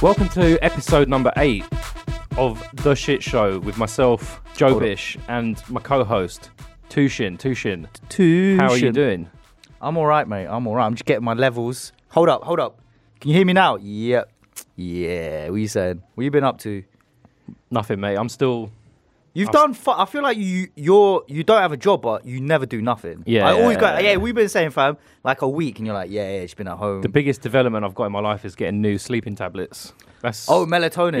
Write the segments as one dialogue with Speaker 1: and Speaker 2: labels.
Speaker 1: Welcome to episode number eight of The Shit Show with myself, Joe
Speaker 2: Hold up.
Speaker 1: Bish, and my co host, Tushin. Tushin,
Speaker 2: Two.
Speaker 1: how are you doing?
Speaker 2: I'm all right, mate. I'm all right. I'm just getting my levels. Hold up, hold up. Can you hear me now? Yep. Yeah. What you saying? What you been up to?
Speaker 1: Nothing, mate. I'm still.
Speaker 2: You've done. Fu- I feel like you. You're. You don't have a job, but you never do nothing.
Speaker 1: Yeah,
Speaker 2: I
Speaker 1: yeah,
Speaker 2: always go.
Speaker 1: yeah,
Speaker 2: Yeah,
Speaker 1: yeah.
Speaker 2: we've been saying fam like a week, and you're like, yeah, yeah, it's been at home.
Speaker 1: The biggest development I've got in my life is getting new sleeping tablets. That's
Speaker 2: oh, melatonin.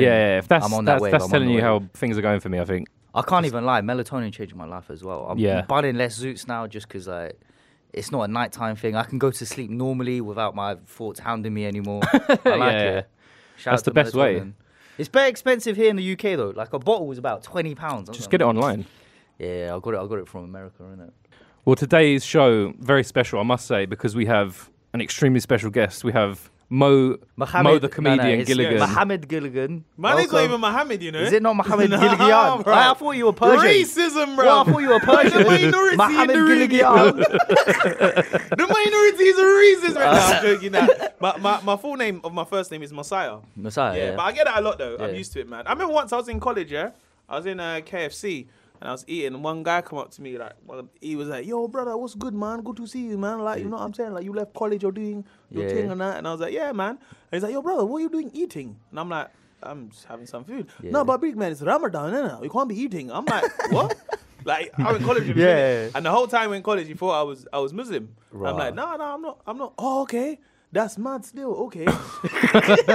Speaker 1: yeah, yeah. If that's
Speaker 2: I'm on
Speaker 1: that's,
Speaker 2: that wave.
Speaker 1: that's
Speaker 2: I'm on
Speaker 1: telling
Speaker 2: the
Speaker 1: you
Speaker 2: wave.
Speaker 1: how things are going for me, I think.
Speaker 2: I can't even lie. Melatonin changed my life as well. I'm
Speaker 1: Yeah.
Speaker 2: buying less zoots now just because like it's not a nighttime thing. I can go to sleep normally without my thoughts hounding me anymore. I like
Speaker 1: yeah.
Speaker 2: it. Shout
Speaker 1: That's
Speaker 2: out
Speaker 1: the
Speaker 2: to
Speaker 1: best way.
Speaker 2: melatonin. It's very expensive here in the UK though. Like a bottle was about twenty pounds.
Speaker 1: Just get it online.
Speaker 2: Yeah, I got it. I got it from America, innit?
Speaker 1: Well, today's show very special, I must say, because we have an extremely special guest. We have Mo, Mo
Speaker 2: Mohammed-
Speaker 1: the
Speaker 2: no, no,
Speaker 1: comedian
Speaker 2: it's-
Speaker 1: Gilligan.
Speaker 2: Mohammed Gilligan.
Speaker 3: My name's not
Speaker 2: Welcome.
Speaker 3: even Mohammed, you know.
Speaker 2: Is it not Mohammed
Speaker 3: Nah,
Speaker 2: Gilligan?
Speaker 3: bro.
Speaker 2: I, I thought you were Persian.
Speaker 3: Racism, bro.
Speaker 2: Well, I thought you were Persian.
Speaker 3: The minority in
Speaker 2: Mohammed
Speaker 3: the region.
Speaker 2: Gilligan.
Speaker 3: the minorities are racist right now. I'm joking. Nah. My, my, my full name of my first name is Messiah.
Speaker 2: Messiah.
Speaker 3: Yeah,
Speaker 2: Yeah,
Speaker 3: but I get that a lot though. I'm
Speaker 2: Yeah.
Speaker 3: used to it, man. I remember once I was in college, yeah. I was in uh, KFC and I was eating. and One guy come up to me like, one- he was like, "Yo, brother, what's good, man? Good to see you, man. Like, you know what I'm saying? Like, you left college, you're doing your
Speaker 2: Yeah.
Speaker 3: thing and that." And I was like, "Yeah, man." And he's like, "Yo, brother, what are you doing eating?" And I'm like, "I'm just having some food."
Speaker 2: Yeah.
Speaker 3: No, but big man, it's Ramadan, innit? You can't be eating. I'm like, "What?" Like I'm in college,
Speaker 2: Yeah.
Speaker 3: yeah. And the whole time in college, you thought I was I was Muslim. I'm
Speaker 2: Right.
Speaker 3: like, no, no, I'm not. I'm not. Oh, okay. That's mad still. Okay.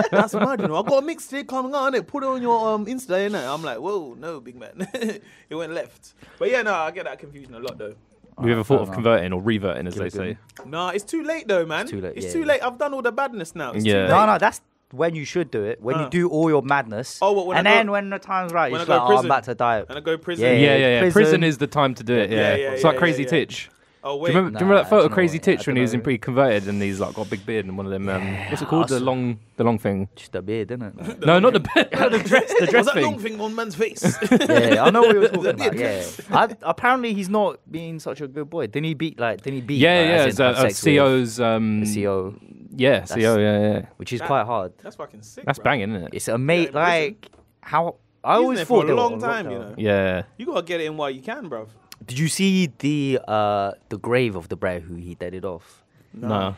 Speaker 3: That's mad, you know. I got a mixtape coming out, innit? Put it on your um Insta, innit? I'm like, whoa, no, big man. it went left. But yeah, no, I get that confusion a lot though.
Speaker 1: we ever thought
Speaker 2: fair
Speaker 1: of
Speaker 2: enough.
Speaker 1: converting or reverting, as they
Speaker 2: Oh, Gilligan.
Speaker 1: say.
Speaker 3: Nah, it's too late though, man. It's
Speaker 2: too late, yeah, yeah.
Speaker 3: I've done all the badness now. It's
Speaker 1: Yeah.
Speaker 3: yeah. too
Speaker 2: No,
Speaker 3: late.
Speaker 2: no, that's when you should do it. When you
Speaker 3: Uh.
Speaker 2: do all your madness.
Speaker 3: Oh, what, when I
Speaker 2: and
Speaker 3: go-
Speaker 2: then when the time's right,
Speaker 3: when
Speaker 2: you're
Speaker 3: I
Speaker 2: just
Speaker 3: go
Speaker 2: like,
Speaker 3: to
Speaker 2: oh, I'm
Speaker 3: prison.
Speaker 2: about to die.
Speaker 3: And I go prison.
Speaker 2: Yeah,
Speaker 1: Yeah, yeah, yeah. Prison.
Speaker 2: Prison
Speaker 1: is the time to do it. Yeah,
Speaker 3: Yeah, yeah,
Speaker 1: it's like
Speaker 3: yeah,
Speaker 1: Crazy
Speaker 3: yeah, yeah.
Speaker 1: Titch.
Speaker 3: Oh
Speaker 1: Do
Speaker 3: wait.
Speaker 1: you remember, do you remember that
Speaker 2: Nah,
Speaker 1: photo of
Speaker 2: do you know
Speaker 1: Crazy
Speaker 2: what? Yeah, I
Speaker 1: Titch when
Speaker 2: don't
Speaker 1: he was in
Speaker 2: know.
Speaker 1: pre converted and he's like got a big beard and one of them? Um, what's it called? The
Speaker 2: awesome.
Speaker 1: long, the long thing.
Speaker 2: Just a beard, isn't it?
Speaker 1: No, not the beard. the dress. The dress
Speaker 3: was that
Speaker 1: thing.
Speaker 3: long thing on man's face?
Speaker 2: yeah, I know what you're talking about.
Speaker 3: The-
Speaker 2: Yeah, I, apparently he's not being such a good boy. Didn't he beat like? Didn't he beat?
Speaker 1: Yeah,
Speaker 2: like,
Speaker 1: yeah.
Speaker 2: as
Speaker 1: It's
Speaker 2: in
Speaker 1: uh,
Speaker 2: have
Speaker 1: uh,
Speaker 2: sex with
Speaker 1: CO's. Um,
Speaker 2: the CO,
Speaker 1: Yeah, CO. Yeah, yeah.
Speaker 2: which is
Speaker 3: That-
Speaker 2: quite hard.
Speaker 3: That's fucking sick.
Speaker 1: That's
Speaker 3: bruv.
Speaker 1: banging, isn't it?
Speaker 2: It's a mate.
Speaker 3: but listen,
Speaker 2: like how I
Speaker 3: He's in
Speaker 2: always
Speaker 3: there
Speaker 2: thought
Speaker 3: for
Speaker 2: they
Speaker 3: a
Speaker 2: were
Speaker 3: long
Speaker 2: on
Speaker 3: time, you
Speaker 2: lockdown.
Speaker 3: know.
Speaker 1: Yeah.
Speaker 3: You gotta get it in while you can, bruv.
Speaker 2: Did you see the uh the grave of the Brer who he deaded off?
Speaker 1: No.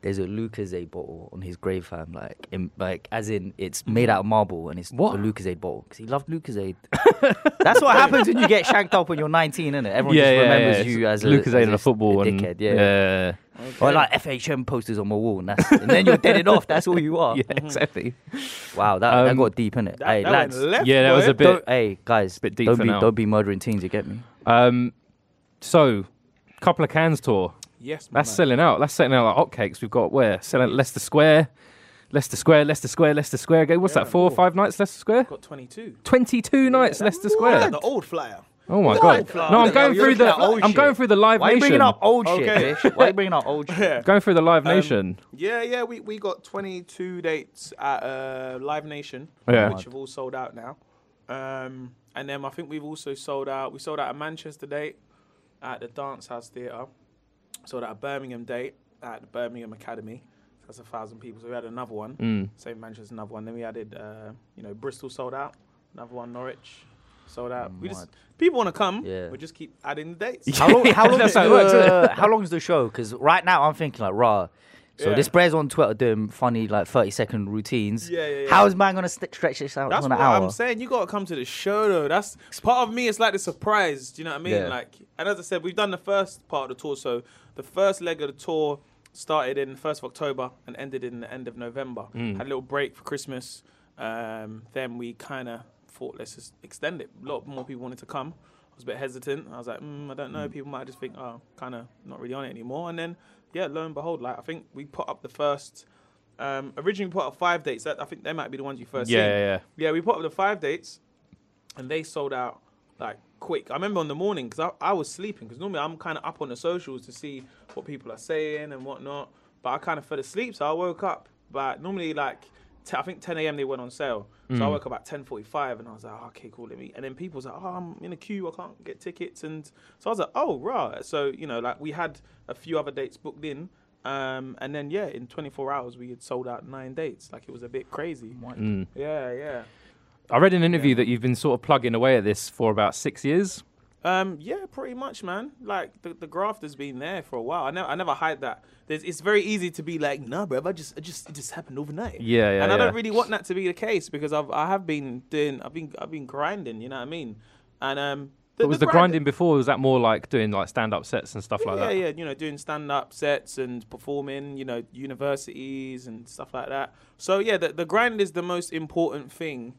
Speaker 2: There's a Lucasade bottle on his grave, fam. Like, in, like as in it's made out of marble and it's
Speaker 1: What?
Speaker 2: a Lucasade bottle because he loved Lucasade. That's what happens when you get shanked up when you're 19, isn't it? Everyone
Speaker 1: Yeah,
Speaker 2: just
Speaker 1: yeah,
Speaker 2: remembers
Speaker 1: yeah.
Speaker 2: you as a
Speaker 1: Lucas
Speaker 2: as
Speaker 1: Aid and a football and
Speaker 2: dickhead.
Speaker 1: yeah,
Speaker 2: yeah.
Speaker 1: yeah,
Speaker 2: Or like FHM posters on my wall, and, that's, and then you're dead it off. That's all you are.
Speaker 1: yeah, exactly.
Speaker 2: Wow, that, that
Speaker 1: Um,
Speaker 2: got deep in it.
Speaker 3: That,
Speaker 2: hey,
Speaker 3: that
Speaker 2: lads,
Speaker 3: went left,
Speaker 1: Yeah, that
Speaker 3: boy.
Speaker 1: was a bit.
Speaker 2: don't, hey guys,
Speaker 1: bit deep
Speaker 2: don't
Speaker 1: for
Speaker 2: be
Speaker 1: now.
Speaker 2: don't be murdering teens. You get me?
Speaker 1: Um, so, couple of cans tour.
Speaker 3: Yes, my
Speaker 1: That's
Speaker 3: man.
Speaker 1: selling out. That's selling out like hotcakes. We've got where selling at Leicester Square, Leicester Square, Leicester Square, Leicester Square. Again, what's
Speaker 3: Yeah,
Speaker 1: that? Four or
Speaker 3: cool.
Speaker 1: five nights Leicester Square.
Speaker 3: Got 22.
Speaker 1: Twenty-two nights
Speaker 3: Yeah,
Speaker 1: Leicester
Speaker 3: that-
Speaker 1: Square.
Speaker 3: The old flyer.
Speaker 1: Oh my
Speaker 3: What?
Speaker 1: god!
Speaker 3: Flower.
Speaker 1: No, I'm
Speaker 3: You're
Speaker 1: going
Speaker 3: looking
Speaker 1: through the.
Speaker 3: at old
Speaker 1: I'm
Speaker 2: shit.
Speaker 1: going through the Live
Speaker 2: Why are you
Speaker 1: Nation.
Speaker 2: bringing up old
Speaker 3: Okay.
Speaker 2: shit? Bish? Why are you bringing up old shit?
Speaker 3: Yeah.
Speaker 1: Going through the Live
Speaker 3: Um,
Speaker 1: Nation.
Speaker 3: Yeah, yeah, we, we got 22 dates at uh, Live Nation,
Speaker 1: Yeah.
Speaker 3: which have all sold out now. Um, and then I think we've also sold out. We sold out a Manchester date at the Dance House Theatre. Sold out a Birmingham date at the Birmingham Academy. That's a thousand people. So we had another one.
Speaker 1: Hmm.
Speaker 3: Same Manchester, another one. Then we added, uh, you know, Bristol sold out. Another one, Norwich sold out. We just
Speaker 2: Mad.
Speaker 3: people want to come.
Speaker 2: Yeah.
Speaker 3: We just keep adding the dates.
Speaker 2: How long? How long
Speaker 1: That's
Speaker 2: is
Speaker 1: how it works,
Speaker 2: the, how long is the show? Because right now I'm thinking like, rah. So
Speaker 3: Yeah.
Speaker 2: this Brer's on Twitter doing funny like 30 second routines.
Speaker 3: Yeah, yeah, yeah.
Speaker 2: How is man gonna st- stretch this out
Speaker 3: That's
Speaker 2: to an
Speaker 3: what
Speaker 2: hour?
Speaker 3: I'm saying. You gotta come to the show though. That's part of me. It's like the surprise. Do you know what I mean?
Speaker 2: Yeah.
Speaker 3: Like, and as I said, we've done the first part of the tour. So the first leg of the tour started in first of October and ended in the end of November.
Speaker 2: Mm.
Speaker 3: Had a little break for Christmas. Um, then we kind of thought, let's just extend it. A lot more people wanted to come. I was a bit hesitant. I was like, mm, I don't know. People might just think, oh, kind of not really on it anymore. And then, yeah, lo and behold, like I think we put up the first. Um, originally put up five dates. That, I think they might be the ones you first
Speaker 1: Yeah,
Speaker 3: seen.
Speaker 1: yeah, yeah.
Speaker 3: Yeah, we put up the five dates, and they sold out like quick. I remember on the morning because I, I was sleeping because normally I'm kind of up on the socials to see what people are saying and whatnot, but I kind of fell asleep, so I woke up. But normally like te- I think 10 a.m. they went on sale, so I woke up at 10:45 and I was like, oh, okay, cool, let me. And then people was like, oh, I'm in a queue, I can't get tickets, and so I was like, oh, right. So you know, like we had a few other dates booked in. Um, and then yeah, in 24 hours we had sold out nine dates. Like it was a bit crazy. Yeah, yeah.
Speaker 1: I read in an interview that you've been sort of plugging away at this for about six years.
Speaker 3: Um, yeah, pretty much, man. Like the, the graft has been there for a while. I never, I never hide that. There's, it's very easy to be like, nah, bruv, I just, I just, it just happened overnight.
Speaker 1: Yeah, yeah,
Speaker 3: And I
Speaker 1: yeah.
Speaker 3: don't really want that to be the case because I've, I have been doing, I've been, I've been grinding. You know what I mean? And um, the,
Speaker 1: But was the, grinding before? Or was that more like doing like stand-up sets and stuff like
Speaker 3: yeah,
Speaker 1: that?
Speaker 3: yeah, you know, doing stand up sets and performing, you know, universities and stuff like that. So yeah, the, the grind is the most important thing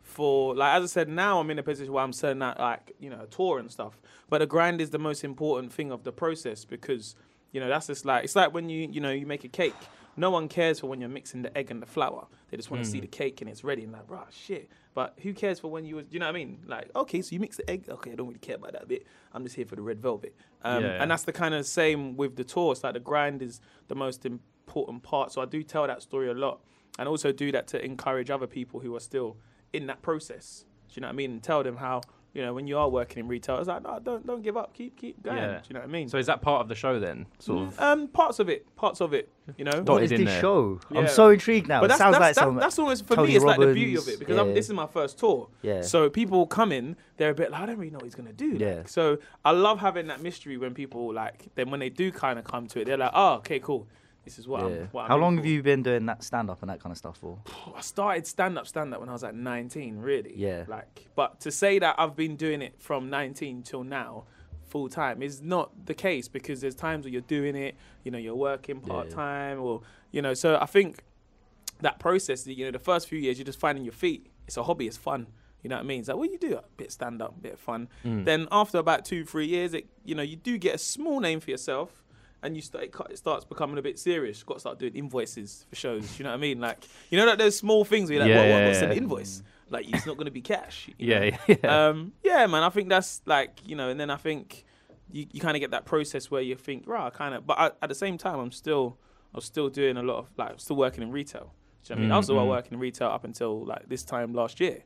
Speaker 3: for like as I said, now I'm in a position where I'm selling out like, you know, a tour and stuff. But the grind is the most important thing of the process because, you know, that's just like it's like when you you know, you make a cake. No one cares for when you're mixing the egg and the flour. They just want to see
Speaker 1: Mm.
Speaker 3: the cake and it's ready and like, rah, shit. But who cares for when you was, you know what I mean? Like, okay, so you mix the egg. Okay, I don't really care about that bit. I'm just here for the red velvet. Um,
Speaker 1: Yeah, yeah.
Speaker 3: And that's the kind of same with the tour. It's like the grind is the most important part. So I do tell that story a lot and also do that to encourage other people who are still in that process. Do you know what I mean? And tell them how, you know, when you are working in retail, it's like, no, don't, don't give up. Keep, keep going.
Speaker 1: Yeah.
Speaker 3: Do you know what I mean?
Speaker 1: So is that part of the show then? Sort of.
Speaker 3: um, parts of it, parts of it, you know?
Speaker 1: Dotted
Speaker 2: What is
Speaker 1: in
Speaker 2: this
Speaker 1: there.
Speaker 2: show? I'm
Speaker 3: Yeah.
Speaker 2: so intrigued now.
Speaker 3: But
Speaker 2: it
Speaker 3: that's,
Speaker 2: sounds
Speaker 3: that's,
Speaker 2: like
Speaker 3: that-
Speaker 2: some.
Speaker 3: that's always for
Speaker 2: Tony
Speaker 3: me. It's like the beauty of
Speaker 2: Robbins,
Speaker 3: it because
Speaker 2: yeah.
Speaker 3: I'm, this is my first tour.
Speaker 2: Yeah.
Speaker 3: So people come in, they're a bit like, I don't really know what he's gonna do. like.
Speaker 2: Yeah.
Speaker 3: So I love having that mystery when people like then when they do kind of come to it, they're like, oh, okay, cool. This is what
Speaker 2: Yeah.
Speaker 3: I'm. What I'm
Speaker 2: How
Speaker 3: in
Speaker 2: long
Speaker 3: for."
Speaker 2: have you been doing that stand up and that kind of stuff for?
Speaker 3: I started stand up, stand up when I was like 19, really.
Speaker 2: Yeah.
Speaker 3: Like, but to say that I've been doing it from 19 till now, full time, is not the case because there's times where you're doing it, you know, you're working part time or, you know, so I think that process, you know, the first few years, you're just finding your feet. It's a hobby, it's fun. You know what I mean? It's like, what do you do? A bit of stand up, bit of fun.
Speaker 1: Mm.
Speaker 3: Then after about two, three years, it, you know, you do get a small name for yourself and you start, it co- it starts becoming a bit serious. You've got to start doing invoices for shows. You know what I mean? Like, you know, that there's small things where you're like,
Speaker 1: Yeah,
Speaker 3: what, what,
Speaker 1: yeah,
Speaker 3: what's an
Speaker 1: yeah.
Speaker 3: invoice? Like, it's not going to be cash. you know?
Speaker 1: yeah, yeah.
Speaker 3: um, yeah, man, I think that's like you know, and then I think you, you kind of get that process where you think, rah, kind of. But I, at the same time, I'm still I'm still doing a lot of like I'm still working in retail. Do you know what I mean? I
Speaker 1: Mm,
Speaker 3: was still working in retail up until like this time last year,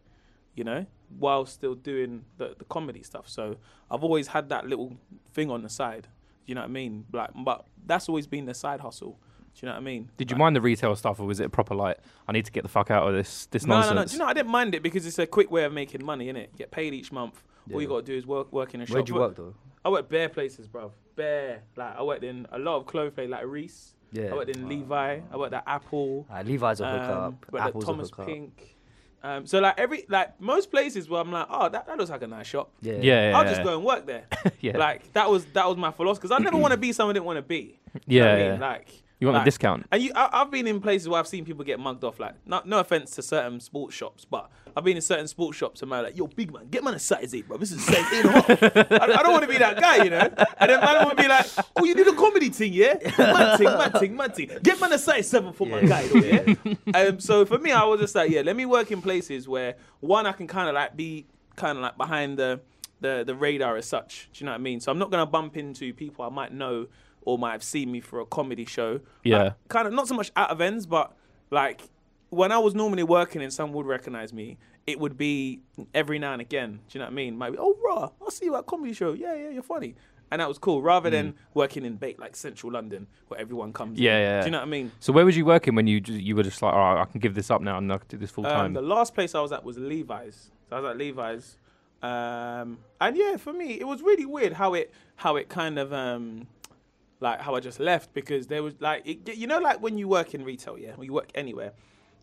Speaker 3: you know, while still doing the, the comedy stuff. So I've always had that little thing on the side. Do you know what I mean? Like, but that's always been the side hustle. Do you know what I mean?
Speaker 1: Did you mind the retail stuff, or was it a proper like? I need to get the fuck out of this this
Speaker 3: No, no, no.
Speaker 1: nonsense.
Speaker 3: Do you know, I didn't mind it because it's a quick way of making money, innit? You get paid each month. All you got to do is work, work in a shop.
Speaker 2: Where'd you work though?
Speaker 3: I worked bare places, bruv. Bare. Like, I worked in a lot of clothes places, like Reese.
Speaker 2: Yeah.
Speaker 3: I worked in Levi. I worked at Apple.
Speaker 2: Uh, Levi's a
Speaker 3: Um,
Speaker 2: hookup.
Speaker 3: worked at
Speaker 2: Apple's a
Speaker 3: Thomas
Speaker 2: hookup.
Speaker 3: Pink. Um, so, like, every, like, most places where I'm like, oh, that, that looks like a nice shop.
Speaker 2: Yeah.
Speaker 1: yeah, yeah,
Speaker 3: I'll
Speaker 1: yeah.
Speaker 3: just go and work there.
Speaker 1: Yeah.
Speaker 3: Like, that was that was my philosophy. Because I never want to be someone I didn't want to be. You
Speaker 1: yeah,
Speaker 3: know what I
Speaker 1: yeah.
Speaker 3: mean? Like,
Speaker 1: you want
Speaker 3: like-
Speaker 1: the discount?
Speaker 3: and you, I, I've been in places where I've seen people get mugged off. Like, no, no offense to certain sports shops, but I've been in certain sports shops and man, like, yo, big man, get man a size eight, bro. This is size eight and a half. I, I don't want to be that guy, you know. And then man would be like, oh, you did a comedy thing, yeah? Mad thing, mad thing, mad thing. Get man a size seven for my guy, though, yeah. um, so for me, I was just like, yeah, let me work in places where one, I can kind of like be kind of like behind the the the radar as such. Do you know what I mean? So I'm not gonna bump into people I might know or might have seen me for a comedy show.
Speaker 1: Yeah.
Speaker 3: Like, kind of not so much out of ends, but like when I was normally working and someone would recognize me, it would be every now and again. Do you know what I mean? Might be, oh, raw, I'll see you at a comedy show. Yeah, yeah, you're funny. And that was cool. Rather than working in bait like central London where everyone comes.
Speaker 1: Hmm.
Speaker 3: in.
Speaker 1: Yeah, yeah, yeah.
Speaker 3: Do you know what I mean?
Speaker 1: So where was you working when you ju- you were just like, all right, I can give this up now and I can do this full
Speaker 3: Um,
Speaker 1: time?
Speaker 3: the last place I was at was Levi's. So I was at Levi's, um, and yeah, for me, it was really weird how it how it kind of um, like how I just left because there was like it, you know like when you work in retail, yeah, when you work anywhere,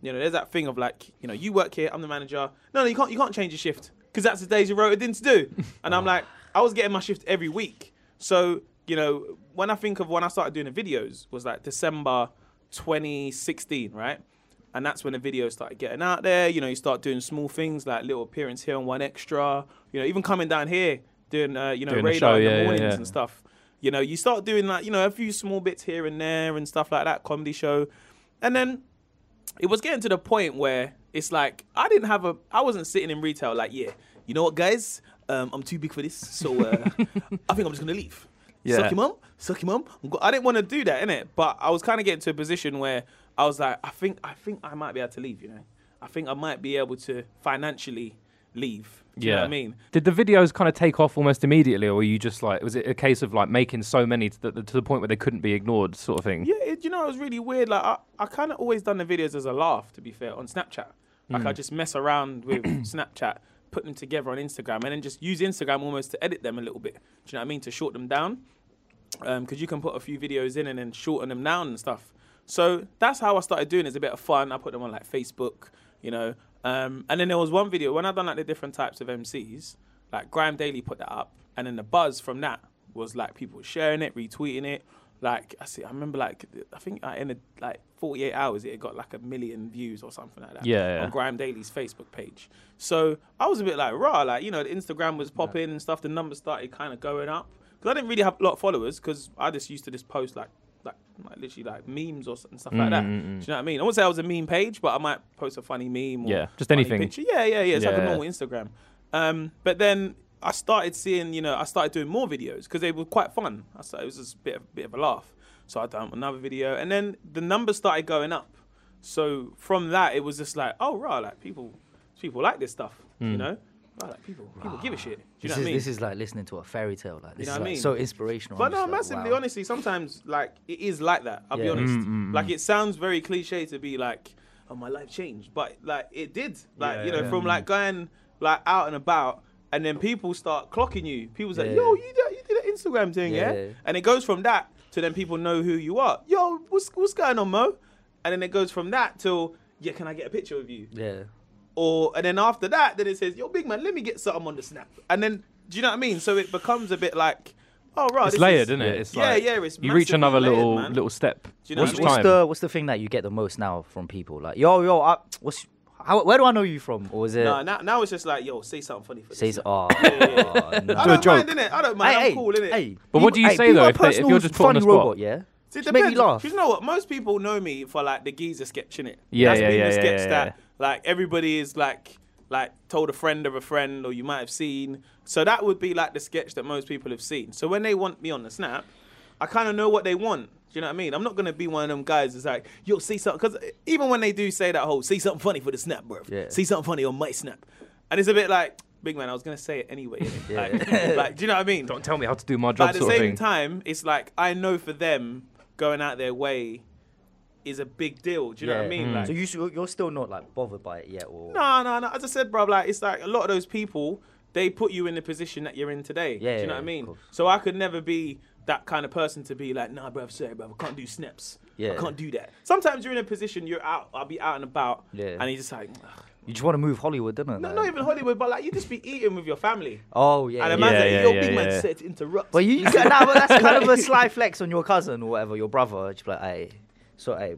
Speaker 3: you know, there's that thing of like you know you work here, I'm the manager. No, no, you can't you can't change your shift because that's the days you wrote it in to do. And I'm like, I was getting my shift every week, so you know when I think of when I started doing the videos was like December 2016, right? And that's when the videos started getting out there. You know, you start doing small things like little appearance here and one extra. You know, even coming down here doing uh, you know
Speaker 1: Doing the
Speaker 3: radar
Speaker 1: show,
Speaker 3: in
Speaker 1: yeah, yeah,
Speaker 3: the mornings
Speaker 1: yeah.
Speaker 3: and stuff. You know, you start doing like you know a few small bits here and there and stuff like that, comedy show, and then it was getting to the point where it's like I didn't have a I wasn't sitting in retail like yeah you know what guys um, I'm too big for this so uh, I think I'm just gonna leave
Speaker 1: Yeah.
Speaker 3: suck your mum suck your mum I'm go- I didn't want to do that innit? but I was kind of getting to a position where I was like I think I think I might be able to leave you know I think I might be able to financially leave. Do You know what I mean?
Speaker 1: Did the videos kind of take off almost immediately, or were you just like, was it a case of like making so many to the, to the point where they couldn't be ignored, sort of thing?
Speaker 3: Yeah, it, you know, it was really weird. Like, I, I kind of always done the videos as a laugh, to be fair, on Snapchat. Like, I just mess around with Snapchat, put them together on Instagram, and then just use Instagram almost to edit them a little bit. Do you know what I mean? To short them down. Because um, you can put a few videos in and then shorten them down and stuff. So that's how I started doing it. It's a bit of fun. I put them on like Facebook, you know. Um, and then there was one video when I done like the different types of MCs, like Graham Daly put that up, and then the buzz from that was like people sharing it, retweeting it. Like I see, I remember like I think like, in a, like 48 hours it had got like a million views or something like that.
Speaker 1: Yeah, yeah.
Speaker 3: On Graham Daly's Facebook page. So I was a bit like raw, like you know, the Instagram was popping and stuff. The numbers started kind of going up because I didn't really have a lot of followers because I just used to just post like like, like literally like memes or s- and stuff like
Speaker 1: Mm,
Speaker 3: that. Do you know what I mean? I wouldn't say I was a meme page, but I might post a funny meme. Or
Speaker 1: Yeah, just
Speaker 3: funny
Speaker 1: anything.
Speaker 3: Picture. Yeah, yeah, yeah. It's like
Speaker 1: Yeah.
Speaker 3: a normal Instagram. Um, but then I started seeing, you know, I started doing more videos because they were quite fun. I started, it was just a bit of, bit of a laugh. So I done another video, and then the numbers started going up. So from that, it was just like, oh right, like people, people like this stuff, you know. Right, like people, people give a shit. Do
Speaker 2: Hmm. This
Speaker 3: you know
Speaker 2: is,
Speaker 3: what I mean?
Speaker 2: this is like listening to a fairy tale. Like this
Speaker 3: know
Speaker 2: is
Speaker 3: what I
Speaker 2: like
Speaker 3: mean?
Speaker 2: so inspirational.
Speaker 3: But
Speaker 2: I'm
Speaker 3: no,
Speaker 2: just like,
Speaker 3: massively,
Speaker 2: wow.
Speaker 3: honestly, sometimes like it is like that. I'll be
Speaker 2: Yeah. Mm,
Speaker 3: honest. Like it sounds very cliche to be like, oh my life changed, but like it did. Like
Speaker 1: Yeah,
Speaker 3: you know,
Speaker 1: yeah.
Speaker 3: from like going like out and about, and then people start clocking you. People's like,
Speaker 2: Yeah.
Speaker 3: yo, you did, you did an Instagram thing, yeah?
Speaker 2: Yeah.
Speaker 3: And it goes from that to then people know who you are. Yo, what's what's going on, Mo? And then it goes from that till yeah, can I get a picture of you?
Speaker 2: Yeah.
Speaker 3: or and then after that, then it says, "Yo, big man, let me get something on the snap." And then, do you know what I mean? So it becomes a bit like, "Oh, right,
Speaker 1: It's
Speaker 3: this
Speaker 1: layered,
Speaker 3: is,
Speaker 1: isn't it? It's
Speaker 3: yeah,
Speaker 1: like
Speaker 3: yeah, it's
Speaker 1: you reach
Speaker 3: massively
Speaker 1: another
Speaker 3: layered,
Speaker 1: little
Speaker 3: man.
Speaker 1: little step.
Speaker 3: you know
Speaker 1: What's
Speaker 3: what I mean?
Speaker 2: What's
Speaker 1: time?
Speaker 2: the what's the thing that you get the most now from people? Like yo yo, I, what's how, where do I know you from? Or is it
Speaker 3: Nah, now, now it's just like, "Yo, say something funny for
Speaker 2: says
Speaker 3: this."
Speaker 2: oh, no.
Speaker 3: I don't mind, innit? I don't mind. I'm cool, innit?
Speaker 2: hey,
Speaker 1: But what
Speaker 2: be-
Speaker 1: do you
Speaker 2: hey,
Speaker 1: say,
Speaker 2: be
Speaker 1: though,
Speaker 2: my
Speaker 1: if they- if
Speaker 2: personal
Speaker 1: you're just put on
Speaker 2: funny
Speaker 1: the spot?
Speaker 2: robot, yeah.
Speaker 3: See,
Speaker 2: Just make me
Speaker 3: depends.
Speaker 2: laugh.
Speaker 3: You know what? Most people know me for like the geezer sketch in it.
Speaker 1: Yeah,
Speaker 3: That's
Speaker 1: yeah,
Speaker 3: been
Speaker 1: yeah,
Speaker 3: the
Speaker 1: yeah,
Speaker 3: sketch
Speaker 1: yeah,
Speaker 3: that
Speaker 1: yeah.
Speaker 3: like everybody is like like told a friend of a friend or you might have seen. So that would be like the sketch that most people have seen. So when they want me on the snap, I kind of know what they want. Do you know what I mean? I'm not gonna be one of them guys that's like, "Yo, see something," because even when they do say that whole "see something funny for the snap, bro,"
Speaker 2: Yeah.
Speaker 3: see something funny on my snap, and it's a bit like, "Big man, I was gonna say it anyway." innit? Like, like, do you know what I mean?
Speaker 1: Don't tell me how to do my
Speaker 3: But
Speaker 1: job,
Speaker 3: at the
Speaker 1: sort of
Speaker 3: same
Speaker 1: thing.
Speaker 3: time, it's like I know for them going out their way is a big deal. Do you know what I mean? Like,
Speaker 2: Mm. so you s- you're still not like bothered by it yet, or
Speaker 3: no, no, no. As I said, bro, like it's like a lot of those people they put you in the position that you're in today.
Speaker 2: Yeah,
Speaker 3: do
Speaker 2: yeah,
Speaker 3: you
Speaker 2: yeah,
Speaker 3: know what I
Speaker 2: of
Speaker 3: mean?
Speaker 2: course.
Speaker 3: So I could never be that kind of person to be like, nah, bro, sorry, bro, I can't do snaps.
Speaker 2: Yeah.
Speaker 3: I can't do that. Sometimes you're in a position you're out. I'll be out and about,
Speaker 2: Yeah.
Speaker 3: and you're just like, "Ugh."
Speaker 2: you just want to move Hollywood, don't you?
Speaker 3: no, not even Hollywood, but like you just be eating with your family.
Speaker 2: Oh yeah.
Speaker 3: And a
Speaker 2: yeah.
Speaker 3: man's
Speaker 1: Yeah,
Speaker 3: like,
Speaker 1: yeah,
Speaker 3: yo,
Speaker 1: yeah,
Speaker 3: big
Speaker 1: yeah.
Speaker 3: man said to interrupt.
Speaker 2: But you, you get, nah, but that's kind of a sly flex on your cousin or whatever, your brother. Just be like, hey, so hey,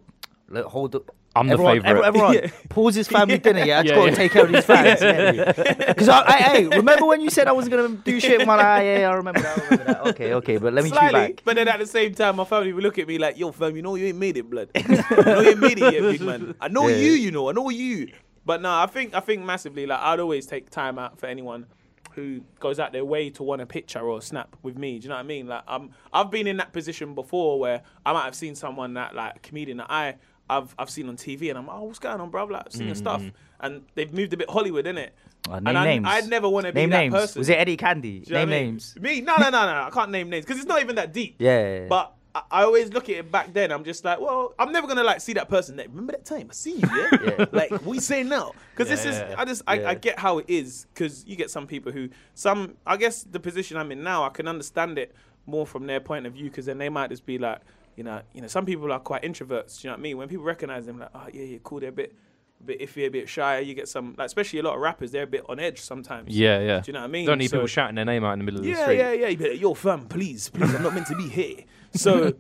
Speaker 2: look, hold up.
Speaker 1: I'm the
Speaker 2: everyone,
Speaker 1: favourite.
Speaker 2: Everyone, pause his family dinner. Yeah, I just
Speaker 1: Yeah,
Speaker 2: gotta
Speaker 1: yeah.
Speaker 2: take care of these fans. Because I, I, hey, remember when you said I wasn't gonna do shit? Man, ah, yeah, yeah, I remember that. I remember that. Okay, okay, but let me chew
Speaker 3: Slightly,
Speaker 2: back.
Speaker 3: but then at the same time, my family would look at me like, "Yo, fam, you know you ain't made it, blood. you know you ain't made it yet, big man. I know you, you know, I know you." But no, I think I think massively. Like I'd always take time out for anyone who goes out their way to want a picture or a snap with me. Do you know what I mean? Like I'm, I've been in that position before where I might have seen someone that like a comedian that I. I've, I've seen on TV and I'm oh what's going on bruv like I've seen your stuff
Speaker 2: Mm-hmm.
Speaker 3: and they've moved a bit Hollywood in it
Speaker 2: Oh,
Speaker 3: and
Speaker 2: name
Speaker 3: I,
Speaker 2: names.
Speaker 3: I'd never want to be
Speaker 2: name
Speaker 3: that
Speaker 2: names.
Speaker 3: person
Speaker 2: Was it Eddie Candy?
Speaker 3: do you know
Speaker 2: Name
Speaker 3: what I mean?
Speaker 2: names.
Speaker 3: Me? No, no, no, no. I can't name names because it's not even that deep.
Speaker 2: Yeah.
Speaker 3: But I, I always look at it back then. I'm just like, well, I'm never gonna like see that person. Like, remember that time I see you? Yeah.
Speaker 2: Yeah.
Speaker 3: Like, what you saying now? Because this is,
Speaker 1: Yeah.
Speaker 3: I just, I,
Speaker 2: Yeah.
Speaker 3: I get how it is. Because you get some people who, some, I guess the position I'm in now, I can understand it more from their point of view. Because then they might just be like, you know, you know, some people are quite introverts. Do you know what I mean? When people recognize them, like, oh yeah, yeah, cool. They're a bit, a bit iffy, a bit shy. You get some, like, especially a lot of rappers, they're a bit on edge sometimes.
Speaker 1: Yeah, yeah.
Speaker 3: Do you know what I mean?
Speaker 1: Don't need
Speaker 3: So-
Speaker 1: people shouting their name out in the middle of the
Speaker 3: Yeah,
Speaker 1: street.
Speaker 3: yeah, yeah. You better, yo, fam, please, please, I'm not meant to be here. So,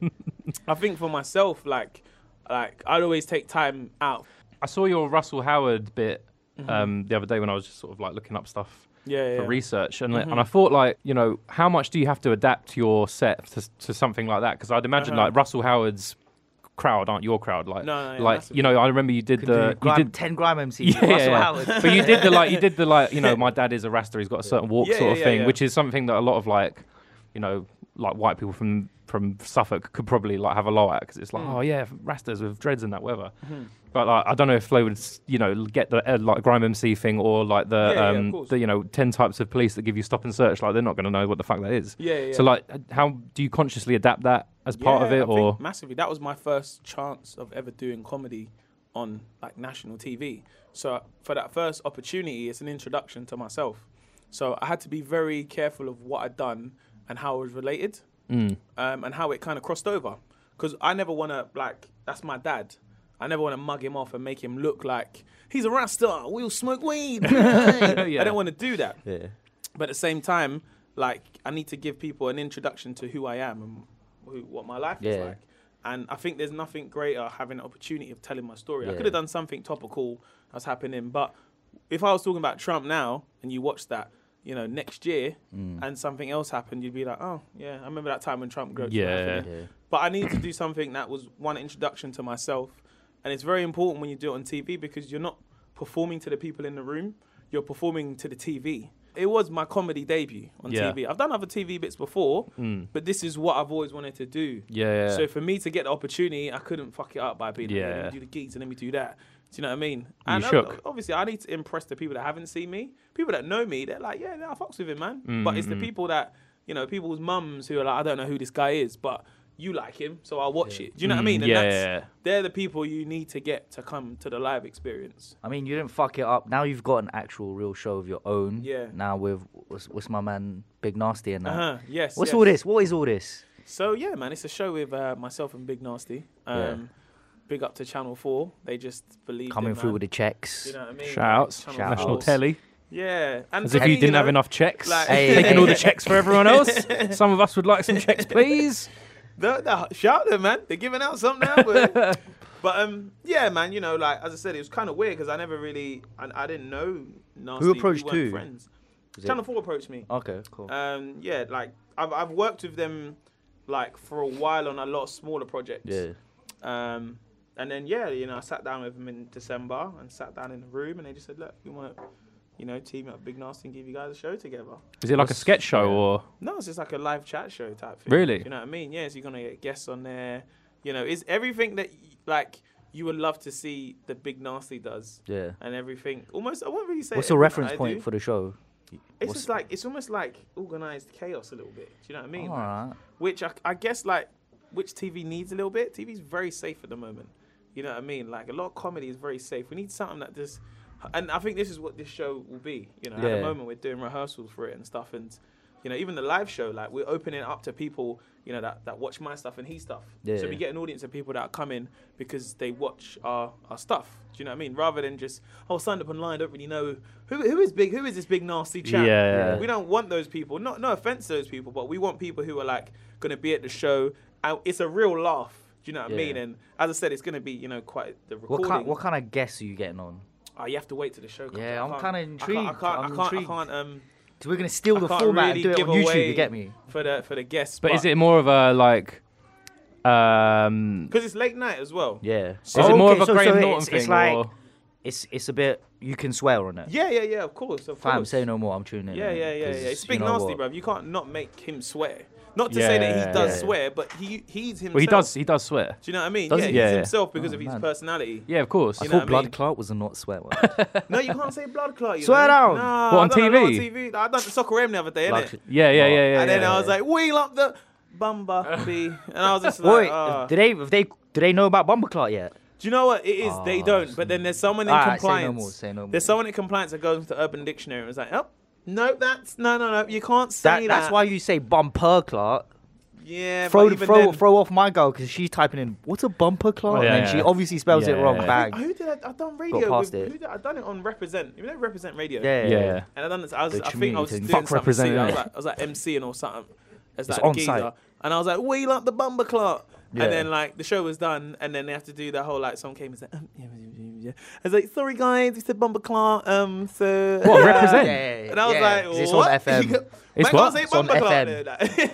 Speaker 3: I think for myself, like, like I'd always take time out.
Speaker 1: I saw your Russell Howard bit
Speaker 3: Mm-hmm.
Speaker 1: um, the other day when I was just sort of like looking up stuff
Speaker 3: Yeah, yeah. Mm-hmm.
Speaker 1: for research, and like and I thought like you know how much do you have to adapt your set to, to something like that? Because I'd imagine
Speaker 3: Uh-huh.
Speaker 1: like Russell Howard's crowd aren't your crowd, like
Speaker 3: No, no, yeah,
Speaker 1: like you know I remember you did the you
Speaker 2: Grime,
Speaker 1: did
Speaker 2: ten grime MCs.
Speaker 1: yeah,
Speaker 2: Russell
Speaker 1: yeah.
Speaker 2: Howard.
Speaker 1: but you did the like you did the like you know my dad is a rasta he's got a certain walk
Speaker 3: Yeah,
Speaker 1: sort
Speaker 3: yeah,
Speaker 1: of
Speaker 3: yeah,
Speaker 1: thing
Speaker 3: yeah.
Speaker 1: which is something that a lot of like you know like white people from from Suffolk could probably like have a laugh at because it's like,
Speaker 3: Mm.
Speaker 1: oh yeah, rastas with dreads and that weather.
Speaker 3: Mm-hmm.
Speaker 1: But like, I don't know if they would, s- you know, get the uh, like grime MC thing or like the
Speaker 3: Yeah, yeah, of
Speaker 1: um
Speaker 3: course.
Speaker 1: the you know ten types of police that give you stop and search. Like they're not going to know what the fuck that is.
Speaker 3: Yeah, yeah,
Speaker 1: So
Speaker 3: yeah.
Speaker 1: like, h- how do you consciously adapt that as part of
Speaker 3: Yeah,
Speaker 1: it,
Speaker 3: I think
Speaker 1: or
Speaker 3: massively? That was my first chance of ever doing comedy on like national TV. So for that first opportunity, it's an introduction to myself. So I had to be very careful of what I'd done and how it was related,
Speaker 1: Mm.
Speaker 3: um, and how it kind of crossed over. Because I never want to like that's my dad. I never want to mug him off and make him look like he's a rasta. We'll smoke weed. I don't want to do that
Speaker 2: Yeah.
Speaker 3: but at the same time, like I need to give people an introduction to who I am and who, what my life is
Speaker 2: Yeah.
Speaker 3: like. And I think there's nothing greater having an opportunity of telling my story. I
Speaker 2: Yeah.
Speaker 3: could have done something topical that's happening, but if I was talking about Trump now and you watch that, you know, next year
Speaker 2: Mm.
Speaker 3: and something else happened, you'd be like, oh yeah, I remember that time when Trump groped.
Speaker 1: Yeah.
Speaker 3: Stephanie."
Speaker 2: Yeah.
Speaker 3: But I need to do something that was one introduction to myself, and it's very important when you do it on TV because you're not performing to the people in the room, you're performing to the TV. It was my comedy debut on
Speaker 1: Yeah.
Speaker 3: TV. I've done other TV bits before, but this is what I've always wanted to do.
Speaker 1: Yeah, yeah.
Speaker 3: So for me to get the opportunity, I couldn't fuck it up by being like, yeah.
Speaker 1: Yeah.
Speaker 3: let me do the gigs and let me do that. Do you know what I mean? And I-
Speaker 1: shook.
Speaker 3: obviously, I need to impress the people that haven't seen me. People that know me, they're like, yeah, nah, I fucks with him, man. But it's the people that, you know, people's mums who are like, I don't know who this guy is, but you like him, so I'll watch it. Do you know what I mean?
Speaker 1: yeah,
Speaker 3: that's,
Speaker 1: yeah, yeah.
Speaker 3: They're the people you need to get to come to the live experience.
Speaker 2: I mean, you didn't fuck it up. Now you've got an actual real show of your own.
Speaker 3: Yeah.
Speaker 2: Now with what's, what's my man Big Nasty and that.
Speaker 3: Uh-huh. Yes.
Speaker 2: What's
Speaker 3: yes.
Speaker 2: all this? What is all this?
Speaker 3: So yeah, man, it's a show with uh, myself and Big Nasty. Um,
Speaker 2: Yeah.
Speaker 3: Big up to Channel Four. They just believe
Speaker 2: Coming through with the checks.
Speaker 3: You know what I mean?
Speaker 1: shout outs,
Speaker 3: Channel
Speaker 2: Shout
Speaker 1: national
Speaker 3: fours.
Speaker 1: telly?
Speaker 3: Yeah, and
Speaker 1: As if
Speaker 3: hey,
Speaker 1: you didn't
Speaker 3: know,
Speaker 1: have enough checks,
Speaker 3: like-
Speaker 2: Hey,
Speaker 1: taking
Speaker 2: hey,
Speaker 1: all the
Speaker 2: hey.
Speaker 1: checks for everyone else. Some of us would like some checks, please.
Speaker 3: They're, they're shouting, man. They're giving out something. Out but, but um, yeah, man. You know, like as I said, it was kind of weird because I never really, and I didn't know. Nasty.
Speaker 2: approached
Speaker 3: we
Speaker 2: who? Oh.
Speaker 3: weren't Friends. Channel Four approached me.
Speaker 2: Okay, cool.
Speaker 3: Um, yeah, like I've I've worked with them like for a while on a lot of smaller projects.
Speaker 2: yeah.
Speaker 3: Um, and then yeah, you know, I sat down with them in December and sat down in the room, and they just said, look, we want to, you know, team up Big Nasty and give you guys a show together.
Speaker 1: Is it like a sketch show
Speaker 2: yeah.
Speaker 1: or?
Speaker 3: No, it's just like a live chat show type thing.
Speaker 1: Really?
Speaker 3: Do You know what I mean? Yeah, so you're gonna get guests on there. You know, it's everything that y- like you would love to see the big nasty does.
Speaker 2: Yeah.
Speaker 3: And everything, almost. I won't really say.
Speaker 2: What's your
Speaker 3: everything
Speaker 2: reference
Speaker 3: that I
Speaker 2: point
Speaker 3: do.
Speaker 2: for the show?
Speaker 3: It's
Speaker 2: what's-
Speaker 3: just like it's almost like organized chaos a little bit. Do you know what I mean?
Speaker 2: All right.
Speaker 3: Which I, I guess like which TV needs a little bit. TV's very safe at the moment. You know what I mean? Like a lot of comedy is very safe. We need something that just, and I think this is what this show will be. You know, at the
Speaker 2: Yeah.
Speaker 3: moment we're doing rehearsals for it and stuff, and you know even the live show like we're opening it up to people you know that, that watch my stuff and he stuff.
Speaker 2: Yeah.
Speaker 3: So we get an audience of people that are coming because they watch our, our stuff. Do you know what I mean? Rather than just oh signed up online, don't really know who who is big, who is this big nasty chap.
Speaker 1: Yeah.
Speaker 3: We don't want those people. Not no offense to those people, but we want people who are like gonna be at the show. And it's a real laugh. Do you know what I
Speaker 2: Yeah.
Speaker 3: mean? And as I said, it's gonna be you know quite the
Speaker 2: What
Speaker 3: recording.
Speaker 2: kind, what kind of guests are you getting on?
Speaker 3: Oh, you have to wait till the show. Comes.
Speaker 2: Yeah,
Speaker 3: I
Speaker 2: I'm
Speaker 3: can't-
Speaker 2: kinda
Speaker 3: I
Speaker 2: intrigued.
Speaker 3: can't. I can't.
Speaker 2: I'm
Speaker 3: I can't,
Speaker 2: intrigued.
Speaker 3: I can't um.
Speaker 2: Because we're going to steal the
Speaker 3: I can't
Speaker 2: format and
Speaker 3: really
Speaker 2: do it
Speaker 3: give
Speaker 2: on YouTube,
Speaker 3: away
Speaker 2: you get me?
Speaker 3: for the for the guests.
Speaker 1: But is it more of a like? Um,
Speaker 3: because it's late night as well?
Speaker 2: Yeah.
Speaker 1: is it more of
Speaker 2: Okay,
Speaker 1: a
Speaker 2: so- so
Speaker 1: Graham
Speaker 2: it's-
Speaker 1: Norton
Speaker 2: it's,
Speaker 1: thing
Speaker 2: like,
Speaker 1: or?
Speaker 2: It's, it's a bit, you can swear on it.
Speaker 3: Yeah, yeah, yeah. Of course, of
Speaker 2: Fam,
Speaker 3: course.
Speaker 2: say no more. I'm tuning in.
Speaker 3: Yeah, yeah, yeah, yeah. It's big nasty, bruv. You can't not make him swear. Not to say that
Speaker 1: Yeah,
Speaker 3: he does
Speaker 2: yeah.
Speaker 3: swear, but he he's himself.
Speaker 1: Well, he does. He does swear.
Speaker 3: Do you know what I mean?
Speaker 1: Does
Speaker 3: yeah,
Speaker 1: he?
Speaker 3: he's
Speaker 1: Yeah, yeah.
Speaker 3: himself because
Speaker 2: Oh,
Speaker 3: of his
Speaker 2: man.
Speaker 3: personality.
Speaker 1: Yeah, of course.
Speaker 3: You
Speaker 2: I
Speaker 3: know
Speaker 2: thought
Speaker 3: what I
Speaker 2: Oh, blood
Speaker 3: mean?
Speaker 2: clot was a not swear word.
Speaker 3: No, you can't say blood clot. You
Speaker 2: Swear
Speaker 3: know?
Speaker 2: down.
Speaker 3: Nah,
Speaker 1: What, on
Speaker 3: I done a lot
Speaker 1: TV?
Speaker 3: of TV. I done soccer M the other day,
Speaker 2: Blood
Speaker 3: innit?
Speaker 2: clot.
Speaker 1: yeah, yeah, yeah, yeah.
Speaker 3: and then
Speaker 1: yeah.
Speaker 3: I was like, wheel up the bumba bee, and I was just like,
Speaker 2: Wait,
Speaker 3: ah.
Speaker 2: do they, if they, do they know about Bumper Clot yet?
Speaker 3: Do you know what it is? they
Speaker 2: Ah,
Speaker 3: don't. But then there's someone in
Speaker 2: Alright, say no
Speaker 3: compliance.
Speaker 2: more, say no more.
Speaker 3: There's someone in compliance that goes to Urban Dictionary and was like, oh, no, that's no, no, no. You can't
Speaker 2: That,
Speaker 3: say that.
Speaker 2: That's why you say Bumper Clot.
Speaker 3: Yeah,
Speaker 2: throw
Speaker 3: but even
Speaker 2: throw
Speaker 3: then-
Speaker 2: throw off my girl because she's typing in what's a bumper clock,
Speaker 1: Oh, yeah,
Speaker 2: and
Speaker 1: yeah.
Speaker 2: she obviously spells it
Speaker 1: Yeah,
Speaker 2: wrong.
Speaker 1: yeah,
Speaker 2: Bang.
Speaker 3: Who did I? I done radio.
Speaker 2: past
Speaker 3: With,
Speaker 2: it.
Speaker 3: who did I, I done it on Represent. You know Represent Radio.
Speaker 2: Yeah.
Speaker 1: yeah.
Speaker 3: And I done this. I, was,
Speaker 2: The
Speaker 3: I think I
Speaker 2: community
Speaker 3: was doing
Speaker 2: thing.
Speaker 1: Fuck
Speaker 3: something.
Speaker 1: Represent,
Speaker 3: silly. I, was
Speaker 1: innit?
Speaker 3: like, I was like MC and or something. As
Speaker 2: It's
Speaker 3: like
Speaker 2: on
Speaker 3: geezer.
Speaker 2: site.
Speaker 3: And I was like, wheel up the bumper clock.
Speaker 2: Yeah.
Speaker 3: And then like the show was done, and then they have to do that whole like song came and said, um, yeah, yeah, yeah, yeah. I was like, sorry guys, it's the bumper clock. Um, so
Speaker 1: What,
Speaker 3: uh,
Speaker 1: Represent?
Speaker 3: And I was like,
Speaker 2: it's on
Speaker 3: what?
Speaker 2: FM.
Speaker 1: It's
Speaker 3: Man can't
Speaker 1: what?
Speaker 3: say
Speaker 1: It's
Speaker 2: on
Speaker 3: bumper clock
Speaker 2: FM.
Speaker 3: there,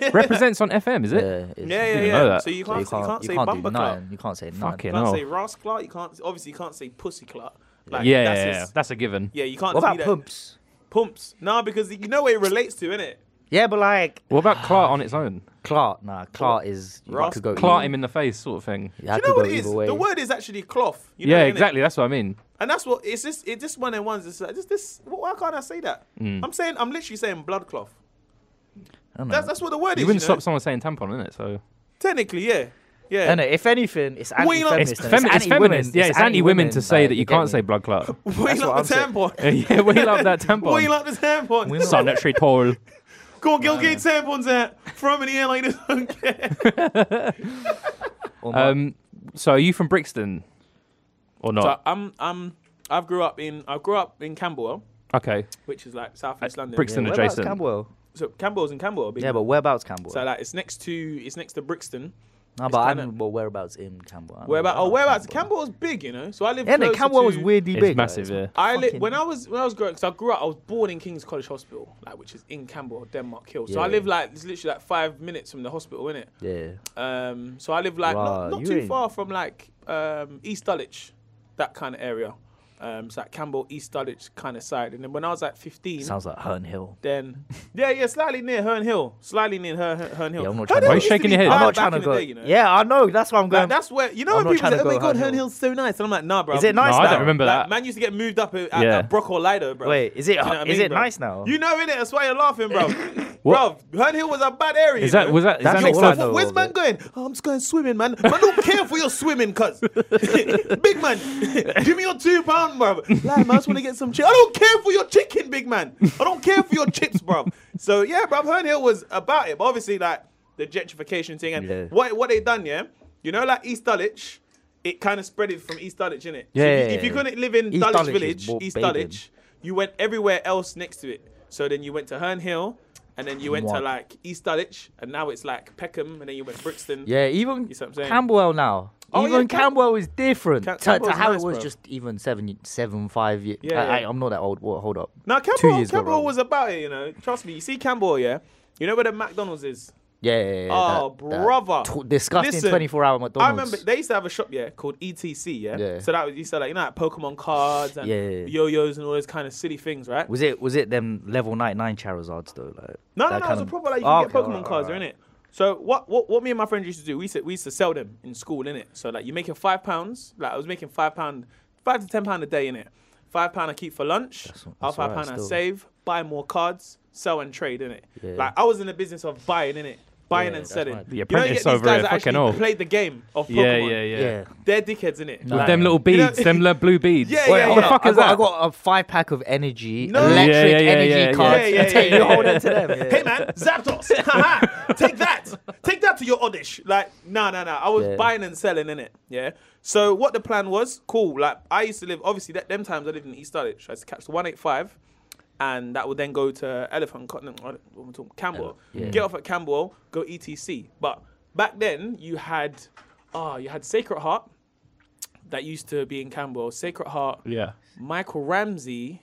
Speaker 3: like.
Speaker 1: Represents on FM, is it?
Speaker 2: yeah, it's-
Speaker 3: Yeah, yeah,
Speaker 1: Didn't
Speaker 3: yeah.
Speaker 1: know that.
Speaker 3: So you
Speaker 2: So
Speaker 3: can't, you can't,
Speaker 2: you
Speaker 3: say
Speaker 2: can't
Speaker 3: bumper
Speaker 2: do
Speaker 3: clock.
Speaker 2: nine. You can't say nine.
Speaker 1: Fucking
Speaker 3: You can't
Speaker 1: hell.
Speaker 3: say Ross Clark. You can't obviously you can't say pussy Clark. Like,
Speaker 1: yeah,
Speaker 3: that's
Speaker 1: yeah,
Speaker 3: his-
Speaker 1: yeah. that's a given.
Speaker 3: yeah. You can't.
Speaker 2: What
Speaker 3: do
Speaker 2: about
Speaker 3: that.
Speaker 2: pumps?
Speaker 3: Pumps. No, because you know where it relates to, innit?
Speaker 2: Yeah, but like
Speaker 1: What about Clark on its own?
Speaker 2: Clark, nah, Clark is you
Speaker 3: Ross-
Speaker 2: could go
Speaker 1: Clark
Speaker 2: either-
Speaker 1: him in the face, sort of thing.
Speaker 2: That
Speaker 3: you know
Speaker 2: could
Speaker 3: what
Speaker 2: go
Speaker 3: it is?
Speaker 2: either way.
Speaker 3: The word is actually cloth. You know
Speaker 1: Yeah,
Speaker 3: that, innit?
Speaker 1: exactly. That's what I mean.
Speaker 3: And that's what it's just it's just one and ones. It's like, this this. Why can't I say that?
Speaker 2: Mm.
Speaker 3: I'm saying I'm literally saying blood cloth.
Speaker 2: I don't know.
Speaker 3: That's that's what the word
Speaker 1: You
Speaker 3: is.
Speaker 1: wouldn't
Speaker 3: know?
Speaker 1: stop someone saying tampon, in it? So
Speaker 3: Technically, yeah, yeah.
Speaker 2: I don't know, if anything, it's
Speaker 3: Well, you know-
Speaker 2: anti-feminist.
Speaker 1: it's,
Speaker 2: and
Speaker 1: femi- it's
Speaker 2: anti-women,
Speaker 1: feminist. Yeah, it's anti-women to say
Speaker 2: like,
Speaker 1: that you
Speaker 2: get
Speaker 1: can't
Speaker 2: me?
Speaker 1: say blood clot.
Speaker 3: Wheel
Speaker 2: what
Speaker 3: up the
Speaker 2: I'm
Speaker 3: tampon.
Speaker 1: yeah, we love that
Speaker 3: Wheel
Speaker 1: tampon.
Speaker 3: up the tampon.
Speaker 1: Sanitary towel.
Speaker 3: Go on, go get tampons out. Throw 'em in the air like this. I don't care.
Speaker 2: Or my-
Speaker 1: Um, so are you from Brixton or
Speaker 3: So
Speaker 1: not?
Speaker 3: I'm I'm I've grew up in I grew up in Camberwell,
Speaker 1: okay,
Speaker 3: which is like southeast London.
Speaker 1: Brixton
Speaker 2: whereabouts
Speaker 1: adjacent.
Speaker 2: Camberwell?
Speaker 3: So Camberwell's in Camberwell. big
Speaker 2: Yeah,
Speaker 3: man.
Speaker 2: but whereabouts Camberwell?
Speaker 3: so like it's next to it's next to Brixton.
Speaker 2: no, but I
Speaker 3: kinda-
Speaker 2: mean, well, whereabouts in Camberwell?
Speaker 3: Whereabouts? Oh, whereabouts? Camberwell's big, you know. So I live.
Speaker 2: Yeah, no,
Speaker 3: closer
Speaker 2: Camberwell was
Speaker 3: to-
Speaker 2: weirdly
Speaker 1: It's
Speaker 2: big. like,
Speaker 1: massive. Yeah.
Speaker 3: I li-
Speaker 2: fucking-
Speaker 3: when I was when I was growing, because I grew up, I was born in King's College Hospital, like which is in Camberwell, Denmark Hill. So I
Speaker 2: Yeah.
Speaker 3: live like it's literally like five minutes from the hospital, innit?
Speaker 2: Yeah.
Speaker 3: Um, so I live like
Speaker 2: Right,
Speaker 3: not, not
Speaker 2: you
Speaker 3: too
Speaker 2: in-
Speaker 3: far from like um, East Dulwich, that kind of area. Um, so like Campbell, East Dulwich kind of side. And then when I was like 15,
Speaker 2: Sounds like Herne Hill.
Speaker 3: then yeah, yeah, slightly near Herne Hill, slightly near Herne, Herne Hill.
Speaker 2: Yeah, I'm not trying
Speaker 3: Herne
Speaker 2: to-
Speaker 3: Hill
Speaker 2: Why you
Speaker 3: used to
Speaker 1: shaking
Speaker 3: be
Speaker 1: your head?
Speaker 3: bad
Speaker 2: I'm not
Speaker 3: back
Speaker 2: trying to
Speaker 3: in the
Speaker 2: go.
Speaker 3: day, you know?
Speaker 2: Yeah, I know. That's why I'm
Speaker 3: Like,
Speaker 2: going.
Speaker 3: that's where you know
Speaker 2: I'm
Speaker 3: when
Speaker 2: not
Speaker 3: people
Speaker 2: trying
Speaker 3: say,
Speaker 2: to
Speaker 3: "Oh my
Speaker 2: go
Speaker 3: god,
Speaker 2: Herne
Speaker 3: Herne
Speaker 2: Hill.
Speaker 3: Hill's so nice," and I'm like, "Nah, bro."
Speaker 2: Is it nice
Speaker 1: No, I
Speaker 2: now?
Speaker 1: don't remember
Speaker 3: Like,
Speaker 1: that.
Speaker 3: man used to get moved up at, at,
Speaker 1: Yeah.
Speaker 3: at Brock or Lido, bro.
Speaker 2: Wait, is it?
Speaker 3: You know what I
Speaker 2: is
Speaker 3: mean,
Speaker 2: it
Speaker 3: bro?
Speaker 2: nice now?
Speaker 3: You know, innit? That's why you're laughing, bro. bro, Herne Hill was a bad area.
Speaker 1: Is that
Speaker 3: you know?
Speaker 1: was that? Is
Speaker 2: That's
Speaker 1: that next
Speaker 2: all I
Speaker 1: time?
Speaker 2: know.
Speaker 3: Where's
Speaker 2: of
Speaker 3: man
Speaker 2: it.
Speaker 3: going? Oh, I'm just going swimming, man. Man, don't care for your swimming, cuz. big man, give me your two pound, bro. Like, man, I just want to get some chips. I don't care for your chicken, big man. I don't care for your chips, bro. So, yeah, bro, Herne Hill was about it. But obviously, like, the gentrification thing and
Speaker 2: Yeah.
Speaker 3: what, what they done, yeah? You know, like, East Dulwich, it kind of spread it from East Dulwich, innit? So if, you, if
Speaker 2: Yeah.
Speaker 3: you couldn't live in
Speaker 2: East
Speaker 3: Dulwich,
Speaker 2: Dulwich is
Speaker 3: Village,
Speaker 2: more
Speaker 3: East
Speaker 2: bathing.
Speaker 3: Dulwich, you went everywhere else next to it. So then you went to Herne Hill, and then you went to
Speaker 2: Mwah.
Speaker 3: like East Dulwich, and now it's like Peckham, and then you went Brixton.
Speaker 2: Yeah, even
Speaker 3: You see what I'm saying?
Speaker 2: Camberwell now.
Speaker 3: Oh, yeah,
Speaker 2: even
Speaker 3: Cam-
Speaker 2: Camberwell is different
Speaker 3: Cam-
Speaker 2: to- to,
Speaker 3: Camberwell's
Speaker 2: how
Speaker 3: nice,
Speaker 2: it was
Speaker 3: bro.
Speaker 2: just even seven, y- seven, five years.
Speaker 3: Yeah,
Speaker 2: I,
Speaker 3: yeah.
Speaker 2: I, I'm not that old. Wha- hold up.
Speaker 3: Now
Speaker 2: Two
Speaker 3: Campbell,
Speaker 2: years ago,
Speaker 3: Campbell
Speaker 2: rather.
Speaker 3: was about it, you know. Trust me. You see Campbell, yeah. You know where the McDonald's is.
Speaker 2: Yeah, yeah, yeah, yeah,
Speaker 3: Oh,
Speaker 2: that- that
Speaker 3: brother.
Speaker 2: t- disgusting
Speaker 3: Listen,
Speaker 2: 24 hour McDonald's.
Speaker 3: I remember they used to have a shop, yeah, called ETC, yeah.
Speaker 2: Yeah.
Speaker 3: So that was you said like you know like Pokemon cards and
Speaker 2: Yeah, yeah, yeah.
Speaker 3: yo-yos and all those kind of silly things, right?
Speaker 2: Was it was it them level 99 Charizards though? Like
Speaker 3: No, no,
Speaker 2: that
Speaker 3: no,
Speaker 2: kind
Speaker 3: it's a
Speaker 2: of-
Speaker 3: proper like you
Speaker 2: Oh,
Speaker 3: can
Speaker 2: okay,
Speaker 3: get Pokemon
Speaker 2: alright,
Speaker 3: cards,
Speaker 2: alright.
Speaker 3: in it. So what, what what me and my friends used to do, we used to, we used to sell them in school, innit? So like you make it five pounds, like I was making five pound, five to ten pound a day, innit? Five pound I keep for lunch,
Speaker 2: that's
Speaker 3: half five
Speaker 2: alright
Speaker 3: pound I
Speaker 2: still.
Speaker 3: save, buy more cards, sell and trade, innit?
Speaker 2: Yeah.
Speaker 3: Like I was in the business of buying, innit? Buying
Speaker 2: Yeah,
Speaker 3: and
Speaker 2: that's
Speaker 3: selling.
Speaker 2: right.
Speaker 1: The
Speaker 3: you know, you
Speaker 1: apprentice
Speaker 3: get these
Speaker 1: over here,
Speaker 3: guys that
Speaker 1: fucking
Speaker 3: actually
Speaker 1: hell.
Speaker 3: played the game of Pokemon.
Speaker 1: Yeah, yeah, yeah.
Speaker 2: Yeah.
Speaker 3: They're dickheads, innit?
Speaker 1: With them little
Speaker 3: you know-
Speaker 1: beads, them li- blue beads.
Speaker 3: Yeah,
Speaker 1: What
Speaker 3: yeah,
Speaker 1: the
Speaker 3: yeah.
Speaker 1: fuck
Speaker 2: I
Speaker 1: is
Speaker 2: got,
Speaker 1: that?
Speaker 2: I got a five pack of energy,
Speaker 3: No.
Speaker 2: electric
Speaker 1: Yeah, yeah, yeah,
Speaker 2: energy
Speaker 1: yeah, yeah.
Speaker 2: cards.
Speaker 3: Yeah, yeah,
Speaker 2: and take
Speaker 3: yeah,
Speaker 2: you
Speaker 3: yeah,
Speaker 2: hold
Speaker 3: yeah.
Speaker 2: it to them. yeah.
Speaker 3: hey man, Zapdos, Haha. take that, take that to your Oddish. Like, no, no, no. I was
Speaker 2: Yeah.
Speaker 3: buying and selling in it. Yeah. So what the plan was? Cool. Like I used to live. Obviously, that them times I lived in East Dulwich. I used to catch the one eight five, and that would then go to Elephant. Co- no, what am I talking? Campbell.
Speaker 2: Yeah.
Speaker 3: Get off at Campbell. Go ETC. But back then you had, ah, you had Sacred Heart. That used to be in Campbell. Sacred Heart.
Speaker 1: Yeah.
Speaker 3: Michael Ramsey.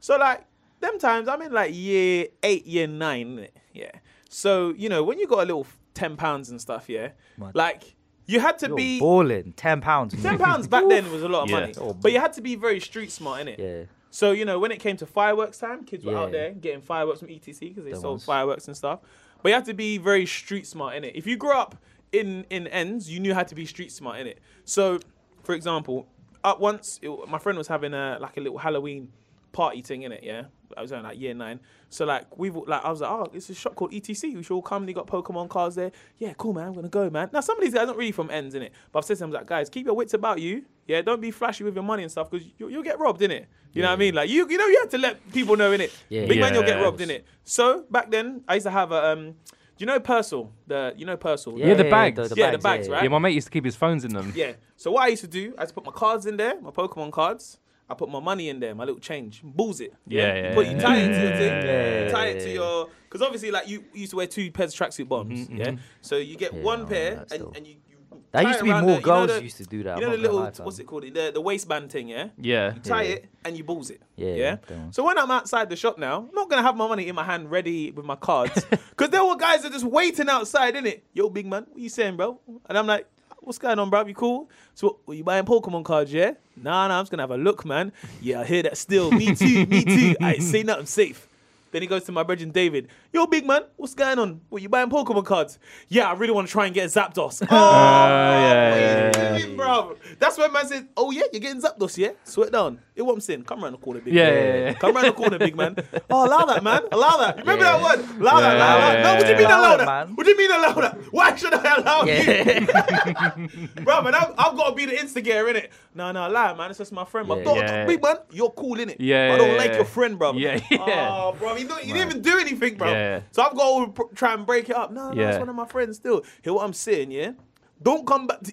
Speaker 3: So like them times, I'm in like year eight, year nine. innit? Yeah. So you know when you got a little ten pounds and stuff, yeah, like you had to
Speaker 2: You're
Speaker 3: be
Speaker 2: balling. Ten pounds.
Speaker 3: ten pounds back then was a lot of
Speaker 1: Yeah.
Speaker 3: money,
Speaker 2: Oh,
Speaker 3: but you had to be very street smart in it.
Speaker 2: Yeah.
Speaker 3: So you know when it came to fireworks time, kids were out
Speaker 2: Yeah.
Speaker 3: there getting fireworks from E ETC because they sold
Speaker 2: ones.
Speaker 3: fireworks and stuff. But you had to be very street smart in it. If you grew up in in ends, you knew how to be street smart in it. So, for example, up once it, my friend was having a like a little Halloween party thing in it. Yeah, I was in like year nine. So like we like I was like, oh, it's a shop called ETC. We should all come. They got Pokemon cards there. Yeah, cool man. I'm gonna go man. Now some of these guys aren't really from ends in it, but I've said to them I was like, guys, keep your wits about you. Yeah, don't be flashy with your money and stuff because you, you'll get robbed in it. You know what I mean? Like you, you know, you have to let people know in it.
Speaker 2: Yeah,
Speaker 3: Big man, you'll
Speaker 1: yeah,
Speaker 3: get
Speaker 1: of
Speaker 3: robbed in it. So back then, I used to have a, um, do you know Purcell? The you know Purcell?
Speaker 1: the bags.
Speaker 3: Yeah, the bags, right?
Speaker 1: Yeah, my mate used to keep his phones in them.
Speaker 3: Yeah. So what I used to do, I used to put my cards in there, my Pokemon cards. I put my money in there, my little change, balls it.
Speaker 1: Yeah, yeah,
Speaker 3: You put you tie it to your
Speaker 1: yeah,
Speaker 3: thing,
Speaker 2: yeah,
Speaker 3: you
Speaker 2: yeah,
Speaker 3: tie it to
Speaker 2: yeah.
Speaker 3: your because obviously like you, you used to wear two pairs of tracksuit bottoms,
Speaker 1: Mm-hmm,
Speaker 3: yeah. So you get one
Speaker 2: I
Speaker 3: pair
Speaker 2: remember that
Speaker 3: and,
Speaker 2: still.
Speaker 3: and you. you
Speaker 2: That
Speaker 3: tie
Speaker 2: used to
Speaker 3: it
Speaker 2: be
Speaker 3: around
Speaker 2: more
Speaker 3: the- you know
Speaker 2: girls
Speaker 3: the-
Speaker 2: used to do that. I'm
Speaker 3: You know the
Speaker 2: not gonna
Speaker 3: little
Speaker 2: lie, fam.
Speaker 3: what's it called? The the waistband thing, yeah.
Speaker 1: Yeah.
Speaker 3: You tie
Speaker 2: Yeah.
Speaker 3: it and you balls it.
Speaker 2: Yeah,
Speaker 3: Yeah.
Speaker 2: that one.
Speaker 3: So when I'm outside the shop now, I'm not gonna have my money in my hand ready with my cards. Cause there were guys that just waiting outside, innit? Yo, big man, what you saying, bro? And I'm like, what's going on, bro? You cool? So what, you buying Pokemon cards, yeah? Nah, nah, I'm just gonna have a look, man. Yeah, I hear that still. Me too, me too. I say nothing safe. They Then he goes to my brethren David. Yo, big man, what's going on? What you buying Pokemon cards? Yeah, I really want to try and get Zapdos. oh,
Speaker 1: Uh, yeah,
Speaker 3: what
Speaker 1: yeah,
Speaker 3: are
Speaker 1: yeah,
Speaker 3: you doing, bro? That's when man says, "Oh yeah, you're getting Zapdos, yeah? Sweat down. It what I'm saying. Come around the corner, big
Speaker 1: Yeah,
Speaker 3: man.
Speaker 1: yeah, yeah.
Speaker 3: Come around the corner, big man. Oh, allow that, man. Allow that. Remember
Speaker 2: Yeah.
Speaker 3: that word? Allow that. Allow that. No, what do you mean
Speaker 2: Yeah.
Speaker 3: allow
Speaker 2: Allow it,
Speaker 3: that?
Speaker 2: man.
Speaker 3: What do you mean allow that? Why should I allow you?
Speaker 2: Yeah.
Speaker 3: bro, man, I've, I've got to be the instigator, innit? No, no, lie, man. It's just my friend.
Speaker 2: Yeah.
Speaker 3: My daughter,
Speaker 1: Yeah.
Speaker 3: big man, you're cool, innit?
Speaker 1: Yeah,
Speaker 3: I don't
Speaker 1: yeah,
Speaker 3: like
Speaker 1: yeah.
Speaker 3: your friend, bro.
Speaker 1: Yeah, yeah.
Speaker 3: Oh, bro, you, don't, you didn't even do anything, bro.
Speaker 1: Yeah.
Speaker 3: So I've got to pr- try and break it up. No, no,
Speaker 1: Yeah.
Speaker 3: it's one of my friends still. Hear what I'm saying, yeah? Don't come back to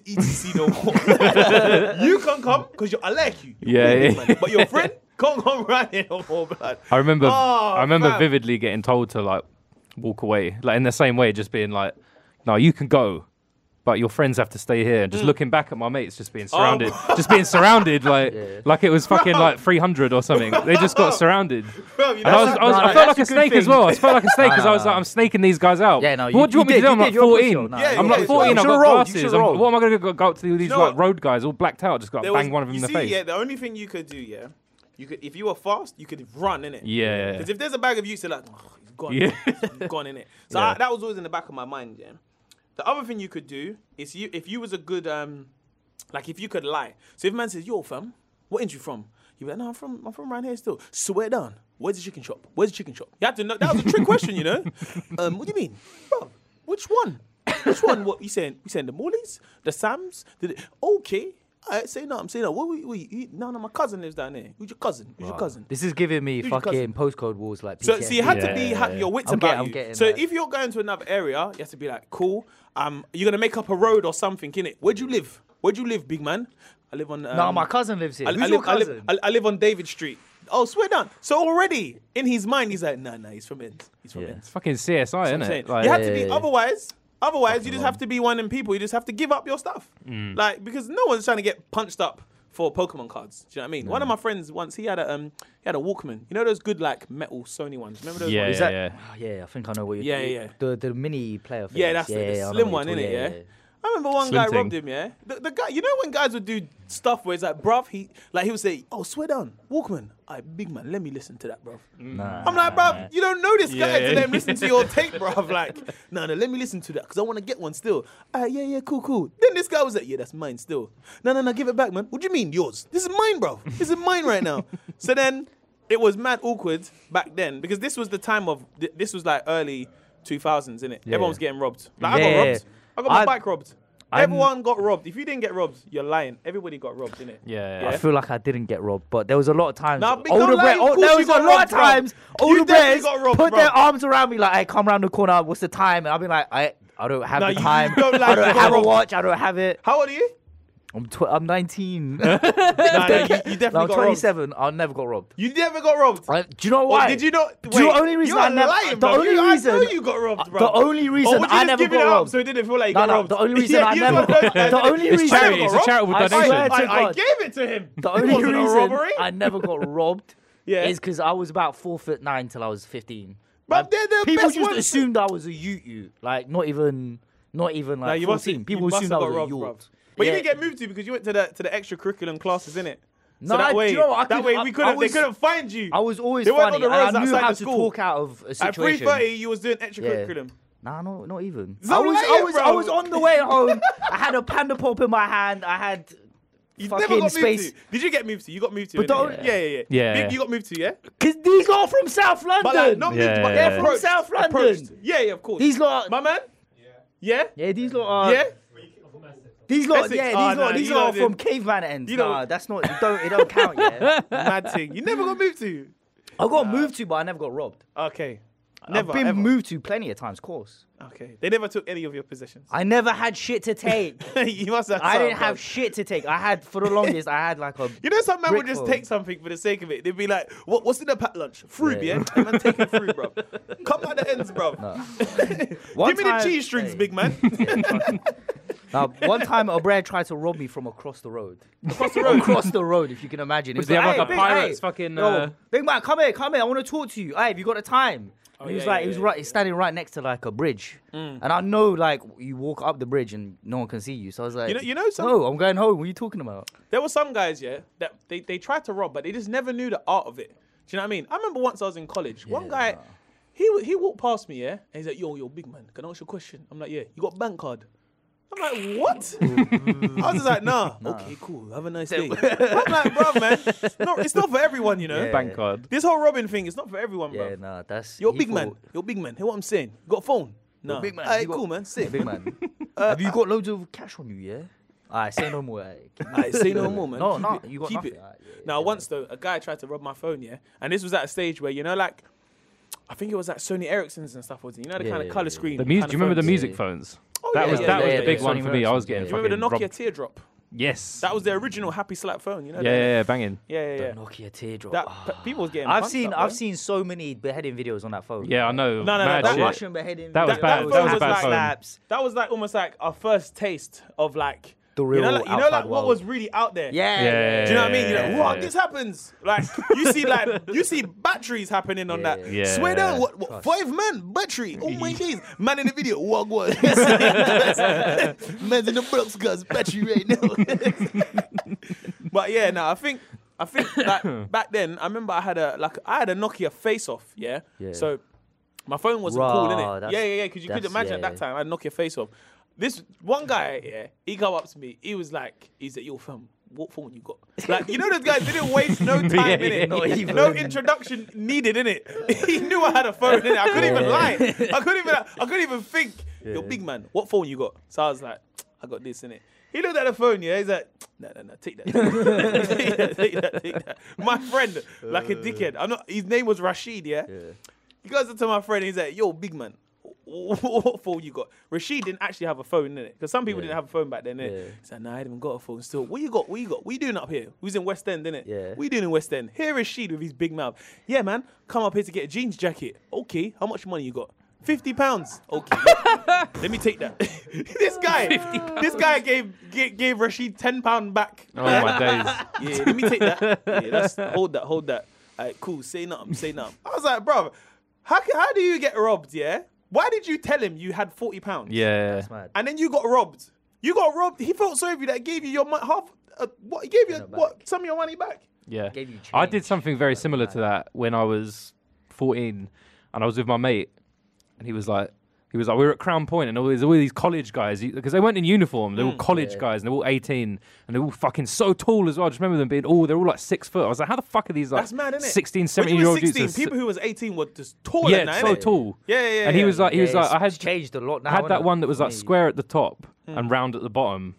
Speaker 3: ETC no more. you can come because I like you. You're
Speaker 1: Yeah,
Speaker 3: cool, big
Speaker 1: yeah.
Speaker 3: man. But your friend can't come right here no more, blood.
Speaker 1: I remember
Speaker 3: Oh,
Speaker 1: I remember
Speaker 3: fam.
Speaker 1: vividly getting told to like walk away. Like in the same way, just being like, No, you can go, but your friends have to stay here and just
Speaker 3: Mm.
Speaker 1: looking back at my mates just
Speaker 3: Oh.
Speaker 1: being surrounded. just being surrounded like like it was fucking like three hundred or something. They just got surrounded.
Speaker 3: Bro, you
Speaker 1: And I,
Speaker 3: know,
Speaker 1: was, I, was,
Speaker 2: no,
Speaker 1: I
Speaker 2: no,
Speaker 1: felt like
Speaker 2: that's
Speaker 1: a
Speaker 2: a good
Speaker 1: snake as
Speaker 2: thing.
Speaker 1: well. I felt like a snake because
Speaker 2: no,
Speaker 1: I was
Speaker 2: no.
Speaker 1: like, I'm snaking these guys out.
Speaker 2: Yeah, no, you-
Speaker 1: what do you
Speaker 2: you
Speaker 1: want me
Speaker 2: did-
Speaker 1: to do?
Speaker 2: you
Speaker 1: I'm
Speaker 2: did
Speaker 1: like
Speaker 2: your official.
Speaker 1: 14.
Speaker 2: No,
Speaker 3: yeah,
Speaker 1: I'm
Speaker 3: you
Speaker 1: like
Speaker 3: did.
Speaker 1: 14.
Speaker 2: You
Speaker 1: I've
Speaker 2: should
Speaker 1: got
Speaker 2: roll, you
Speaker 1: glasses.
Speaker 2: should
Speaker 1: I'm-
Speaker 2: roll.
Speaker 1: What am I going to go up to these
Speaker 3: know
Speaker 1: like
Speaker 3: what?
Speaker 1: road guys all blacked out? Just got
Speaker 3: there
Speaker 1: bang
Speaker 3: was-
Speaker 1: one of them in
Speaker 3: you
Speaker 1: the
Speaker 3: see,
Speaker 1: face.
Speaker 3: Yeah, the only thing you could do, yeah, you could if you were fast, you could run in it.
Speaker 1: Yeah.
Speaker 3: Because if there's a bag of you, so like, oh, he's gone,
Speaker 1: Yeah.
Speaker 3: he's gone in it. So I, that was always in the back of my mind. Yeah. The other thing you could do is you if you was a good um, like if you could lie. So if a man says, "Yo, fam, what ain't you from?" You be like, "No, I'm from I'm from around here still." Swear down. Where's the chicken shop? Where's the chicken shop? You had to know. That was a trick question, you know. Um, what do you mean, bro? Which one? Which one? What you saying? You saying the Morleys, the Sams? Did it? Okay. I say no. I'm saying no. What? we we- you- no, no. My cousin lives down there. Who's your cousin? Who's your cousin?
Speaker 2: This is giving me
Speaker 3: Who's your
Speaker 2: fucking postcode wars like
Speaker 3: So,
Speaker 2: PTSD.
Speaker 3: so you had to be
Speaker 1: Yeah.
Speaker 3: have your wits
Speaker 2: I'm
Speaker 3: about
Speaker 2: getting- I'm
Speaker 3: you.
Speaker 2: getting
Speaker 3: so
Speaker 2: that.
Speaker 3: if you're going to another area, you have to be like, cool. Um, you're gonna make up a road or something, innit? Where'd you live? Where'd you live, big man? I live on. Um,
Speaker 2: No, my cousin lives here.
Speaker 3: I,
Speaker 2: Who's
Speaker 3: I
Speaker 2: your
Speaker 3: live, I,
Speaker 2: cousin?
Speaker 3: live, I, I live on David Street. Oh, swear down. So already in his mind, he's like, nah, nah, he's from Inns. He's from Inns.
Speaker 1: It's fucking CSI, isn't
Speaker 3: I'm saying,
Speaker 1: it? Like,
Speaker 3: you have to be
Speaker 2: Yeah, yeah, yeah.
Speaker 3: otherwise. Otherwise, you just have to be one of them people. You just have to give up your stuff,
Speaker 1: Mm.
Speaker 3: like because no one's trying to get punched up for Pokemon cards. Do you know what I mean? One of my friends once he had a um he had a Walkman. You know those good like metal Sony ones. Remember those?
Speaker 1: yeah,
Speaker 3: ones?
Speaker 2: Is
Speaker 1: yeah,
Speaker 2: that-
Speaker 1: yeah.
Speaker 2: Ah, yeah, I think I know what you're
Speaker 3: Yeah, yeah, yeah.
Speaker 2: The, the mini player thing.
Speaker 3: Yeah, that's the- the, slim one, innit? Yeah. I remember one
Speaker 1: Slim
Speaker 3: guy robbed
Speaker 1: thing.
Speaker 3: him. Yeah, the, the guy. You know when guys would do stuff where it's like, bruv, he like he would say, "Oh, swear down, Walkman, I big man, let me listen to that, bruv." I'm like, bruv, you don't know this guy
Speaker 1: Yeah.
Speaker 3: to then listen to your tape, bruv. Like, no, no, let me listen to that because I want to get one still. Ah, yeah, yeah, cool, cool. Then this guy was like, yeah, that's mine still. No, no, no, give it back, man. What do you mean yours? This is mine, bruv. This is mine right now. so then it was mad awkward back then because this was the time of th- this was like early 2000s, innit? Everyone was getting robbed. Like, I
Speaker 2: Yeah.
Speaker 3: got robbed. I got my
Speaker 2: I-
Speaker 3: bike robbed.
Speaker 2: I'm-
Speaker 3: Everyone got robbed. If you didn't get robbed, you're lying. Everybody got robbed, innit?
Speaker 1: Yeah,
Speaker 2: I
Speaker 1: yeah.
Speaker 2: feel like I didn't get robbed, but there was a lot of times.
Speaker 3: Nah, because
Speaker 2: older
Speaker 3: like,
Speaker 2: bre-
Speaker 3: of
Speaker 2: oh,
Speaker 3: course
Speaker 2: there
Speaker 3: you
Speaker 2: was a
Speaker 3: got
Speaker 2: lot
Speaker 3: robbed,
Speaker 2: of
Speaker 3: bro.
Speaker 2: times.
Speaker 3: You
Speaker 2: Older
Speaker 3: definitely
Speaker 2: brothers
Speaker 3: got robbed,
Speaker 2: put
Speaker 3: bro.
Speaker 2: their arms around me like, "Hey, come round the corner. What's the time?" And I'll be like, "I, I don't have
Speaker 3: Nah,
Speaker 2: the
Speaker 3: you- you
Speaker 2: time.
Speaker 3: don't like
Speaker 2: I
Speaker 3: you
Speaker 2: don't
Speaker 3: got
Speaker 2: have a
Speaker 3: robbed."
Speaker 2: watch. I don't have it.
Speaker 3: How old are you?
Speaker 2: I'm tw- I'm 19.
Speaker 3: nah, nah, you, you definitely
Speaker 2: No, I'm
Speaker 3: got robbed.
Speaker 2: 27. I never got robbed.
Speaker 3: You never got robbed.
Speaker 2: I- do you know
Speaker 3: Or
Speaker 2: why?
Speaker 3: Did you not?
Speaker 2: Do you know the only reason
Speaker 3: you're
Speaker 2: I never-
Speaker 3: lying,
Speaker 2: the
Speaker 3: bro.
Speaker 2: only
Speaker 3: You- I know
Speaker 2: reason-
Speaker 3: you got robbed, bro.
Speaker 2: the only reason
Speaker 3: or would you
Speaker 2: I
Speaker 3: just
Speaker 2: never
Speaker 3: give
Speaker 2: got
Speaker 3: it up
Speaker 2: robbed.
Speaker 3: so it didn't feel like you
Speaker 2: No,
Speaker 3: got
Speaker 2: no,
Speaker 3: robbed.
Speaker 2: the only reason I
Speaker 3: you
Speaker 2: never-
Speaker 3: don't know-
Speaker 2: the only
Speaker 3: It's
Speaker 2: reason-
Speaker 3: charity,
Speaker 1: it's a charitable
Speaker 3: I-
Speaker 1: donation.
Speaker 3: I,
Speaker 2: I swear to
Speaker 3: I
Speaker 2: God.
Speaker 3: gave it to him.
Speaker 2: The only
Speaker 3: it wasn't
Speaker 2: reason
Speaker 3: a robbery.
Speaker 2: I never got robbed
Speaker 3: Yeah.
Speaker 2: is because I was about four foot nine till I was fifteen.
Speaker 3: Bruv,
Speaker 2: Like,
Speaker 3: they're the
Speaker 2: people
Speaker 3: best
Speaker 2: just
Speaker 3: ones.
Speaker 2: assumed I was a Ute Ute, like not even, not even like
Speaker 3: Nah, you must
Speaker 2: fourteen.
Speaker 3: have-
Speaker 2: people
Speaker 3: you must
Speaker 2: assumed I
Speaker 3: have
Speaker 2: was
Speaker 3: got
Speaker 2: a
Speaker 3: robbed,
Speaker 2: Ute.
Speaker 3: bruv. But you
Speaker 2: Yeah.
Speaker 3: didn't get moved to because you went to the to the extracurriculum classes, innit?
Speaker 2: Nah,
Speaker 3: so that
Speaker 2: do
Speaker 3: way,
Speaker 2: you know what? I
Speaker 3: that
Speaker 2: could-
Speaker 3: way
Speaker 2: I-
Speaker 3: we
Speaker 2: I
Speaker 3: couldn't.
Speaker 2: was-
Speaker 3: they couldn't find you.
Speaker 2: I was always
Speaker 3: They weren't
Speaker 2: funny.
Speaker 3: on the roads
Speaker 2: and I knew
Speaker 3: outside
Speaker 2: how
Speaker 3: the
Speaker 2: to
Speaker 3: school.
Speaker 2: talk out of a
Speaker 3: At three
Speaker 2: situation.
Speaker 3: thirty, you was doing extracurriculum.
Speaker 2: Nah, no, not even. I
Speaker 3: Stop
Speaker 2: was, I
Speaker 3: lying,
Speaker 2: was,
Speaker 3: bro.
Speaker 2: I was on the way home. I had a panda pop in my hand. I had
Speaker 3: You never
Speaker 2: fucking
Speaker 3: got
Speaker 2: space.
Speaker 3: moved to. Did you get moved to? You got moved to.
Speaker 2: But
Speaker 3: innit?
Speaker 2: don't-
Speaker 3: yeah, yeah, yeah.
Speaker 1: Yeah.
Speaker 3: Big, you got moved to, yeah.
Speaker 2: Cause these are from South London.
Speaker 3: But like, not moved,
Speaker 1: Yeah,
Speaker 3: but
Speaker 1: yeah,
Speaker 3: they're
Speaker 1: yeah.
Speaker 3: approached-
Speaker 2: From South London.
Speaker 3: approached. Yeah, yeah, of course.
Speaker 2: these lot,
Speaker 3: my man. Yeah.
Speaker 2: yeah, these lot are.
Speaker 3: Yeah.
Speaker 2: These lot,
Speaker 3: Essex.
Speaker 2: yeah, these
Speaker 3: Ah,
Speaker 2: lot,
Speaker 3: nah,
Speaker 2: these
Speaker 3: you
Speaker 2: lot
Speaker 3: know
Speaker 2: are
Speaker 3: the-
Speaker 2: from caveman ends.
Speaker 3: you know-
Speaker 2: nah, that's not. It don't, it don't count. Yeah,
Speaker 3: Mad thing. You never got moved to.
Speaker 2: I got moved to, but I never got robbed.
Speaker 3: Okay. Never.
Speaker 2: I've been
Speaker 3: ever.
Speaker 2: moved to plenty of times. Of course,
Speaker 3: Okay. They never took any of your possessions.
Speaker 2: I never had shit to take.
Speaker 3: you must have.
Speaker 2: I
Speaker 3: some,
Speaker 2: didn't have
Speaker 3: bruv.
Speaker 2: shit to take. I had for the longest. I had like a.
Speaker 3: you know, some man would
Speaker 2: brick
Speaker 3: just
Speaker 2: wall.
Speaker 3: take something for the sake of it. They'd be like, "What? What's in the packed lunch? Fruit,
Speaker 2: Yeah.
Speaker 3: yeah? And man, taking fruit, bro. Come out the ends, bro.
Speaker 2: One
Speaker 3: Give me the
Speaker 2: time-
Speaker 3: cheese strings,
Speaker 2: Hey.
Speaker 3: big man.
Speaker 2: Now, uh, one time, a brad tried to rob me from across the road.
Speaker 3: Across the road.
Speaker 2: Across the road, if you can imagine. He
Speaker 1: they have, like, a
Speaker 2: big-
Speaker 1: pirate's fucking,
Speaker 2: yo,
Speaker 1: uh,
Speaker 2: big man, come here, come here. I want to talk to you. Hey, have you got the time? And he was
Speaker 3: Oh, yeah,
Speaker 2: like,
Speaker 3: yeah,
Speaker 2: he was
Speaker 3: yeah, Mm.
Speaker 2: right, he's standing right next to like a bridge, and I know like you walk up the bridge and no one can see you. So I was like,
Speaker 3: know- you know some-
Speaker 2: no, I'm going home. What are you talking about?
Speaker 3: There were some guys, yeah, that they, they tried to rob, but they just never knew the art of it. Do you know what I mean? I remember once I was in college, one guy, he wa- he walked past me, yeah, and he's like, "Yo, yo, big man, can I ask you a question?" I'm like, "Yeah, you got bank card." I'm like, what? I was just like, nah. Okay, cool. Have a nice day. I'm like, bro, man, it's not, it's not for everyone, you know.
Speaker 2: Yeah.
Speaker 1: Bank card.
Speaker 3: This whole Robin thing is not for everyone,
Speaker 2: Yeah,
Speaker 3: bro.
Speaker 2: no, that's
Speaker 3: You're a
Speaker 2: he
Speaker 3: big man.
Speaker 2: thought-
Speaker 3: You're a big man. Hear what I'm saying? You got a phone? No.
Speaker 2: big man.
Speaker 3: Alright,
Speaker 2: You got-
Speaker 3: cool, man.
Speaker 2: Yeah,
Speaker 3: Sick.
Speaker 2: big man. Have you got loads of cash on you? Yeah. Alright, say no more. Alright, keep-
Speaker 3: Alright, say no more, man.
Speaker 2: No,
Speaker 3: Keep
Speaker 2: no,
Speaker 3: it.
Speaker 2: you got
Speaker 3: Keep
Speaker 2: nothing.
Speaker 3: it.
Speaker 2: Alright, yeah,
Speaker 3: now, once though, a guy tried to rob my phone, yeah, and this was at a stage where you know, like, I think it was like Sony Ericsson's and stuff, wasn't it? You know, the
Speaker 2: Yeah,
Speaker 3: kind of
Speaker 2: yeah,
Speaker 3: color
Speaker 2: yeah.
Speaker 3: screen.
Speaker 1: The music.
Speaker 3: kind
Speaker 1: Do
Speaker 3: of
Speaker 1: you remember the
Speaker 3: phones.
Speaker 1: music phones?
Speaker 3: Oh,
Speaker 1: that
Speaker 3: yeah,
Speaker 1: was
Speaker 3: yeah,
Speaker 1: that
Speaker 3: yeah,
Speaker 1: was
Speaker 3: yeah,
Speaker 1: the big
Speaker 3: yeah.
Speaker 1: one for me. I was
Speaker 2: Sony
Speaker 1: getting.
Speaker 2: Ericsson,
Speaker 3: Do you remember the Nokia
Speaker 1: fucking robbed.
Speaker 3: teardrop?
Speaker 1: Yes.
Speaker 3: That was the original happy slap phone. You know.
Speaker 1: yeah,
Speaker 3: the-
Speaker 1: yeah, yeah, banging.
Speaker 3: yeah, yeah, yeah.
Speaker 2: Nokia teardrop.
Speaker 3: That
Speaker 2: Ah.
Speaker 3: pe- people was getting.
Speaker 2: I've
Speaker 3: punched
Speaker 2: seen
Speaker 3: up,
Speaker 2: I've
Speaker 3: bro.
Speaker 2: seen so many beheading videos on that phone.
Speaker 1: Yeah, I know.
Speaker 3: No, no, no,
Speaker 1: Mad
Speaker 3: that
Speaker 2: That
Speaker 1: shit.
Speaker 3: was-
Speaker 2: Russian beheading.
Speaker 1: That was
Speaker 2: videos,
Speaker 1: bad.
Speaker 3: phone
Speaker 1: That was a
Speaker 3: was
Speaker 1: bad
Speaker 3: like
Speaker 1: phone.
Speaker 2: slaps.
Speaker 3: That was like almost like our first taste of like
Speaker 2: The
Speaker 3: You know,
Speaker 2: real
Speaker 3: like, you know
Speaker 2: outside
Speaker 3: like what
Speaker 2: world.
Speaker 3: was really out there.
Speaker 2: Yeah.
Speaker 1: Yeah.
Speaker 3: Do you know what I mean? You're
Speaker 1: Yeah.
Speaker 3: like, what? This happens. Like you see, like you see batteries happening on that.
Speaker 1: Yeah.
Speaker 3: Swear down, what, what five man battery? Oh my days, man in the video, what what? Man's in the Bronx, guys, battery right now. but yeah, now I think I think like back then, I remember I had a like I had a Nokia Face Off, yeah.
Speaker 2: Yeah.
Speaker 3: So my phone wasn't
Speaker 2: Rah,
Speaker 3: cool, innit?
Speaker 2: that's-
Speaker 3: Yeah, yeah, yeah. Because you could
Speaker 2: that's-
Speaker 3: imagine at
Speaker 2: yeah,
Speaker 3: that
Speaker 2: yeah.
Speaker 3: time, I had Nokia Face Off. This one guy, yeah, he come up to me. He was like, he said, "Yo, fam, what phone you got?" Like, you know, those guys didn't waste no time
Speaker 1: Yeah,
Speaker 3: in
Speaker 1: yeah,
Speaker 3: it.
Speaker 2: not even.
Speaker 3: no introduction needed in it. he knew I had a phone in it. I couldn't even
Speaker 2: Yeah.
Speaker 3: lie. I couldn't even. I couldn't even think. Yo, big man, what phone you got? So I was like, I got this in it. He looked at the phone, yeah. He's like, no, no, no, take that, take that, take that, take that. My friend, like a dickhead. I'm not. His name was Rashid, yeah. He goes up to my friend. He's like, "Yo, big man, what phone you got?" Rashid didn't actually have a phone in it because some people didn't have a phone back then. innit?
Speaker 2: Yeah.
Speaker 3: He's like, "Nah, I didn't even got a phone. Still, what you got? What you got? What you doing up here? Who's in West End, innit?
Speaker 2: Yeah.
Speaker 3: What you doing in West End? Here Rashid with his big mouth. Yeah, man, come up here to get a jeans jacket. Okay, how much money you got? Fifty pounds. Okay, let me take that. this guy, this guy gave gave, gave Rashid ten pound back.
Speaker 1: Oh my days.
Speaker 3: Yeah, let me take that. Yeah, that's hold that, hold that. All right, cool. Say nothing, say nothing. I was like, bro, how ca- how do you get robbed? Yeah, why did you tell him you had forty pounds?
Speaker 1: Yeah.
Speaker 2: Mad.
Speaker 3: and then you got robbed. You got robbed. He felt sorry for you that gave you your mo- half. Uh, what he gave you
Speaker 2: it
Speaker 3: what
Speaker 2: back.
Speaker 3: some of your money back?
Speaker 1: Yeah.
Speaker 2: Gave you
Speaker 1: I did
Speaker 2: change.
Speaker 1: something very similar to that when I was 14 and I was with my mate and he was like, he was like, we were at Crown Point and all these, all these college guys, because they weren't in uniform, they
Speaker 3: Mm.
Speaker 1: were all college guys and they were all 18 and they were all fucking so tall as well. I just remember them being all, they're all like six foot. I was like, how the fuck are these like
Speaker 3: That's mad, isn't it?
Speaker 1: 16,
Speaker 3: When
Speaker 1: 17
Speaker 3: you
Speaker 1: year
Speaker 3: were
Speaker 1: old
Speaker 3: sixteen,
Speaker 1: dudes? that are
Speaker 3: people
Speaker 1: si-
Speaker 3: who was eighteen were just taller than
Speaker 1: yeah,
Speaker 3: that.
Speaker 1: so
Speaker 3: innit?
Speaker 1: tall.
Speaker 3: Yeah, yeah, yeah.
Speaker 1: And he was like, he was
Speaker 2: Yeah,
Speaker 1: like,
Speaker 2: it's
Speaker 1: I had
Speaker 2: changed a lot now.
Speaker 1: I had that
Speaker 2: innit?
Speaker 1: one that was
Speaker 2: For
Speaker 1: like
Speaker 2: me.
Speaker 1: square at the top and round at the bottom.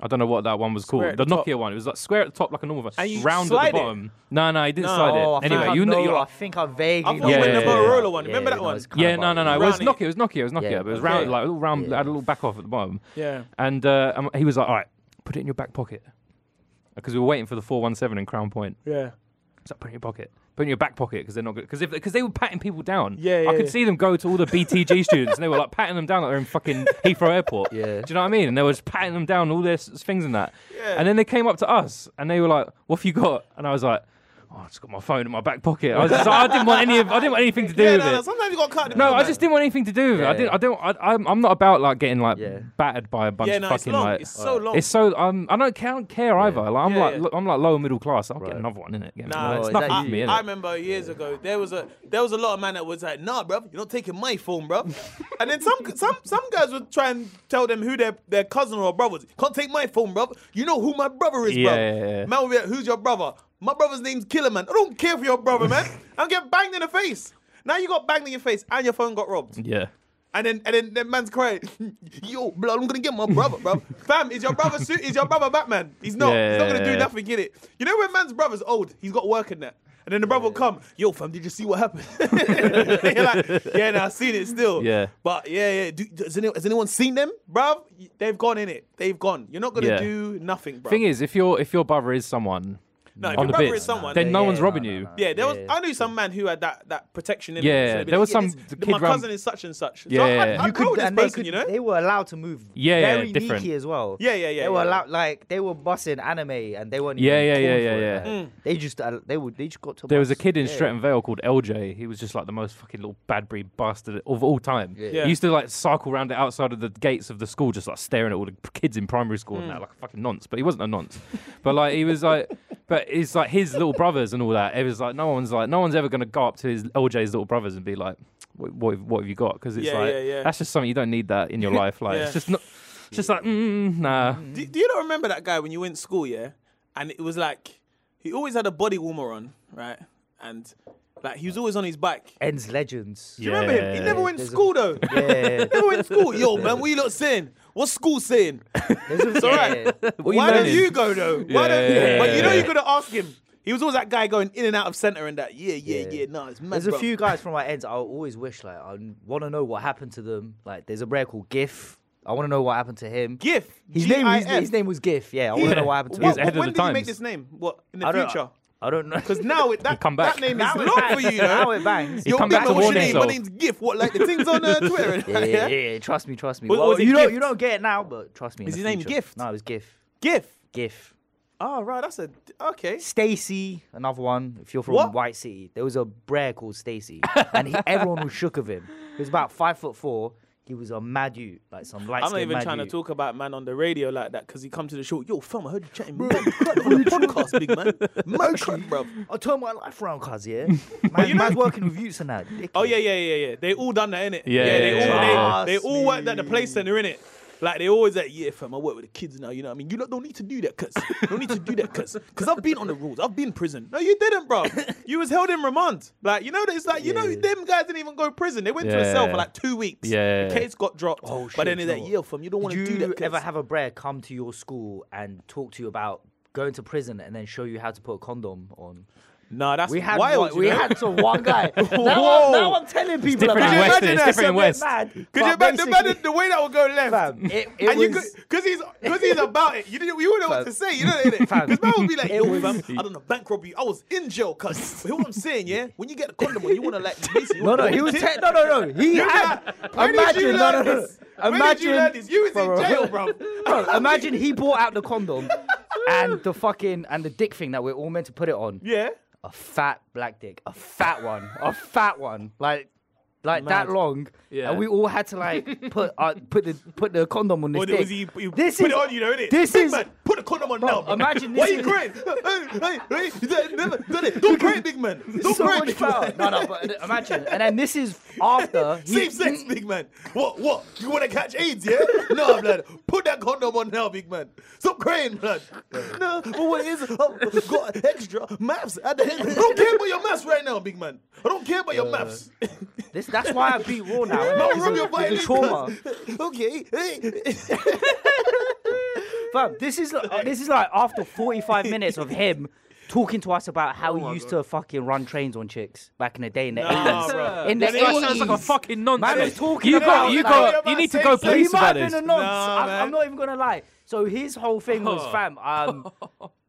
Speaker 1: I don't know what that one was
Speaker 3: Hmm. Square at
Speaker 1: called. The,
Speaker 3: the top.
Speaker 1: Nokia one. It was like square at the top, like a normal phone.
Speaker 3: And you
Speaker 1: round
Speaker 3: slide
Speaker 1: at
Speaker 3: it?
Speaker 1: the bottom. No, no, I didn't
Speaker 3: No.
Speaker 1: slide it.
Speaker 2: Oh, I think
Speaker 1: anyway,
Speaker 2: I
Speaker 1: you
Speaker 2: know,
Speaker 1: know,
Speaker 2: I think I vaguely.
Speaker 3: I
Speaker 2: know
Speaker 1: thought it was
Speaker 2: what
Speaker 1: the
Speaker 2: it
Speaker 1: Motorola
Speaker 2: was.
Speaker 3: one.
Speaker 2: Yeah,
Speaker 3: Remember that
Speaker 2: no,
Speaker 3: one?
Speaker 2: it's kinda
Speaker 1: yeah, no, no, no. It
Speaker 2: buggy.
Speaker 1: was
Speaker 3: Round
Speaker 1: Nokia. It was Nokia. It was Nokia.
Speaker 2: Yeah.
Speaker 1: But it was round,
Speaker 3: Okay.
Speaker 1: like a little round.
Speaker 2: Yeah.
Speaker 1: had a little back off at the bottom.
Speaker 3: Yeah.
Speaker 1: And uh, um, he was like, "All right, put it in your back pocket," because we were waiting for the four one seven in Crown Point.
Speaker 3: Yeah.
Speaker 1: It's like, put it in your pocket. Put it in your back pocket because they're not good. Because if because they were patting people down.
Speaker 3: Yeah, yeah,
Speaker 1: I could
Speaker 3: yeah.
Speaker 1: see them go to all the BTG students and they were like patting them down like they're in fucking Heathrow Airport.
Speaker 2: Yeah.
Speaker 1: Do you know what I mean? And they were just patting them down all their s- things and that.
Speaker 3: Yeah.
Speaker 1: And then they came up to us and they were like, "What have you got?" And I was like, "Oh, I just got my phone in my back pocket." I was just like, I didn't want any. Of, I didn't want anything to do
Speaker 3: Yeah,
Speaker 1: with
Speaker 3: no, no,
Speaker 1: it.
Speaker 3: sometimes you got cut.
Speaker 1: No, I just didn't want anything to do with it. I
Speaker 2: Yeah.
Speaker 1: didn't. I don't. I, I'm. I'm not about like getting like
Speaker 2: Yeah.
Speaker 1: battered by a bunch
Speaker 3: Yeah,
Speaker 1: of
Speaker 3: no,
Speaker 1: fucking
Speaker 3: it's long.
Speaker 1: like.
Speaker 3: it's so long.
Speaker 1: It's so um, I don't care, I don't care either. Like, I'm
Speaker 3: Oh. Yeah,
Speaker 1: like
Speaker 3: yeah.
Speaker 1: lo- I'm like lower middle class. I'll get
Speaker 2: Right.
Speaker 1: another one in it.
Speaker 3: Nah,
Speaker 2: No,
Speaker 1: it's
Speaker 2: is
Speaker 1: nothing
Speaker 2: that
Speaker 1: to
Speaker 3: I,
Speaker 1: me.
Speaker 2: you?
Speaker 1: innit?
Speaker 3: I remember years ago there was a there was a lot of man that was like, nah, bruv, you're not taking my phone, bruv. and then some some some guys would try and tell them who their, their cousin or brother was. Can't take my phone, bruv. You know who my brother is,
Speaker 1: Yeah,
Speaker 3: bruv.
Speaker 1: yeah, yeah.
Speaker 3: Man would be like, who's your brother? My brother's name's Killer Man. I don't care for your brother, man. I'm getting banged in the face. Now you got banged in your face and your phone got robbed.
Speaker 1: yeah.
Speaker 3: And then and then that man's crying, yo, blood, I'm gonna get my brother, bruv. Fam, is your brother suit is your brother Batman? He's not. he's not gonna do
Speaker 1: Yeah.
Speaker 3: nothing in it. You know when man's brother's old, he's got work in that. And then the brother will come, yo, fam, did you see what happened? You're like, yeah, now I've seen it still.
Speaker 1: Yeah.
Speaker 3: But yeah, yeah. Do, does anyone, has anyone seen them? Bruv, they've gone in it. They've gone. You're not gonna
Speaker 1: Yeah.
Speaker 3: do nothing, bruv.
Speaker 1: Thing is, if your if your brother is someone
Speaker 3: no, if
Speaker 1: on
Speaker 3: your
Speaker 1: the
Speaker 3: brother
Speaker 1: bit,
Speaker 3: is someone,
Speaker 1: then
Speaker 3: yeah,
Speaker 1: no
Speaker 2: yeah,
Speaker 1: one's
Speaker 2: no,
Speaker 1: robbing
Speaker 2: no,
Speaker 1: you.
Speaker 2: no.
Speaker 3: yeah, there was.
Speaker 2: Yeah.
Speaker 3: I knew some man who had that that protection in.
Speaker 1: Yeah,
Speaker 3: it. they'd be
Speaker 1: there
Speaker 3: like,
Speaker 1: was
Speaker 3: yeah,
Speaker 1: some
Speaker 3: this-
Speaker 1: kid
Speaker 3: My
Speaker 1: round-
Speaker 3: cousin is such and such. So
Speaker 1: Yeah,
Speaker 3: I,
Speaker 1: yeah,
Speaker 3: I,
Speaker 1: yeah. You
Speaker 3: I
Speaker 2: You
Speaker 3: roll
Speaker 2: could,
Speaker 3: this
Speaker 2: and they
Speaker 3: person,
Speaker 2: could,
Speaker 3: you know.
Speaker 2: they were allowed to move.
Speaker 1: Yeah, yeah,
Speaker 2: very
Speaker 1: different.
Speaker 2: Geeky as well.
Speaker 3: Yeah, yeah, yeah,
Speaker 2: They were
Speaker 3: yeah.
Speaker 2: allowed, like they were busting anime, and they weren't.
Speaker 1: Yeah,
Speaker 2: even
Speaker 1: yeah,
Speaker 2: called
Speaker 1: yeah,
Speaker 2: for
Speaker 1: yeah,
Speaker 2: it,
Speaker 3: Hmm.
Speaker 2: like. They just, uh, they would, they just got to.
Speaker 1: There was a
Speaker 2: bus.
Speaker 1: kid in
Speaker 2: Yeah.
Speaker 1: Streatham Vale called LJ. He was just like the most fucking little Badbury bastard of all time.
Speaker 3: Yeah.
Speaker 1: He used to like cycle around the outside of the gates of the school, just like staring at all the p- kids in primary school and that, like a fucking nonce. But he wasn't a nonce. but like he was like, But it's like his little brothers and all that. It was like no one's like no one's ever gonna go up to his LJ's little brothers and be like, "What, what, what have you got?" Because it's
Speaker 3: Yeah,
Speaker 1: like
Speaker 3: yeah, yeah.
Speaker 1: that's just something you don't need that in your life. Like
Speaker 3: Yeah.
Speaker 1: it's just not. It's just like mm, nah.
Speaker 3: Do, do you not remember that guy when you went to school, yeah? And it was like he always had a body warmer on, right? And like he was always on his bike.
Speaker 2: Ends legends.
Speaker 3: Do you remember him? He
Speaker 1: Yeah.
Speaker 3: never went to
Speaker 2: There's a-
Speaker 3: school though.
Speaker 2: Yeah.
Speaker 3: never went to school. Yo, man, what you lot saying? What's school saying?
Speaker 2: It's
Speaker 3: alright.
Speaker 1: What
Speaker 3: Why don't
Speaker 1: learning?
Speaker 3: you go though? Why don't you?
Speaker 1: Yeah.
Speaker 3: But you know you could have asked him. He was always that guy going in and out of center and that. Yeah, yeah,
Speaker 2: Yeah.
Speaker 3: yeah. No, it's mad.
Speaker 2: There's a
Speaker 3: bro.
Speaker 2: few guys from my ends I always wish like I want to know what happened to them. Like there's a player called Gif. I want to know what happened to him.
Speaker 3: GIF.
Speaker 2: His name, his,
Speaker 3: G I F.
Speaker 2: his name was Gif. Yeah, I want to know what happened to
Speaker 1: He was
Speaker 2: him.
Speaker 1: ahead of
Speaker 3: when
Speaker 1: the
Speaker 3: did you make
Speaker 1: times.
Speaker 3: this name? What in
Speaker 2: I
Speaker 3: the
Speaker 2: don't-
Speaker 3: future?
Speaker 2: I don't know.
Speaker 3: Because now it, that
Speaker 1: come back.
Speaker 3: that name is
Speaker 2: Now it-
Speaker 3: locked for you. you know?
Speaker 2: now it bangs.
Speaker 1: He'll
Speaker 3: Yo,
Speaker 1: come
Speaker 3: big
Speaker 1: back to
Speaker 3: man,
Speaker 1: warn
Speaker 3: what's your name? My
Speaker 1: himself.
Speaker 3: name's GIF. What like the things on uh, Twitter? and
Speaker 2: Yeah,
Speaker 3: that,
Speaker 2: yeah,
Speaker 3: yeah?
Speaker 2: yeah, trust me, trust me.
Speaker 3: Was-
Speaker 2: well,
Speaker 3: was it
Speaker 2: you don't,
Speaker 3: Gift?
Speaker 2: you don't get it now, but trust me. in
Speaker 3: Is
Speaker 2: the
Speaker 3: his name
Speaker 2: future.
Speaker 3: Gift?
Speaker 2: No, it was Gif.
Speaker 3: GIF.
Speaker 2: Gif.
Speaker 3: Oh right, that's a okay.
Speaker 2: Stacy, another one. If you're from
Speaker 3: What?
Speaker 2: White City, there was a brer called Stacy, and he, everyone was shook of him. He was about five foot four. He was a mad you, like some light.
Speaker 3: I'm not even
Speaker 2: mad
Speaker 3: trying to
Speaker 2: ute.
Speaker 3: talk about man on the radio like that because he come to the show. Yo, fam, I heard you chatting mad crap on the podcast, big man. Mad crap, bruv.
Speaker 2: I Oh, turn my life around, cuz, yeah. Man, you man's working with youths and that.
Speaker 3: Oh yeah, yeah, yeah, yeah. They all done that, innit?
Speaker 1: Yeah,
Speaker 3: they,
Speaker 1: yeah,
Speaker 3: all,
Speaker 2: yeah.
Speaker 3: They, they
Speaker 2: Trust
Speaker 3: all worked at the play center, innit? Like they always like, yeah, fam, I work with the kids now. You know what I mean? You lot don't need to do that, cuz. don't need to do that, cuz. Cuz I've been on the rules. I've been in prison. No, you didn't, bro. You was held in remand. Like you know, that it's like you know,
Speaker 2: Yeah.
Speaker 3: them guys didn't even go to prison. They went to a cell
Speaker 1: Yeah.
Speaker 3: for like two weeks.
Speaker 1: Yeah.
Speaker 3: the case got dropped.
Speaker 2: Oh, shit,
Speaker 3: But then it's
Speaker 2: you
Speaker 3: like,
Speaker 2: know
Speaker 3: yeah, fam, you don't want
Speaker 2: Did
Speaker 3: to do
Speaker 2: you
Speaker 3: that. 'cause."
Speaker 2: ever have a brer come to your school and talk to you about going to prison and then show you how to put a condom on?
Speaker 3: Nah, that's
Speaker 2: We had
Speaker 3: wild.
Speaker 2: one,
Speaker 3: you
Speaker 2: we
Speaker 3: know?
Speaker 2: had some one guy. now,
Speaker 3: Whoa.
Speaker 2: I'm, now I'm telling people
Speaker 1: different
Speaker 2: about
Speaker 1: in
Speaker 2: it.
Speaker 1: West, it's
Speaker 2: Imagine that,
Speaker 1: different in
Speaker 2: it's a bit
Speaker 1: West.
Speaker 2: mad,
Speaker 3: Could you
Speaker 2: but
Speaker 3: imagine the, man,
Speaker 2: basically-
Speaker 3: the way that would go left?
Speaker 2: Fam, it- it
Speaker 3: and you
Speaker 2: was-
Speaker 3: because he's because he's about it. You didn't, you wouldn't know
Speaker 2: Fam.
Speaker 3: what to say. You know that because man would be like,
Speaker 2: It
Speaker 3: "Yo,
Speaker 2: was-
Speaker 3: fam, I don't know, bank robbery. I was in jail, cuz." But hear what I'm saying, yeah? When you get a condom, on, you want to like, basically, you
Speaker 2: No,
Speaker 3: wanna
Speaker 2: no,
Speaker 3: go
Speaker 2: he was
Speaker 3: to-
Speaker 2: te- no, no, no. He
Speaker 3: You're
Speaker 2: had.
Speaker 3: like, where did
Speaker 2: Imagine, no,
Speaker 3: you
Speaker 2: no,
Speaker 3: learn
Speaker 2: no.
Speaker 3: this?
Speaker 2: Imagine,
Speaker 3: Where did you learn this? You was in
Speaker 2: Bro.
Speaker 3: jail, bro.
Speaker 2: Bro, imagine he brought out the condom and the fucking and the dick thing that we're all meant to put it on.
Speaker 3: Yeah.
Speaker 2: A fat black dick, a fat one, a fat one, like like that
Speaker 3: Mad.
Speaker 2: long.
Speaker 1: Yeah.
Speaker 2: And we all had to like put uh, put the put the condom on this
Speaker 3: Or
Speaker 2: dick.
Speaker 3: was he, he
Speaker 2: this
Speaker 3: put
Speaker 2: is
Speaker 3: it on you, know, innit?
Speaker 2: this
Speaker 3: Big
Speaker 2: is-
Speaker 3: man, put a condom on now. Bro.
Speaker 2: imagine
Speaker 3: Why
Speaker 2: this
Speaker 3: you
Speaker 2: is-
Speaker 3: crying? hey, hey, hey, never done it. Don't cry, big man. Don't
Speaker 2: so
Speaker 3: cry,
Speaker 2: much
Speaker 3: big
Speaker 2: power.
Speaker 3: man.
Speaker 2: No, no, but imagine. And then this is after. he-
Speaker 3: Same sex, big man. What? What? You want to catch AIDS, yeah? No, blood. Put that condom on now, big man. Stop crying, blood. No, but what is it? I've got extra maps at the end. I don't care about your maps right now, big man. I don't care about your maps.
Speaker 2: This, that's why I beat Raw now.
Speaker 3: No,
Speaker 2: It's a-
Speaker 3: rub your
Speaker 2: it's a
Speaker 3: violin.
Speaker 2: trauma.
Speaker 3: cuz- Okay. Hey.
Speaker 2: Fam, this is like, this is like after 45 minutes of him talking to us about
Speaker 3: Oh
Speaker 2: how he used to fucking run trains on chicks back in the day in the 80s.
Speaker 3: bro.
Speaker 2: In the
Speaker 1: This guy sounds like a
Speaker 2: 80s.
Speaker 1: fucking
Speaker 2: Man
Speaker 1: nonsense.
Speaker 2: was talking
Speaker 1: you
Speaker 2: about,
Speaker 1: got, you
Speaker 2: like-
Speaker 1: got, you need to go
Speaker 2: So he
Speaker 1: police
Speaker 2: might have
Speaker 1: about
Speaker 2: been
Speaker 1: this.
Speaker 2: a nonce.
Speaker 3: Nah,
Speaker 2: I'm, I'm
Speaker 3: man.
Speaker 2: not even gonna lie. So his whole thing was, fam, um,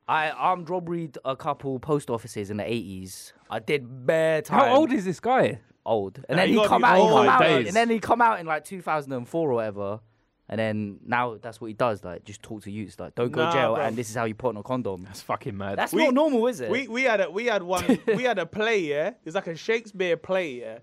Speaker 2: I armed robbery a couple post offices in the 80s. I did bare time.
Speaker 1: How old is this guy?
Speaker 2: old. And then
Speaker 3: you
Speaker 2: he
Speaker 3: gotta
Speaker 2: come
Speaker 3: be
Speaker 2: out, he
Speaker 3: old
Speaker 2: come out,
Speaker 1: days.
Speaker 2: and then he come out in like 2004 or whatever. And then now that's what he does. Like just talk to youths. Like don't go
Speaker 3: Nah,
Speaker 2: jail.
Speaker 3: bruv.
Speaker 2: And this is how you put on a condom.
Speaker 1: That's fucking mad.
Speaker 2: That's
Speaker 3: We-
Speaker 2: not normal, is it?
Speaker 3: We we had a we had one we had a play, yeah. It's like a Shakespeare play, yeah.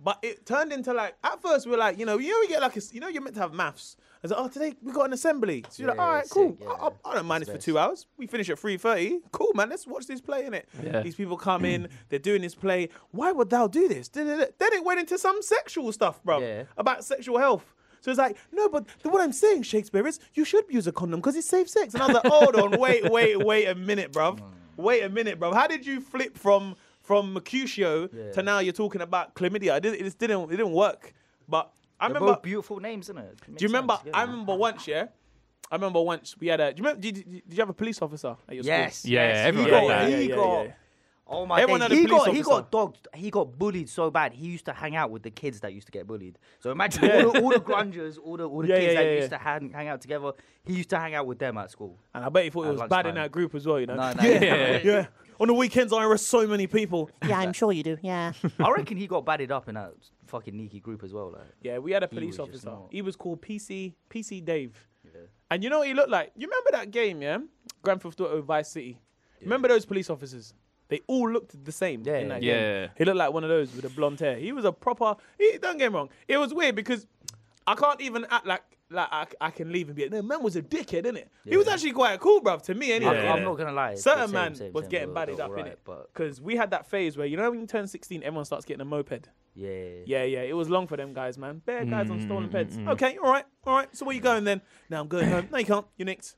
Speaker 3: But it turned into like at first we were like, you know, you know we get like a, s- you know you're meant to have maths. I was like, oh today we got an assembly. So you're like,
Speaker 2: Yeah,
Speaker 3: all right,
Speaker 2: sick,
Speaker 3: cool.
Speaker 2: yeah.
Speaker 3: I, I- I don't mind
Speaker 2: That's
Speaker 3: this for
Speaker 2: best.
Speaker 3: two hours. We finish at three thirty. Cool, man. Let's watch this play in it.
Speaker 1: Yeah.
Speaker 3: These people come in, they're doing this play. Why would thou do this? Da-da-da. Then it went into some sexual stuff, bro,
Speaker 2: Yeah.
Speaker 3: about sexual health. So it's like, no, but th- what I'm saying, Shakespeare, is you should use a condom because it's safe sex. And I was like, hold on, wait, wait, wait a minute,
Speaker 2: Hmm.
Speaker 3: bruv. Wait a minute, bruv. How did you flip from from Mercutio
Speaker 2: Yeah.
Speaker 3: to now you're talking about chlamydia? It, didn't- it just didn't it didn't work. But I
Speaker 2: They're
Speaker 3: remember.
Speaker 2: both beautiful names, isn't it?
Speaker 3: Do you remember? I remember once, yeah. I remember once we had a. Do you remember? Did, did, did you have a police officer at your
Speaker 2: Yes.
Speaker 3: school?
Speaker 1: Yeah,
Speaker 2: yes,
Speaker 1: everyone
Speaker 2: he got,
Speaker 1: had that.
Speaker 2: He
Speaker 3: Yeah, yeah,
Speaker 2: got.
Speaker 3: yeah.
Speaker 2: Oh my
Speaker 3: Everyone
Speaker 2: days.
Speaker 3: had a
Speaker 2: He
Speaker 3: police
Speaker 2: got. He
Speaker 3: officer.
Speaker 2: got dogged. He got bullied so bad. He used to hang out with the kids that used to get bullied. So imagine all, the, all the grungers, all the all the
Speaker 3: Yeah,
Speaker 2: kids
Speaker 3: yeah,
Speaker 2: that
Speaker 3: yeah,
Speaker 2: used
Speaker 3: yeah.
Speaker 2: to hang, hang out together. He used to hang out with them at school.
Speaker 3: And I bet he thought it was bad in
Speaker 2: lunchtime.
Speaker 3: that group as well, you know.
Speaker 2: No, no,
Speaker 3: yeah,
Speaker 2: yeah.
Speaker 3: yeah. On the weekends, I arrest so many people.
Speaker 4: Yeah, I'm sure you do. Yeah.
Speaker 2: I reckon he got batted up in that fucking Niki group as well. Like.
Speaker 3: Yeah, we had a
Speaker 2: was
Speaker 3: police
Speaker 2: just
Speaker 3: officer.
Speaker 2: not-
Speaker 3: He was called PC PC Dave. And you know what he looked like? You remember that game, yeah? Grand Theft Auto Vice City. Remember those police officers? They all looked the same
Speaker 2: Yeah,
Speaker 3: in that
Speaker 1: yeah.
Speaker 3: game.
Speaker 1: Yeah.
Speaker 3: He looked like one of those with a blonde hair. He was a proper. He, don't get me wrong. It was weird because I can't even act like like I, I can leave and be like, "No, man was a dickhead, innit? it? He was actually quite cool, bruv, to me anyway.
Speaker 2: I'm,
Speaker 1: Yeah.
Speaker 2: I'm not gonna lie.
Speaker 3: Certain
Speaker 2: same,
Speaker 3: man
Speaker 2: same,
Speaker 3: was
Speaker 2: same,
Speaker 3: getting
Speaker 2: we're-
Speaker 3: batted
Speaker 2: we're
Speaker 3: up in
Speaker 2: alright,
Speaker 3: it
Speaker 2: But
Speaker 3: because we had that phase where you know when you turn 16, everyone starts getting a moped.
Speaker 2: yeah,
Speaker 3: Yeah, yeah, it was long for them guys, man. Bare guys
Speaker 2: Mm,
Speaker 3: on stolen peds. Okay, all right, all right. So where you going then? Now I'm going home. No, you can't. You nicked.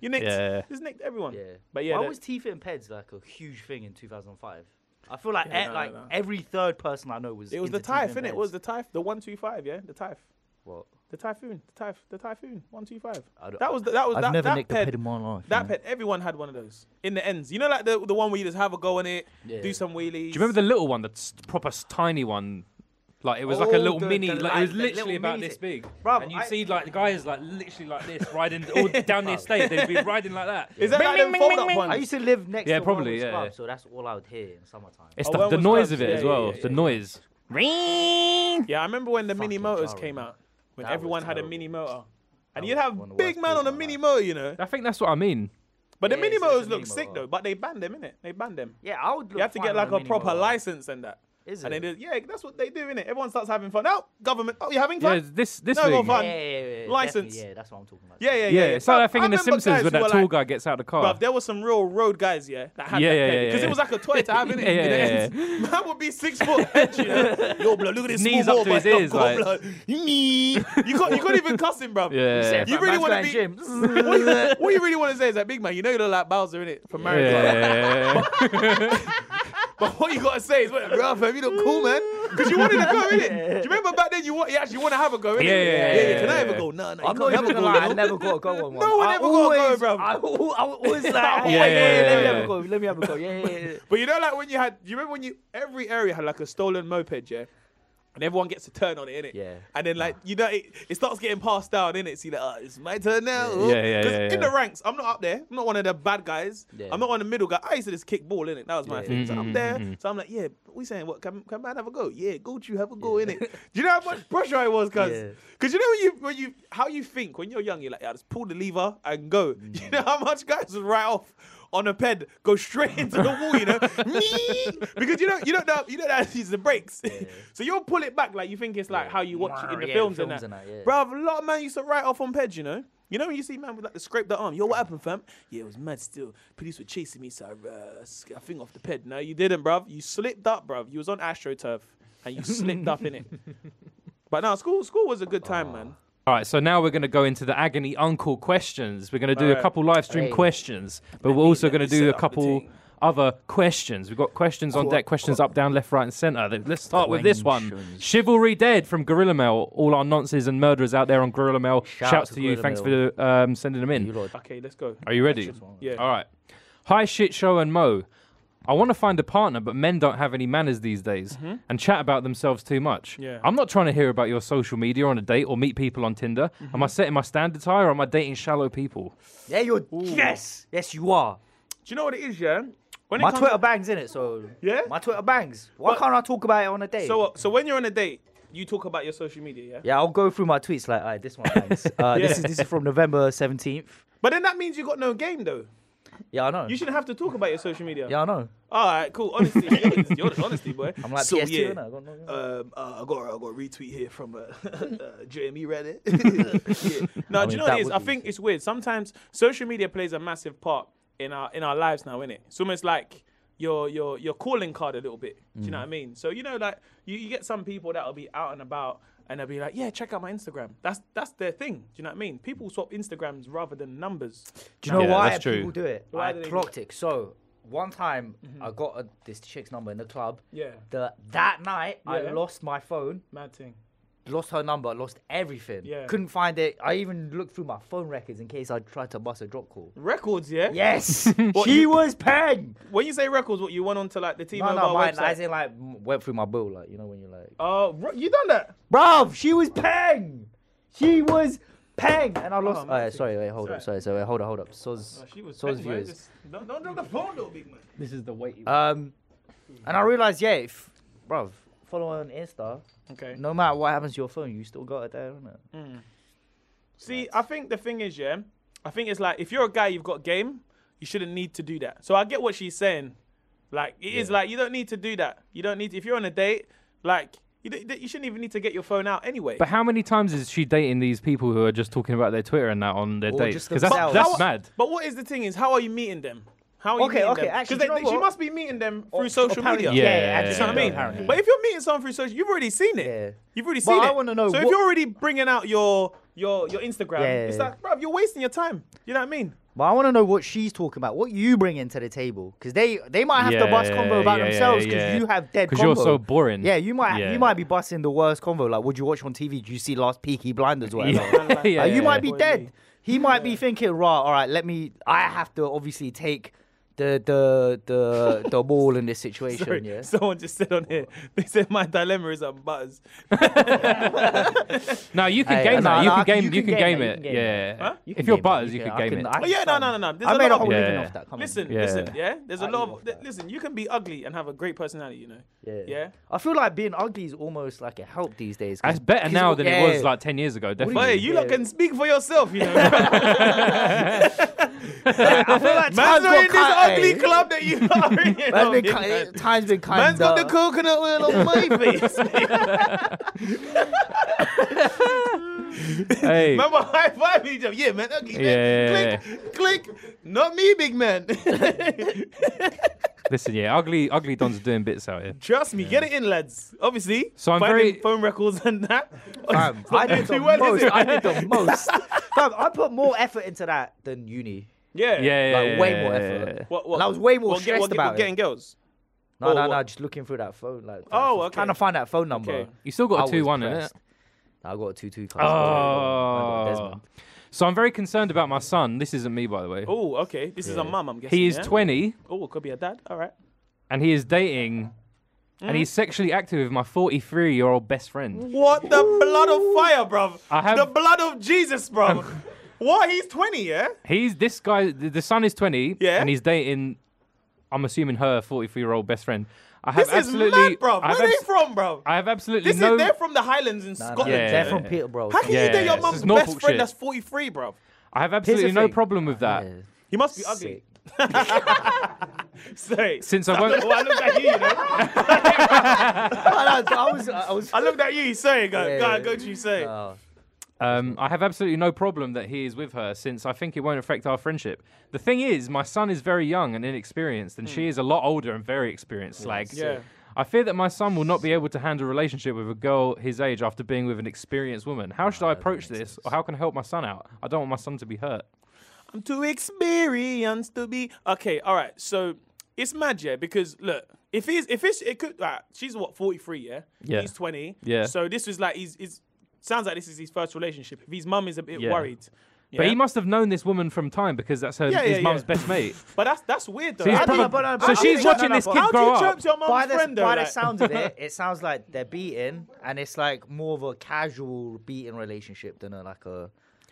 Speaker 3: You nicked.
Speaker 1: Yeah.
Speaker 3: Just nicked everyone.
Speaker 2: yeah.
Speaker 3: But yeah,
Speaker 2: why
Speaker 3: that-
Speaker 2: was teeth and peds like a huge thing in 2005? I feel like
Speaker 3: Yeah,
Speaker 2: e-
Speaker 3: no,
Speaker 2: like
Speaker 3: no.
Speaker 2: every third person I know was.
Speaker 3: it was the
Speaker 2: into teeth
Speaker 3: typh,
Speaker 2: and
Speaker 3: innit?
Speaker 2: peds.
Speaker 3: It was the typh, the one two five, yeah, the typh,
Speaker 2: What?
Speaker 3: the typhoon, the typh, the typhoon, one two five.
Speaker 2: I don't-
Speaker 3: That was the, that was
Speaker 2: I've
Speaker 3: that,
Speaker 2: never
Speaker 3: that
Speaker 2: nicked
Speaker 3: ped,
Speaker 2: a ped in my life.
Speaker 3: That pet, everyone had one of those in the ends. You know, like the the one where you just have a go on it,
Speaker 2: Yeah.
Speaker 3: do some wheelies.
Speaker 1: Do you remember the little one, the s- proper s- tiny one? Like it was like a
Speaker 3: Oh,
Speaker 1: little
Speaker 3: the-
Speaker 1: mini,
Speaker 3: the
Speaker 1: like it was
Speaker 2: light- the
Speaker 1: literally
Speaker 2: little
Speaker 1: about
Speaker 2: minis.
Speaker 1: this big.
Speaker 2: Bruv,
Speaker 1: and you
Speaker 2: I-
Speaker 1: see like the guy is like literally like this, riding all down the estate. They'd be riding like that.
Speaker 3: Is that
Speaker 1: Bing,
Speaker 3: like
Speaker 1: bing,
Speaker 3: them
Speaker 1: bing,
Speaker 3: fold
Speaker 1: bing,
Speaker 3: up
Speaker 1: bing.
Speaker 3: ones?
Speaker 2: I used to live next.
Speaker 1: Yeah,
Speaker 2: to
Speaker 1: probably,
Speaker 2: Wellness
Speaker 1: yeah,
Speaker 2: Club,
Speaker 1: yeah.
Speaker 2: so that's all I would hear in summertime.
Speaker 1: It's
Speaker 3: Oh,
Speaker 1: the,
Speaker 3: when
Speaker 1: the
Speaker 3: was
Speaker 1: noise
Speaker 3: Cubs?
Speaker 1: of it
Speaker 3: Yeah,
Speaker 1: as
Speaker 3: yeah,
Speaker 1: well.
Speaker 3: yeah,
Speaker 1: the
Speaker 3: yeah.
Speaker 1: noise. Ring.
Speaker 3: Yeah, I remember when the mini
Speaker 2: Fucking
Speaker 3: motors
Speaker 2: jarring.
Speaker 3: came out, when
Speaker 2: That was
Speaker 3: everyone had a
Speaker 2: terrible.
Speaker 3: mini motor, and
Speaker 2: That
Speaker 3: you'd
Speaker 2: was
Speaker 3: have
Speaker 2: one of the
Speaker 3: big
Speaker 2: worst
Speaker 3: man
Speaker 2: days
Speaker 3: on a
Speaker 2: of my
Speaker 3: mini
Speaker 2: life.
Speaker 3: motor, you know.
Speaker 1: I think that's what I mean.
Speaker 3: But the
Speaker 2: Yeah, it's-
Speaker 3: mini
Speaker 2: it's
Speaker 3: motors
Speaker 2: a
Speaker 3: look
Speaker 2: mini
Speaker 3: sick
Speaker 2: motor.
Speaker 3: though. But they banned them, innit? They banned them.
Speaker 2: Yeah, I would. Look
Speaker 3: You have to get
Speaker 2: fine
Speaker 3: like
Speaker 2: on
Speaker 3: a
Speaker 2: mini
Speaker 3: proper
Speaker 2: motor.
Speaker 3: license and that.
Speaker 2: Is
Speaker 3: And
Speaker 2: it?
Speaker 3: then they- yeah, that's what they do, innit? Everyone starts having fun. Oh, government. Oh, you having fun?
Speaker 1: Yeah, this this
Speaker 3: No,
Speaker 1: thing.
Speaker 3: go
Speaker 2: Yeah,
Speaker 3: fun.
Speaker 2: yeah, yeah, yeah, yeah,
Speaker 3: License.
Speaker 2: definitely, Yeah, that's what I'm talking about.
Speaker 3: Yeah, yeah, yeah.
Speaker 1: Yeah, it's like that thing
Speaker 3: Bruv,
Speaker 1: in The
Speaker 3: I remember guys
Speaker 1: Simpsons where
Speaker 3: who
Speaker 1: that
Speaker 3: were
Speaker 1: tall
Speaker 3: like-
Speaker 1: guy gets out of the car.
Speaker 3: Bruv, there was some real road guys, yeah, that had
Speaker 1: Yeah,
Speaker 3: that
Speaker 1: yeah,
Speaker 3: pen
Speaker 1: yeah,
Speaker 3: because
Speaker 1: yeah.
Speaker 3: it was like a toy to have in it.
Speaker 1: Yeah, yeah, yeah,
Speaker 3: in the ends. Man would be six foot edge, you know. Yo, blood, look at this
Speaker 1: Knees
Speaker 3: small
Speaker 1: up to
Speaker 3: ball,
Speaker 1: his
Speaker 3: but
Speaker 1: ears,
Speaker 3: go,
Speaker 1: like-
Speaker 3: blood. Me. You can't, you can't even cuss him, bruv.
Speaker 1: yeah.
Speaker 2: Except
Speaker 1: yeah.
Speaker 3: You
Speaker 2: for
Speaker 3: really
Speaker 2: Max
Speaker 3: wanna
Speaker 2: Van
Speaker 3: be-
Speaker 2: James.
Speaker 3: What, you, what you really want to say is that big man, you know you look like Bowser in it from Mario Kart. But what you gotta say is, "Well, bruh, fam, you look cool, man. Because you wanted to go in it. Do you remember back then? You want, you actually want to have a go in
Speaker 1: Yeah, yeah,
Speaker 3: it. yeah,
Speaker 1: yeah,
Speaker 3: Can I
Speaker 1: yeah,
Speaker 3: ever
Speaker 1: yeah.
Speaker 3: go? No, no.
Speaker 2: I'm
Speaker 3: you
Speaker 2: not
Speaker 3: can't
Speaker 2: even
Speaker 3: ever
Speaker 2: gonna
Speaker 3: go,
Speaker 2: lie,
Speaker 3: you
Speaker 2: I
Speaker 3: know?
Speaker 2: never got to go on one.
Speaker 3: No one
Speaker 2: I
Speaker 3: ever got a go,
Speaker 2: always-
Speaker 3: bro.
Speaker 2: I, al- I always like,
Speaker 1: yeah,
Speaker 2: yeah, yeah, yeah,
Speaker 1: yeah,
Speaker 2: let me
Speaker 1: yeah.
Speaker 2: have a go, let me have a go, yeah, yeah, yeah.
Speaker 3: But you know, like when you had, you remember when you every area had like a stolen moped, yeah, and everyone gets a turn on it, innit?
Speaker 2: Yeah.
Speaker 3: And then like you know, it, it starts getting passed down, innit? See, like oh, it's my turn now.
Speaker 1: Yeah, yeah,
Speaker 3: 'Cause
Speaker 1: yeah,
Speaker 3: In
Speaker 1: yeah.
Speaker 3: the ranks, I'm not up there. I'm not one of the bad guys.
Speaker 2: Yeah.
Speaker 3: I'm not one of the middle guy. I used to just kick ball, innit? That was my
Speaker 2: Yeah.
Speaker 3: thing. So I'm there.
Speaker 1: Mm-hmm.
Speaker 3: So I'm like, yeah, we saying what? Can can man have a go? Yeah, go you have a go, innit? Do you know how much pressure I was, cuz?
Speaker 2: Yeah.
Speaker 3: Cause you know when you when you how you think when you're young, you're like, yeah, just pull the lever and go. You know how much guys would write off on a ped, go straight into the wall, you know? Me! because you don't you don't know you don't know how to use the brakes. so you'll pull it back like you think it's like how you watch it in the
Speaker 2: Yeah,
Speaker 3: films,
Speaker 2: films
Speaker 3: and
Speaker 2: and
Speaker 3: that.
Speaker 2: that, yeah.
Speaker 3: Bruv, a lot of man used to write off on peds, you know? You know when you see man with like the scrape the arm, yo, what happened, fam? Yeah, it was mad still. Police were chasing me, so I, uh, sk- I think off the ped. No, you didn't, bruv. You slipped up, bruv. You was on AstroTurf and you slipped up in it. But no, school school was a good time, man.
Speaker 2: Ah.
Speaker 1: All right, so now we're going to go into the agony uncle questions. We're going to do a
Speaker 3: Alright.
Speaker 1: couple live stream
Speaker 2: Hey.
Speaker 1: questions, but we're also
Speaker 3: let
Speaker 1: going to
Speaker 3: me set
Speaker 1: do a
Speaker 3: up the
Speaker 1: couple
Speaker 3: thing.
Speaker 1: other questions. We've got questions on deck, questions up, down, left, right, and center. Th- Let's start with this one.
Speaker 2: Questions.
Speaker 1: Chivalry Dead from Gorilla Mail. All our nonces and murderers out there on Gorilla Mail.
Speaker 2: Shout out
Speaker 1: Shouts
Speaker 2: to
Speaker 1: to you.
Speaker 2: Gorilla
Speaker 1: Thanks
Speaker 2: Mail.
Speaker 1: for um, sending them in.
Speaker 2: You lot,
Speaker 3: Okay, let's go.
Speaker 1: Are you ready?
Speaker 3: Yeah.
Speaker 1: All right. Hi, shit show and Mo. I want to find a partner, but men don't have any manners these days and chat about themselves too much.
Speaker 3: Mm-hmm. Yeah.
Speaker 1: I'm not trying to hear about your social media on a date or meet people on Tinder.
Speaker 3: Mm-hmm.
Speaker 1: Am I setting my standards high or am I dating shallow people?
Speaker 2: yeah, you're, yes, yes, you are.
Speaker 3: Do you know what it is, yeah? When
Speaker 2: My
Speaker 3: it comes
Speaker 2: Twitter bangs in it, so
Speaker 3: Yeah?
Speaker 2: my Twitter bangs. Why can't I talk about it on a day?
Speaker 3: so what- so when you're on a date, you talk about your social media, yeah?
Speaker 2: yeah, I'll go through my tweets like, alright, this one bangs. Uh,
Speaker 3: Yeah.
Speaker 2: This is this is from November 17th.
Speaker 3: But then that means you got no game though.
Speaker 2: Yeah, I know.
Speaker 3: You shouldn't have to talk about your social media.
Speaker 2: yeah, I know.
Speaker 3: All right, cool. Honestly, you're, you're the honesty, boy.
Speaker 2: I'm like PS2, innit? I got no-
Speaker 3: Um, uh, I got I got a retweet here from uh, uh, Jeremy Reddit. yeah. No, do
Speaker 2: mean,
Speaker 3: you know
Speaker 2: that
Speaker 3: what it is?
Speaker 2: would
Speaker 3: I
Speaker 2: be
Speaker 3: think it's weird. Sometimes social media plays a massive part in our in our lives now, innit? It's almost like your your your calling card a little bit. Do you know what I
Speaker 2: Mm.
Speaker 3: mean? So you know, like you, you get some people that'll be out and about and they'll be like, yeah, check out my Instagram. That's that's their thing. Do you know what I mean? People swap Instagrams rather than numbers.
Speaker 2: Do you know
Speaker 1: Yeah,
Speaker 2: why
Speaker 1: that's true.
Speaker 2: people do it?
Speaker 3: Why
Speaker 2: I
Speaker 3: do they do
Speaker 2: clocked it. So one time I got a, this chick's number in the club.
Speaker 3: Yeah.
Speaker 2: The that night I
Speaker 3: Yeah.
Speaker 2: lost my phone,
Speaker 3: Mad thing.
Speaker 2: lost her number, lost everything.
Speaker 3: Yeah.
Speaker 2: Couldn't find it. I even looked through my phone records in case I tried to bust a drop call.
Speaker 3: Records, yeah.
Speaker 2: Yes, she
Speaker 3: you-
Speaker 2: was paying.
Speaker 3: When you say records, what you went onto like the
Speaker 2: No,
Speaker 3: T-Mobile
Speaker 2: no, my,
Speaker 3: website?
Speaker 2: I in like m- went through my bill, like you know when you're like,
Speaker 3: Oh, ru- you done that?
Speaker 2: bruv, she was paying. She was paying, and I lost.
Speaker 3: Oh,
Speaker 2: Oh, yeah,
Speaker 3: mate.
Speaker 2: sorry, wait, hold up, sorry,
Speaker 3: Sorry.
Speaker 2: sorry, wait, hold up, hold up. Soz, soz
Speaker 3: paying, man.
Speaker 2: viewers.
Speaker 3: Just- Don't, don't drop the phone, though, big man.
Speaker 1: This is the weight.
Speaker 2: Um, and I realized, yeah, if, bruv, follow her on Insta,
Speaker 3: Okay.
Speaker 2: no matter what happens to your phone, you still got it there, isn't it?
Speaker 3: See, I think the thing is, yeah, I think it's like if you're a guy, you've got game, you shouldn't need to do that. So I get what she's saying. Like it is like you don't need to do that. You don't need. if you're on a date, like You, d- you shouldn't even need to get your phone out anyway.
Speaker 1: But how many times is she dating these people who are just talking about their Twitter and that on their
Speaker 2: Or
Speaker 1: dates?
Speaker 2: just
Speaker 1: Because that's,
Speaker 2: themselves.
Speaker 1: that's
Speaker 3: How-
Speaker 1: mad.
Speaker 3: But what is the thing is, how are you meeting them? How are you
Speaker 2: Okay,
Speaker 3: meeting
Speaker 2: okay,
Speaker 3: them?
Speaker 2: actually,
Speaker 3: 'Cause
Speaker 2: do you know
Speaker 3: she
Speaker 2: what?
Speaker 3: must be meeting them through social media.
Speaker 1: yeah, yeah, yeah,
Speaker 2: yeah,
Speaker 3: Do you know what I mean?
Speaker 2: Apparently.
Speaker 3: But if you're meeting someone through social, you've already seen it.
Speaker 2: Yeah.
Speaker 3: You've already
Speaker 2: But
Speaker 3: seen
Speaker 2: I
Speaker 3: it.
Speaker 2: wanna know
Speaker 3: So if
Speaker 2: what-
Speaker 3: you're already bringing out your your your Instagram,
Speaker 2: Yeah.
Speaker 3: it's like, bruv, you're wasting your time. You know what I mean?
Speaker 2: But I want to know what she's talking about. What you bring into the table, because they they might have to bust
Speaker 1: Yeah,
Speaker 2: convo about
Speaker 1: yeah, yeah,
Speaker 2: themselves because
Speaker 1: yeah.
Speaker 2: you have dead.
Speaker 1: 'Cause you're
Speaker 2: convo.
Speaker 1: so boring.
Speaker 2: Yeah, you might
Speaker 1: Yeah.
Speaker 2: you might be busting the worst convo. Like, would you watch on TV? Do you see Last Peaky Blinders? or Whatever.
Speaker 3: Yeah.
Speaker 2: Like, Oh, you might be
Speaker 3: Boy, me.
Speaker 2: dead. He might be thinking, right, all right, let me. I have to obviously take the the the the ball in this situation.
Speaker 3: Sorry,
Speaker 2: Yeah.
Speaker 3: Someone just said on here, they said my dilemma is on butters.
Speaker 1: No, you can
Speaker 2: Hey,
Speaker 1: game
Speaker 2: no,
Speaker 1: that. You can
Speaker 2: no, I can-
Speaker 1: game.
Speaker 2: you
Speaker 1: You
Speaker 2: can
Speaker 1: can
Speaker 2: game
Speaker 1: game
Speaker 2: it,
Speaker 1: it.
Speaker 2: you can game
Speaker 1: Yeah.
Speaker 3: Huh?
Speaker 2: You can
Speaker 1: If you're
Speaker 2: game it,
Speaker 1: butters, you
Speaker 2: can-
Speaker 1: can
Speaker 2: I
Speaker 1: game it.
Speaker 2: can- I
Speaker 3: Oh yeah,
Speaker 2: can
Speaker 3: no,
Speaker 2: sign-
Speaker 3: no, no, no.
Speaker 2: I
Speaker 3: There's a
Speaker 2: made a
Speaker 3: lot
Speaker 2: whole
Speaker 3: of,
Speaker 1: Yeah.
Speaker 2: living off that. Come on.
Speaker 3: Listen,
Speaker 1: Yeah.
Speaker 3: listen, yeah. There's a
Speaker 2: I
Speaker 3: lot
Speaker 2: love
Speaker 3: of th-
Speaker 2: that.
Speaker 3: listen. You can be ugly and have a great personality, you know.
Speaker 2: Yeah.
Speaker 3: Yeah.
Speaker 2: I feel like being ugly is almost like a help these days. 'cause-
Speaker 1: That's better
Speaker 2: 'cause-
Speaker 1: now than it was
Speaker 2: yeah.
Speaker 1: like 10 years ago,
Speaker 3: But hey,
Speaker 1: definitely.
Speaker 3: you
Speaker 2: Yeah.
Speaker 3: lot can speak for yourself, you know.
Speaker 2: I feel like times got
Speaker 3: Man's not in this
Speaker 2: cut,
Speaker 3: ugly
Speaker 2: eh?
Speaker 3: club that you are in. you know
Speaker 2: Man's
Speaker 3: what I
Speaker 2: been
Speaker 3: mean,
Speaker 2: ki-
Speaker 3: man?
Speaker 2: time's been kind.
Speaker 3: Man's got the coconut oil on my face.
Speaker 1: Hey.
Speaker 3: Remember high five each other. Yeah, man. Ugly
Speaker 1: Yeah.
Speaker 3: man. Click, click. Not me, big man.
Speaker 1: Listen, yeah, ugly, ugly Don's are doing bits out here.
Speaker 3: Trust me. Get it in, lads. Obviously.
Speaker 1: So I'm
Speaker 3: finding
Speaker 1: very-
Speaker 3: phone records and that.
Speaker 2: Fam, I did the
Speaker 3: too well, is
Speaker 2: most.
Speaker 3: it?
Speaker 2: I did the most. Fam, I put more effort into that than uni.
Speaker 3: Yeah.
Speaker 1: Yeah, yeah,
Speaker 2: Like,
Speaker 1: yeah,
Speaker 2: way more
Speaker 1: yeah,
Speaker 2: effort.
Speaker 1: yeah.
Speaker 3: What, what?
Speaker 2: And I was way more
Speaker 3: what, get-
Speaker 2: stressed
Speaker 3: what,
Speaker 2: about
Speaker 3: what,
Speaker 2: it.
Speaker 3: getting girls.
Speaker 2: No,
Speaker 3: Oh,
Speaker 2: no, no.
Speaker 3: what?
Speaker 2: Just looking through that phone, like
Speaker 3: Oh,
Speaker 2: just
Speaker 3: okay.
Speaker 2: trying to find that phone number.
Speaker 3: Okay.
Speaker 1: You still
Speaker 2: I
Speaker 1: got a
Speaker 2: was
Speaker 1: 2 1 in it.
Speaker 2: pressed. I got a two-two. Oh,
Speaker 1: Oh. So I'm very concerned about my son. This isn't me, by the way.
Speaker 3: Oh, okay. This is a mum, I'm guessing.
Speaker 1: He is
Speaker 3: yeah?
Speaker 1: 20
Speaker 3: Oh, it could be a dad. All right.
Speaker 1: and he is dating and
Speaker 2: Mm.
Speaker 1: he's sexually active with my 43 year old best friend.
Speaker 3: What the blood of fire, bruv.
Speaker 1: I have-
Speaker 3: The blood of Jesus, bruv. what? He's 20, yeah?
Speaker 1: He's this guy, th- the son is 20
Speaker 3: Yeah.
Speaker 1: and he's dating, I'm assuming her 43 year old best friend. I have
Speaker 3: This is
Speaker 1: absolutely.
Speaker 3: mad, bruv.
Speaker 1: I have
Speaker 3: Where they
Speaker 1: abs-
Speaker 3: from, bruv?
Speaker 1: I have absolutely
Speaker 3: This
Speaker 1: no.
Speaker 3: is they're from the Highlands in Scotland.
Speaker 1: Yeah.
Speaker 2: They're from Peterborough.
Speaker 3: How can
Speaker 1: Yeah,
Speaker 3: you date your
Speaker 1: this
Speaker 3: mum's
Speaker 1: is
Speaker 3: best
Speaker 1: Norfolk
Speaker 3: friend
Speaker 1: shit.
Speaker 3: that's 43, bruv?
Speaker 1: I have absolutely
Speaker 2: the
Speaker 1: no
Speaker 2: thing.
Speaker 1: problem with that.
Speaker 3: He must be ugly. Sorry.
Speaker 1: Since I won't.
Speaker 3: Oh, I looked at you, you know?
Speaker 2: I, I was, I was.
Speaker 3: I looked at you, sorry, go,
Speaker 2: Yeah.
Speaker 3: go, go to you, sorry.
Speaker 2: Oh.
Speaker 1: Um, I have absolutely no problem that he is with her since I think it won't affect our friendship. The thing is, my son is very young and inexperienced, and she
Speaker 2: Hmm.
Speaker 1: is a lot older and very experienced. Like,
Speaker 3: Yeah.
Speaker 1: I fear that my son will not be able to handle a relationship with a girl his age after being with an experienced woman.
Speaker 2: Ah,
Speaker 1: How should I approach this, or how can I help my son out? I don't want my son to be hurt.
Speaker 3: I'm too experienced to be. Okay, all right. So it's mad, yeah. Because look, if he's if it's it could. Right, she's what 43, yeah.
Speaker 1: Yeah.
Speaker 3: He's 20.
Speaker 1: Yeah.
Speaker 3: So this was like he's, he's sounds like this is his first relationship. If his mum is a bit
Speaker 1: Yeah.
Speaker 3: worried.
Speaker 1: But
Speaker 3: yeah?
Speaker 1: he must have known this woman from time because that's her
Speaker 3: Yeah,
Speaker 1: his
Speaker 3: yeah,
Speaker 1: mum's
Speaker 3: yeah.
Speaker 1: best mate.
Speaker 3: But that's that's weird though.
Speaker 1: So he's
Speaker 3: How do you-
Speaker 1: probably-
Speaker 2: but- but-
Speaker 1: so
Speaker 2: I
Speaker 1: she's
Speaker 2: think- no,
Speaker 1: watching
Speaker 2: no,
Speaker 1: this
Speaker 2: but
Speaker 1: kid
Speaker 3: How do
Speaker 1: grow
Speaker 3: you
Speaker 1: up.
Speaker 3: chirp your
Speaker 2: By
Speaker 3: mum's
Speaker 2: the,
Speaker 3: friend though?
Speaker 2: by the
Speaker 3: like-
Speaker 2: sounds of it, it sounds like they're beating, and it's like more of a casual beating relationship than a like a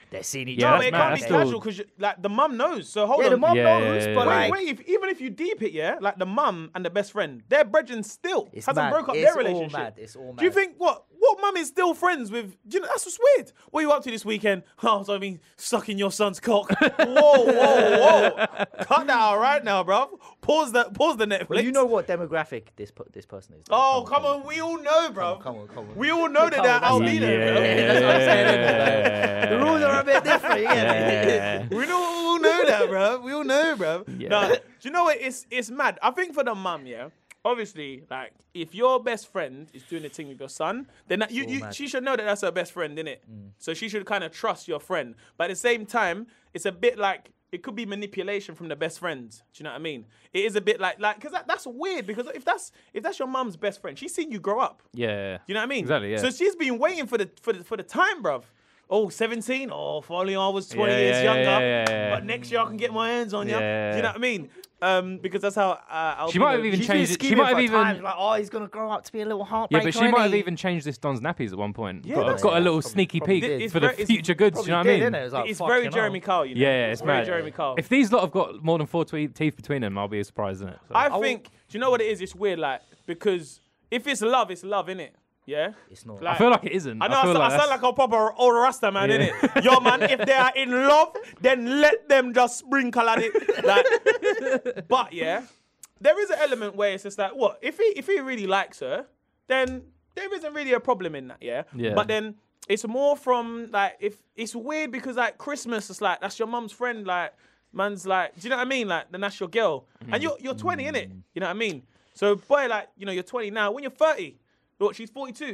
Speaker 2: they're seeing each
Speaker 1: Yeah,
Speaker 3: No,
Speaker 2: other.
Speaker 1: that's
Speaker 3: it
Speaker 1: mad,
Speaker 3: can't be
Speaker 1: that's still-
Speaker 3: casual because like the mum knows. So hold
Speaker 2: Yeah,
Speaker 3: on.
Speaker 2: the mum
Speaker 1: Yeah, yeah,
Speaker 2: knows,
Speaker 1: yeah,
Speaker 2: but
Speaker 1: yeah.
Speaker 3: Wait,
Speaker 2: like,
Speaker 3: wait, if, even if you deep it, yeah, like the mum and the best friend, their brethren still
Speaker 2: It's
Speaker 3: hasn't
Speaker 2: mad.
Speaker 3: broke up
Speaker 2: It's
Speaker 3: their
Speaker 2: all
Speaker 3: relationship.
Speaker 2: mad. It's all
Speaker 3: Do you
Speaker 2: mad.
Speaker 3: think what what mum is still friends with? Do you know that's just weird. What are you up to this weekend? Oh, so I mean, sucking your son's cock. whoa, whoa, whoa! Cut that out right now, bro. Pause the pause the Netflix.
Speaker 2: Well, you know what demographic this per- this person is.
Speaker 3: Oh, come on, we all know, bro.
Speaker 2: Come on, come on.
Speaker 3: We all know that they're
Speaker 2: Come on,
Speaker 3: Albino.
Speaker 1: Yeah.
Speaker 2: That's what I'm saying. innit? Like, the rules are a bit different. Yeah.
Speaker 1: Yeah.
Speaker 3: We know, we all know that, bro. We all know, bro. Nah, do you know what? It's it's mad. I think for the mum, yeah. Obviously, like if your best friend is doing a thing with your son, then that, you, you
Speaker 2: mad.
Speaker 3: she should know that that's her best friend, innit? So she should kind of trust your friend. But at the same time, it's a bit like it could be manipulation from the best friend. Do you know what I mean? It is a bit like like because that, that's weird because if that's if that's your mum's best friend, she's seen you grow up.
Speaker 1: Yeah.
Speaker 3: You know what I mean?
Speaker 1: Exactly, yeah.
Speaker 3: So she's been waiting for the for the, for the time, bruv. Oh, 17? Oh, if only I was 20
Speaker 1: Yeah,
Speaker 3: years
Speaker 1: yeah,
Speaker 3: younger.
Speaker 1: yeah, yeah, yeah.
Speaker 3: But next year I can get my hands on you.
Speaker 1: Yeah.
Speaker 3: Do you know what I mean? Um, because that's how uh,
Speaker 1: She might have
Speaker 3: albinos-
Speaker 1: even
Speaker 2: She's been
Speaker 1: changed it. She
Speaker 2: scheming
Speaker 1: might have
Speaker 2: for
Speaker 1: even.
Speaker 2: times, like, oh, he's gonna grow up to be a little
Speaker 1: Yeah,
Speaker 2: heartbreaker.
Speaker 1: but she might have
Speaker 2: innit?
Speaker 1: even changed this Don's nappies at one point.
Speaker 3: Yeah,
Speaker 1: got,
Speaker 3: that's-
Speaker 1: got a little
Speaker 2: probably-
Speaker 1: sneaky
Speaker 2: probably
Speaker 1: peek
Speaker 3: did. It's
Speaker 1: for the
Speaker 3: very- it's-
Speaker 1: future goods. Do you
Speaker 2: Probably
Speaker 1: know what
Speaker 2: did,
Speaker 1: I mean?
Speaker 2: innit? It was like,
Speaker 3: It's very
Speaker 2: fucking
Speaker 3: Jeremy
Speaker 2: hell.
Speaker 3: Kyle, you know.
Speaker 1: Yeah, it's
Speaker 3: very
Speaker 1: mad.
Speaker 3: Jeremy Kyle.
Speaker 1: If these lot have got more than four twe- teeth between them, I'll be surprised, isn't it?
Speaker 3: I think, do you know what it is? It's weird, like, because if it's love, it's love, innit? Yeah?
Speaker 2: It's not.
Speaker 1: I feel like it isn't.
Speaker 3: I know I,
Speaker 1: feel
Speaker 3: sound, I sound
Speaker 1: that's-
Speaker 3: like a proper old Rasta man,
Speaker 1: Yeah.
Speaker 3: innit? Yo, man, if they are in love, then let them just sprinkle at it. Like, but yeah, there is an element where it's just like, what if he if he really likes her, then there isn't really a problem in that, yeah.
Speaker 1: Yeah.
Speaker 3: But then it's more from like if it's weird because like Christmas, it's like that's your mum's friend, like man's like, do you know what I mean? Like then that's your girl, and you're you're 20 in it, you know what I mean? So boy, like you know you're 20 now. When you're 30, look, she's 42.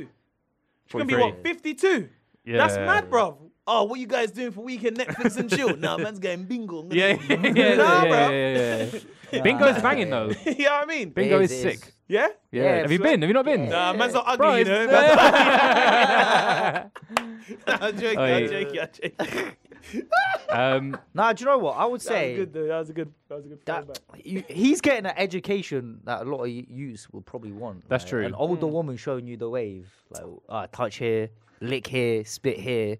Speaker 3: She's gonna be what 52. That's
Speaker 1: Yeah.
Speaker 3: mad, bro. Oh, what you guys doing for weekend Netflix and chill? nah, man's going bingo. I'm gonna-
Speaker 1: Yeah, yeah, yeah,
Speaker 3: Nah,
Speaker 1: yeah,
Speaker 3: bro.
Speaker 1: yeah, yeah, yeah. Bingo's banging though.
Speaker 3: you know what I mean?
Speaker 1: Bingo
Speaker 2: It
Speaker 1: is,
Speaker 2: is.
Speaker 1: sick.
Speaker 3: yeah.
Speaker 1: Yeah.
Speaker 2: Yeah,
Speaker 1: Have you
Speaker 3: it's like-
Speaker 1: been? Have you not been?
Speaker 3: Nah, man's not ugly,
Speaker 1: Bro,
Speaker 3: you
Speaker 1: it's-
Speaker 3: know. Man's not I'm joking, I'm
Speaker 1: Oi.
Speaker 3: joking, I'm joking.
Speaker 1: um,
Speaker 2: Nah, do you know what? I would
Speaker 3: That was
Speaker 2: say
Speaker 3: good, though. That was a good. That was a good.
Speaker 2: that
Speaker 3: throwback.
Speaker 2: you, he's getting an education that a lot of y- youths will probably want.
Speaker 1: That's
Speaker 2: like,
Speaker 1: true.
Speaker 2: An older woman showing you the wave, like uh, touch here, lick here, spit here.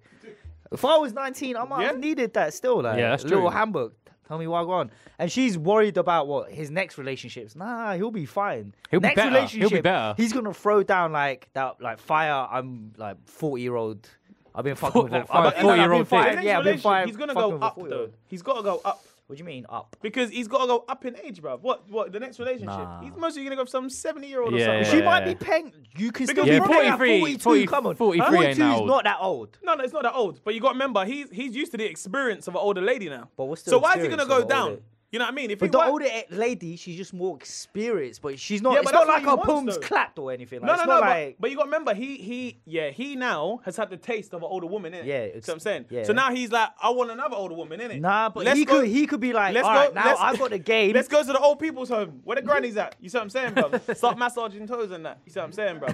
Speaker 2: If I was 19, I might have
Speaker 3: Yeah.
Speaker 2: needed that still. Like,
Speaker 1: Yeah, that's
Speaker 2: little
Speaker 1: true.
Speaker 2: handbook. Tell me why go on. And she's worried about what his next relationships. Nah, he'll be fine.
Speaker 1: He'll be
Speaker 2: next
Speaker 1: better. He'll be
Speaker 2: relationship,
Speaker 1: better.
Speaker 2: He's gonna throw down like that, like fire. I'm like 40 year old. I've been fucking with
Speaker 1: that
Speaker 2: a- I've been-
Speaker 1: fire- 40-year-old
Speaker 2: I've been
Speaker 1: dick.
Speaker 2: fine-
Speaker 3: Next
Speaker 2: Yeah, I've been
Speaker 3: relationship,
Speaker 2: fine.
Speaker 3: He's gonna
Speaker 2: fucking
Speaker 3: go
Speaker 2: with a
Speaker 3: up
Speaker 2: 40-year-old.
Speaker 3: though. He's gotta go up
Speaker 2: What do you mean up?
Speaker 3: because he's gotta go up in age, bruv. What? What? The next relationship?
Speaker 2: Nah.
Speaker 3: He's mostly gonna go for some seventy-year-old
Speaker 1: Yeah,
Speaker 3: or
Speaker 1: yeah,
Speaker 2: She
Speaker 3: something.
Speaker 1: yeah.
Speaker 2: might be paying. You can still
Speaker 3: Because
Speaker 2: be
Speaker 3: Yeah,
Speaker 2: paying at
Speaker 1: 43,
Speaker 2: 42.
Speaker 1: 40
Speaker 2: come on,
Speaker 1: 43 ain't
Speaker 2: 42 is
Speaker 1: that old.
Speaker 2: not that old.
Speaker 3: No, no, it's not that old. But you got to remember, he's he's used to the experience of an older lady now.
Speaker 2: But we're still
Speaker 3: so why is he gonna
Speaker 2: experienced
Speaker 3: go
Speaker 2: of
Speaker 3: down?
Speaker 2: older.
Speaker 3: You know what I mean? If he
Speaker 2: But the
Speaker 3: wa-
Speaker 2: older e- lady, she's just more experienced, but she's not.
Speaker 3: Yeah,
Speaker 2: it's
Speaker 3: but
Speaker 2: not
Speaker 3: that's
Speaker 2: like
Speaker 3: what
Speaker 2: her
Speaker 3: he
Speaker 2: boom's
Speaker 3: wants, though.
Speaker 2: clapped or anything. Like,
Speaker 3: No,
Speaker 2: it's
Speaker 3: no,
Speaker 2: not
Speaker 3: no. but-
Speaker 2: like,
Speaker 3: but, you got to remember, he, he, yeah, he now has had the taste of an older woman, innit?
Speaker 2: Yeah,
Speaker 3: See what I'm saying.
Speaker 2: yeah.
Speaker 3: So now he's like, I want another older woman, innit?
Speaker 2: nah. But
Speaker 3: Let's
Speaker 2: he
Speaker 3: go-
Speaker 2: could, he could be like,
Speaker 3: let's
Speaker 2: all right,
Speaker 3: go-
Speaker 2: now
Speaker 3: let's-
Speaker 2: I've got the game.
Speaker 3: Let's go to the old people's home where the granny's at. You see what I'm saying, bro? Start massaging toes and that. You see what I'm saying, bro?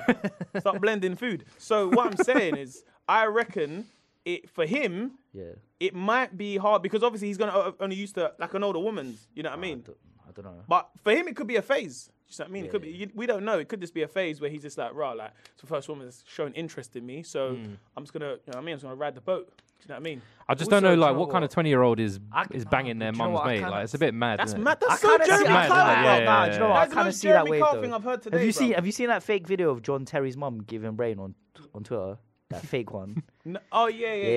Speaker 3: Start blending food. So what I'm saying is, I reckon it for him,
Speaker 2: Yeah,
Speaker 3: it might be hard because obviously he's gonna o- only used to like an older woman's. You know what I
Speaker 2: I
Speaker 3: mean?
Speaker 2: don't, I don't know.
Speaker 3: But for him, it could be a phase. You see what I mean? It could be.
Speaker 2: Yeah.
Speaker 3: You, we don't know. It could just be a phase where he's just like, rah, like it's the first woman that's shown interest in me, so
Speaker 1: Hmm.
Speaker 3: I'm just gonna, you know what I mean? I'm just gonna ride the boat. Do you know what I mean?
Speaker 1: I just
Speaker 2: Also,
Speaker 1: don't know,
Speaker 2: do you
Speaker 1: like,
Speaker 2: know
Speaker 1: what kind of
Speaker 2: what?
Speaker 1: twenty-year-old is
Speaker 2: I-
Speaker 1: is
Speaker 2: oh,
Speaker 1: banging their
Speaker 2: do you know
Speaker 1: mum's
Speaker 2: what? I
Speaker 1: mate?
Speaker 2: kinda-
Speaker 1: Like, it's a bit mad.
Speaker 3: That's
Speaker 1: isn't it?
Speaker 3: mad. That's
Speaker 2: I
Speaker 3: so
Speaker 2: kind of see, I
Speaker 3: Jeremy
Speaker 1: Jeremy
Speaker 2: kinda,
Speaker 1: Kyle,
Speaker 2: nah,
Speaker 1: bro.
Speaker 2: nah,
Speaker 1: Yeah,
Speaker 2: do
Speaker 1: yeah,
Speaker 2: you know
Speaker 1: yeah.
Speaker 2: what? I
Speaker 3: That's the
Speaker 2: kind of
Speaker 3: most
Speaker 2: see that
Speaker 3: Jeremy
Speaker 2: wave.
Speaker 3: Kyle
Speaker 2: though.
Speaker 3: thing I've heard
Speaker 2: have
Speaker 3: today,
Speaker 2: you
Speaker 3: bro.
Speaker 2: seen? Have you seen that fake video of John Terry's mum giving brain on on Twitter? That fake one.
Speaker 3: No- oh yeah, yeah,
Speaker 2: Yeah,
Speaker 3: yeah.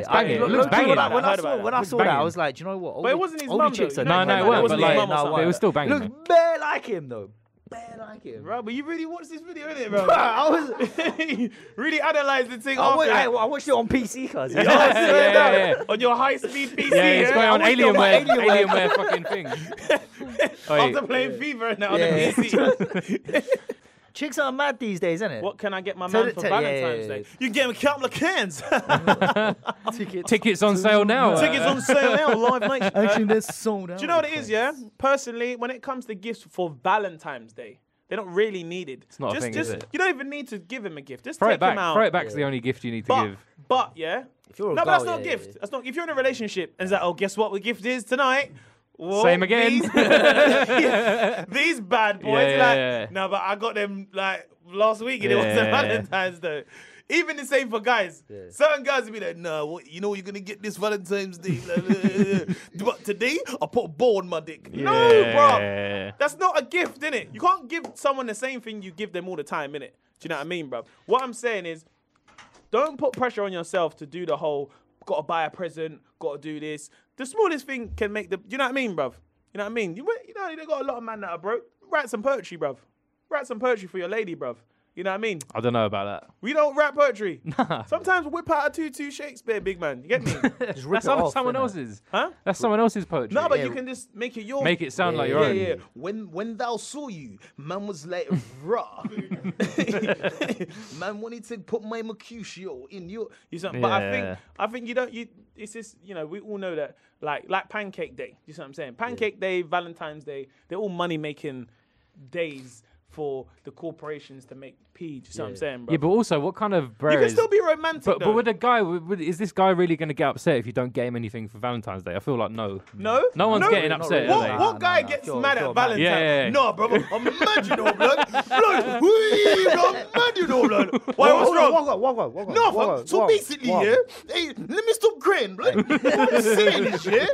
Speaker 1: it's
Speaker 2: I-
Speaker 1: banging.
Speaker 2: look,
Speaker 1: It looks
Speaker 2: look, do you know
Speaker 1: banging.
Speaker 2: what, When
Speaker 3: I
Speaker 2: I
Speaker 3: heard
Speaker 2: saw,
Speaker 3: about
Speaker 2: when
Speaker 3: that.
Speaker 2: I
Speaker 1: It
Speaker 2: saw
Speaker 1: looks
Speaker 2: that, I
Speaker 1: banging.
Speaker 2: was like, do you know what? All
Speaker 3: it wasn't his
Speaker 2: all
Speaker 3: mum, though.
Speaker 2: chicks
Speaker 3: You
Speaker 2: are
Speaker 3: know
Speaker 1: No,
Speaker 2: doing
Speaker 1: no,
Speaker 2: that.
Speaker 1: it
Speaker 3: It
Speaker 1: weren't. But
Speaker 3: wasn't his
Speaker 1: like,
Speaker 3: mum or
Speaker 1: it
Speaker 3: something.
Speaker 1: was still banging. though.
Speaker 2: Look, bare like him though. Bare like him.
Speaker 3: Bro, but you really watched this video, innit, bro?
Speaker 2: I was.
Speaker 3: really analyze the thing
Speaker 2: I
Speaker 3: after
Speaker 2: wa- I,
Speaker 3: that.
Speaker 2: I watched it on PC, cuz.
Speaker 3: Oh, I
Speaker 1: yeah,
Speaker 3: swear down.
Speaker 1: yeah, yeah.
Speaker 3: On your high speed PC,
Speaker 1: Yeah, it's going
Speaker 3: I
Speaker 1: on
Speaker 3: watched it
Speaker 1: Alienware,
Speaker 2: Alienware.
Speaker 1: Alienware fucking thing. Oi,
Speaker 3: After playing FIFA now on
Speaker 2: Yeah.
Speaker 3: the PC.
Speaker 2: Chicks are mad these days, isn't it?
Speaker 3: What can I get my
Speaker 2: Tell
Speaker 3: man
Speaker 2: it-
Speaker 3: for
Speaker 2: tell- yeah, yeah,
Speaker 3: Valentine's
Speaker 2: yeah.
Speaker 3: Day? You get him a couple of cans.
Speaker 2: ticket?
Speaker 1: tickets on sale now. uh,
Speaker 3: Tickets on sale now, live nation.
Speaker 2: Actually, they're sold out.
Speaker 3: Do you know what it is, yeah? Personally, when it comes to gifts for Valentine's Day, they're not really needed. It's
Speaker 1: not a
Speaker 3: just,
Speaker 1: thing, is
Speaker 3: just,
Speaker 1: it?
Speaker 3: You don't even need to give him a gift. Just
Speaker 1: Throw
Speaker 3: take
Speaker 1: it back.
Speaker 3: him out.
Speaker 1: Throw it back's the only gift you need to
Speaker 3: But,
Speaker 1: give.
Speaker 3: but yeah.
Speaker 2: you're a
Speaker 3: no, but
Speaker 2: girl,
Speaker 3: that's not
Speaker 2: yeah,
Speaker 3: a gift.
Speaker 2: yeah.
Speaker 3: That's not. If you're in a relationship and it's like, oh, guess what? The gift is tonight. Well,
Speaker 1: Same again.
Speaker 3: These, these bad boys,
Speaker 1: Yeah, yeah,
Speaker 3: like,
Speaker 1: yeah.
Speaker 3: no, but I got them like last week and
Speaker 1: Yeah,
Speaker 3: it wasn't
Speaker 1: yeah, yeah.
Speaker 3: Valentine's Day. Even the same for guys. Certain guys will be like, nah, what, you know what you're gonna get this Valentine's Day. but today I put a ball on my dick. No, bro.
Speaker 1: Yeah.
Speaker 3: That's not a gift, innit? You can't give someone the same thing you give them all the time, innit? Do you know what I mean, bro? What I'm saying is, don't put pressure on yourself to do the whole gotta buy a present, gotta do this. The smallest thing can make the. You know what I mean, bruv? You know what I mean? You, you know, they got a lot of man that are broke. Write some poetry, bruv. Write some poetry for your lady, bruv. You know what I mean?
Speaker 1: I don't know about that.
Speaker 3: We don't write poetry. Sometimes whip out a 2 2 Shakespeare, big man. You get me?
Speaker 2: Just rip
Speaker 1: That's
Speaker 2: it off,
Speaker 1: someone
Speaker 2: innit?
Speaker 1: else's.
Speaker 3: huh?
Speaker 1: That's someone else's poetry.
Speaker 3: No, but you can just make it your
Speaker 1: make it sound like your
Speaker 3: yeah,
Speaker 1: own.
Speaker 3: yeah. When when thou saw you, man was like raw. man wanted to put my mercutio in your. You see, but I
Speaker 1: Yeah.
Speaker 3: think I think you don't. You it's just you know we all know that like like Pancake Day. You see what I'm saying? Pancake Day, Valentine's Day, they're all money making days for the corporations to make p. Do you see what I'm saying, bro?
Speaker 1: Yeah, but also, what kind of bro
Speaker 3: you can
Speaker 1: is-
Speaker 3: still be romantic.
Speaker 1: But,
Speaker 3: though.
Speaker 1: but would a guy would, would- is this guy really going to get upset if you don't get him anything for Valentine's Day? I feel like no.
Speaker 3: No,
Speaker 1: No one's getting
Speaker 2: not
Speaker 1: upset.
Speaker 2: really.
Speaker 1: are
Speaker 3: What,
Speaker 1: they?
Speaker 3: what
Speaker 2: Nah,
Speaker 3: guy
Speaker 2: nah, nah.
Speaker 3: gets
Speaker 2: Sure, sure,
Speaker 3: mad at
Speaker 2: man.
Speaker 3: Valentine's?
Speaker 1: Yeah, yeah, yeah.
Speaker 3: No, bro, I'm mad, you know, blood. Blood, wee, bro, I'm mad, you know, blood. Why, what's
Speaker 2: Hold on,
Speaker 3: wrong?
Speaker 2: walk on, walk on, walk on,
Speaker 3: No,
Speaker 2: walk
Speaker 3: fam,
Speaker 2: on,
Speaker 3: so
Speaker 2: walk on,
Speaker 3: basically,
Speaker 2: walk on.
Speaker 3: yeah, hey, let me stop crying, blood. What I'm saying is, yeah,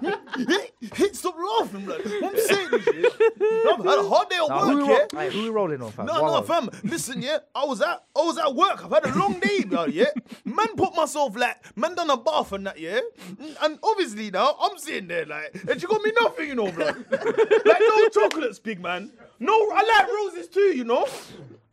Speaker 3: hey, hey, stop laughing, blood. What I'm saying is, yeah, I've had a hard day at
Speaker 2: Nah, who
Speaker 3: work,
Speaker 2: we ro-
Speaker 3: yeah.
Speaker 2: like, who we rolling on, fam?
Speaker 3: No,
Speaker 2: Walk
Speaker 3: no,
Speaker 2: on.
Speaker 3: fam. Listen, yeah, I was at, I was at work. I've had a long day, bro, yeah. Man, put myself like, man, done a bath and that, yeah. And obviously now, I'm sitting there like, and she got me nothing, you know, bro. like no chocolates, big man. No, I like roses too, you know.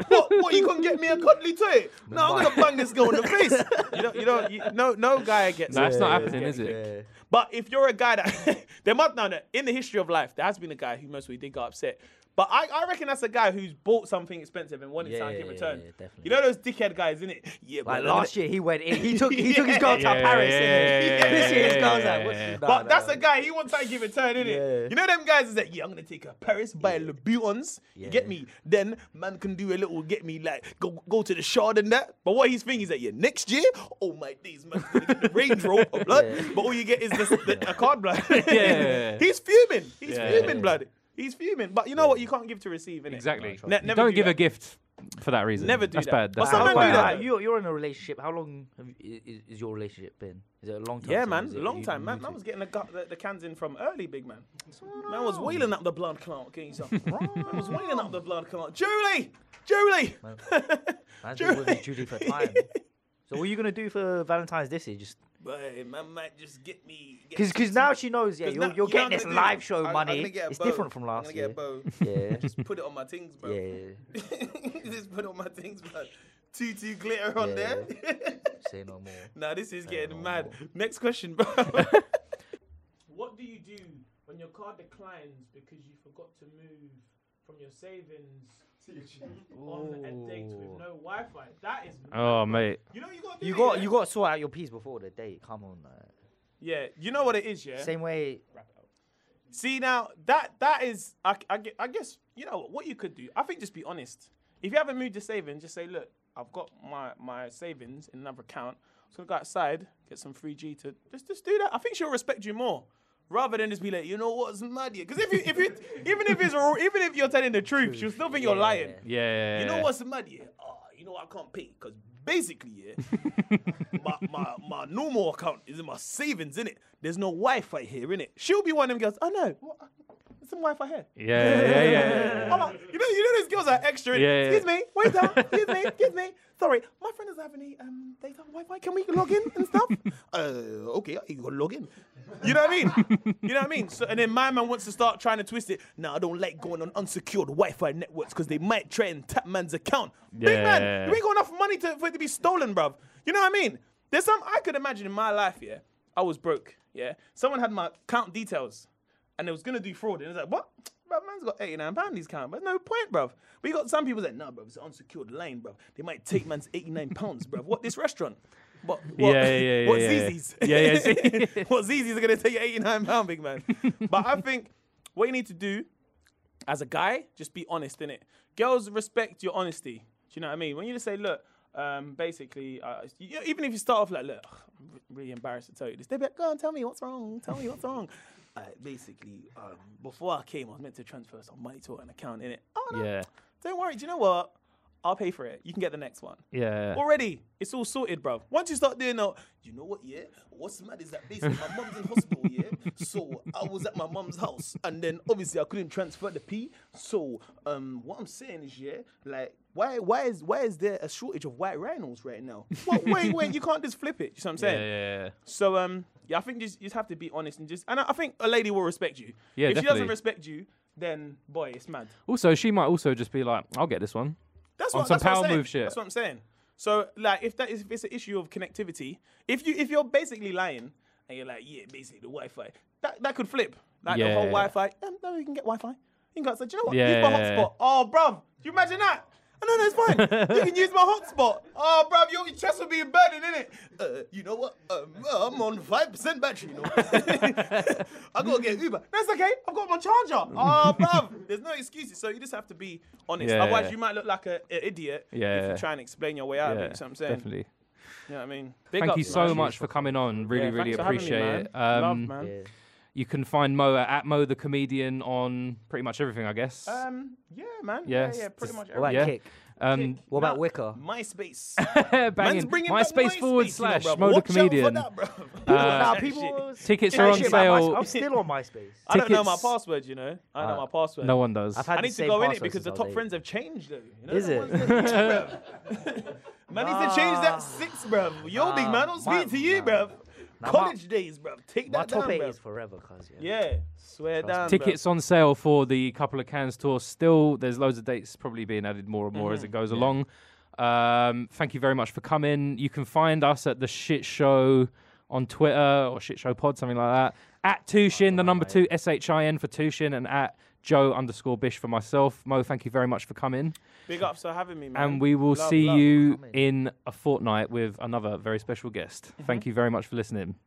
Speaker 3: what? What? You couldn't get me a cuddly toy? No, I'm gonna bang this girl in the face. You don't. You don't. You, no. No guy gets.
Speaker 1: No, it's
Speaker 3: that.
Speaker 1: not
Speaker 3: Yeah.
Speaker 1: happening, is it?
Speaker 4: Yeah.
Speaker 3: But if you're a guy that there must now that in the history of life, there has been a guy who mostly did get upset. But I, I reckon that's a guy who's bought something expensive and wanted
Speaker 2: Yeah,
Speaker 3: something in
Speaker 2: yeah,
Speaker 3: return.
Speaker 2: yeah, definitely.
Speaker 3: You know those dickhead guys, innit? Yeah,
Speaker 2: Like
Speaker 3: but-
Speaker 2: last year, he went in. He took he took his girl
Speaker 1: Yeah,
Speaker 2: to
Speaker 1: yeah,
Speaker 2: Paris.
Speaker 1: yeah,
Speaker 2: innit?
Speaker 1: yeah, yeah,
Speaker 2: this year, his
Speaker 1: yeah,
Speaker 2: girl's
Speaker 1: yeah,
Speaker 2: like, what's
Speaker 1: yeah.
Speaker 2: nah,
Speaker 3: But
Speaker 2: nah,
Speaker 3: that's
Speaker 2: nah.
Speaker 3: a guy, he wants to give a turn, innit?
Speaker 4: Yeah.
Speaker 3: You know them guys is like, yeah, I'm gonna take her Paris, buy a Le Buons, you get me? Then man can do a little get me like go go to the shard and that. But what he's thinking is that yeah, next year, oh my days, man, gonna get the Range Rover blood. But all you get is this the, a card blood.
Speaker 1: Yeah.
Speaker 3: he's fuming. He's
Speaker 1: Yeah.
Speaker 3: fuming, blood. He's fuming. But you know what? You can't give to receive, innit?
Speaker 1: Exactly.
Speaker 3: Ne-
Speaker 1: You
Speaker 3: never
Speaker 1: don't
Speaker 3: do
Speaker 1: give
Speaker 3: that.
Speaker 1: a gift for that reason.
Speaker 3: Never do
Speaker 1: That's
Speaker 3: that.
Speaker 1: bad.
Speaker 3: But
Speaker 1: That's
Speaker 3: some
Speaker 1: not
Speaker 3: men do
Speaker 1: quite
Speaker 3: that.
Speaker 1: right.
Speaker 2: Like, you're, you're in a relationship. How long have, you- is, is your relationship been? Is it a long time?
Speaker 3: Yeah,
Speaker 2: still?
Speaker 3: man,
Speaker 2: Is it-
Speaker 3: long
Speaker 2: you-
Speaker 3: time.
Speaker 2: you
Speaker 3: Man,
Speaker 2: two-
Speaker 3: man was getting the, gu- the, the cans in from early, big man. Man was wheeling up the blood clot, getting something. man was wheeling up the blood clot. Julie! Julie!
Speaker 2: Man's been with his Judy for time. So what are you gonna do for Valentine's this year? Just
Speaker 3: Boy, man might just get me. get
Speaker 2: because
Speaker 3: some-
Speaker 2: now she knows. Yeah,
Speaker 3: 'cause
Speaker 2: you're, you're
Speaker 3: now- you know what
Speaker 2: getting this
Speaker 3: I'm gonna do?
Speaker 2: live show
Speaker 3: I'm- I'm
Speaker 2: money.
Speaker 3: gonna get a
Speaker 2: It's
Speaker 3: bow.
Speaker 2: different from
Speaker 3: I'm
Speaker 2: last
Speaker 3: gonna
Speaker 2: year.
Speaker 3: get a bow.
Speaker 2: Yeah.
Speaker 3: Just put it on my things, bro.
Speaker 2: yeah.
Speaker 3: just put it on my things, bro. Tutu glitter on
Speaker 2: Yeah.
Speaker 3: there.
Speaker 2: Say no more.
Speaker 3: Nah, this is getting
Speaker 2: no
Speaker 3: mad. Next question, bro. what do you do when your card declines because you forgot to move from your savings on a date with no Wi-Fi? That is.
Speaker 1: Oh, mate.
Speaker 3: You know you got.
Speaker 2: You got you got to sort out your piece before the date. Come on. man.
Speaker 3: Yeah, you know what it is, yeah.
Speaker 2: Same way.
Speaker 3: See now that that is I, I, gue- I guess you know what you could do. I think just be honest. If you haven't moved your savings, just say, look, I've got my my savings in another account. I'm just gonna go outside, get some free G to just just do that. I think she'll respect you more. Rather than just be like, you know what's mad here? Because if you if you even if it's r- even if you're telling the truth, she'll still think you're
Speaker 2: Yeah.
Speaker 3: lying.
Speaker 1: Yeah.
Speaker 3: You know what's mad here? Oh, you know what I can't pay because basically, yeah, my, my my normal account is in my savings, in it. There's no Wi-Fi here, in it. She'll be one of them girls. Oh no, what? there's some Wi-Fi here.
Speaker 1: Yeah, yeah, yeah, yeah.
Speaker 3: I'm like, you know, you know, those girls are extra. innit?
Speaker 1: Yeah, yeah.
Speaker 3: Excuse me, wait down. Excuse me, excuse me. Sorry, my friend doesn't have any um data Wi-Fi. Can we log in and stuff? uh, okay, you gotta log in. You know what I mean? you know what I mean? So, and then my man wants to start trying to twist it. Now I don't like going on unsecured Wi-Fi networks because they might try and tap man's account. Big man,
Speaker 1: Yeah.
Speaker 3: you ain't got enough money to, for it to be stolen, bruv. You know what I mean? There's some I could imagine in my life. Yeah, I was broke. Yeah, someone had my account details and they was gonna do fraud. And it's like, what? Bro, man's got 89 pound in his account, but no point, bruv. We got some people that, nah, bruv, it's an unsecured line, bruv. They might take man's 89 pounds, bruv. What this restaurant? What, what,
Speaker 1: Yeah, yeah, yeah,
Speaker 3: what
Speaker 1: yeah, yeah.
Speaker 3: Zizis?
Speaker 1: Yeah, yeah, Z-
Speaker 3: what Zizis are gonna take your 89 pound, big man? but I think what you need to do as a guy, just be honest in it. Girls respect your honesty. Do you know what I mean? When you just say, look, um, basically, uh, you, even if you start off like, look, I'm re- really embarrassed to tell you this, they'd be like, go on, tell me what's wrong. Tell me what's wrong. Uh, basically, um, before I came, I was meant to transfer some money to an account in it. Oh, no,
Speaker 1: Yeah.
Speaker 3: don't worry. Do you know what? I'll pay for it. You can get the next one.
Speaker 1: Yeah.
Speaker 3: Already, it's all sorted, bruv. Once you start doing that, you know what, yeah? What's mad is that basically my mum's in hospital, yeah? So I was at my mum's house, and then obviously I couldn't transfer the P. So um, what I'm saying is, yeah, like, why, why is why is there a shortage of white rhinos right now? Well, wait, wait, you can't just flip it. You know what I'm
Speaker 1: Yeah,
Speaker 3: saying?
Speaker 1: yeah, yeah.
Speaker 3: So um, yeah, I think just you just have to be honest and just, and I, I think a lady will respect you.
Speaker 1: Yeah,
Speaker 3: if she
Speaker 1: definitely.
Speaker 3: doesn't respect you, then boy, it's mad.
Speaker 1: Also, she might also just be like, I'll get this one.
Speaker 3: That's
Speaker 1: On
Speaker 3: what,
Speaker 1: some
Speaker 3: that's what I'm
Speaker 1: power
Speaker 3: saying.
Speaker 1: move shit.
Speaker 3: That's what I'm saying. So like, if that is if it's an issue of connectivity, if you if you're basically lying and you're like, yeah, basically the Wi-Fi, that that could flip. Like the whole
Speaker 1: Yeah.
Speaker 3: Wi-Fi. Um, no, you can get Wi-Fi. You can go outside. Do you know what? Use
Speaker 1: Yeah.
Speaker 3: my hotspot. Oh, bruv, do you imagine that? Oh, no, no, it's fine. you can use my hotspot. Oh, bruv, your, your chest will be burning, innit? Uh, you know what? Um, uh, I'm on 5% battery, you know. I gotta get Uber. That's okay. I've got my charger. Oh, bruv, there's no excuses. So you just have to be honest.
Speaker 1: Yeah.
Speaker 3: Otherwise, you might look like a- an idiot if
Speaker 1: Yeah.
Speaker 3: you try and explain your way
Speaker 1: yeah,
Speaker 3: out of it. You know what I'm saying?
Speaker 1: Definitely.
Speaker 3: You know what I mean? Big
Speaker 1: Thank you
Speaker 3: ups,
Speaker 1: so
Speaker 3: man.
Speaker 1: much for coming on. Really,
Speaker 3: Yeah,
Speaker 1: really
Speaker 3: thanks for having me,
Speaker 1: appreciate
Speaker 3: man.
Speaker 1: it. Um,
Speaker 3: Love, man.
Speaker 2: Yeah.
Speaker 1: You can find Mo at, at Mo the comedian on pretty much everything, I guess.
Speaker 3: Um, yeah, man.
Speaker 1: Yeah,
Speaker 3: yeah, yeah, pretty
Speaker 1: just-
Speaker 3: much.
Speaker 2: What about
Speaker 1: Yeah.
Speaker 2: kick?
Speaker 1: um,
Speaker 2: What about Wicker? Uh,
Speaker 3: MySpace. Man's
Speaker 1: banging
Speaker 3: bringing back
Speaker 1: MySpace forward
Speaker 3: MySpace, you know,
Speaker 1: slash
Speaker 3: bruv.
Speaker 1: Mo the
Speaker 3: Watch out for
Speaker 1: comedian.
Speaker 3: that, bruv.
Speaker 2: nah,
Speaker 3: Shit.
Speaker 2: people.
Speaker 1: Tickets
Speaker 2: chat
Speaker 1: are on
Speaker 2: shit about
Speaker 1: sale.
Speaker 2: MySpace. I'm still on MySpace.
Speaker 3: I don't know my
Speaker 1: tickets-
Speaker 3: password, you know. I
Speaker 2: Uh,
Speaker 3: don't know my password.
Speaker 1: No one does.
Speaker 2: I've had the
Speaker 3: I need to
Speaker 2: same
Speaker 3: go in it
Speaker 2: password
Speaker 3: because
Speaker 2: since
Speaker 3: the
Speaker 2: I was
Speaker 3: top
Speaker 2: eight.
Speaker 3: friends have changed, though. You know,
Speaker 2: Is
Speaker 3: the
Speaker 2: it?
Speaker 3: ones that- man needs to change that six, bruv. Yo, big man, I'll
Speaker 2: my-
Speaker 3: speak to you,
Speaker 2: nah.
Speaker 3: bruv.
Speaker 2: Now, my-
Speaker 3: College days, bro. Take
Speaker 2: My
Speaker 3: that
Speaker 2: top
Speaker 3: down,
Speaker 2: eight
Speaker 3: bruv.
Speaker 2: is forever, cause yeah.
Speaker 3: Yeah, swear
Speaker 2: Trust me.
Speaker 3: down. bruv.
Speaker 1: Tickets on sale for the couple of cans tour. Still, there's loads of dates probably being added more and more as it goes along. Um, thank you very much for coming. You can find us at the Shit Show on Twitter or Shit Show Pod, something like that. At Tushin, the number two S H I N for Tushin, and at Joe underscore Bish for myself. Mo, thank you very much for coming,
Speaker 3: Big ups for having me, man.
Speaker 1: and we will
Speaker 3: Love,
Speaker 1: see
Speaker 3: love.
Speaker 1: you
Speaker 2: coming.
Speaker 1: in a fortnight with another very special guest. Thank you very much for listening.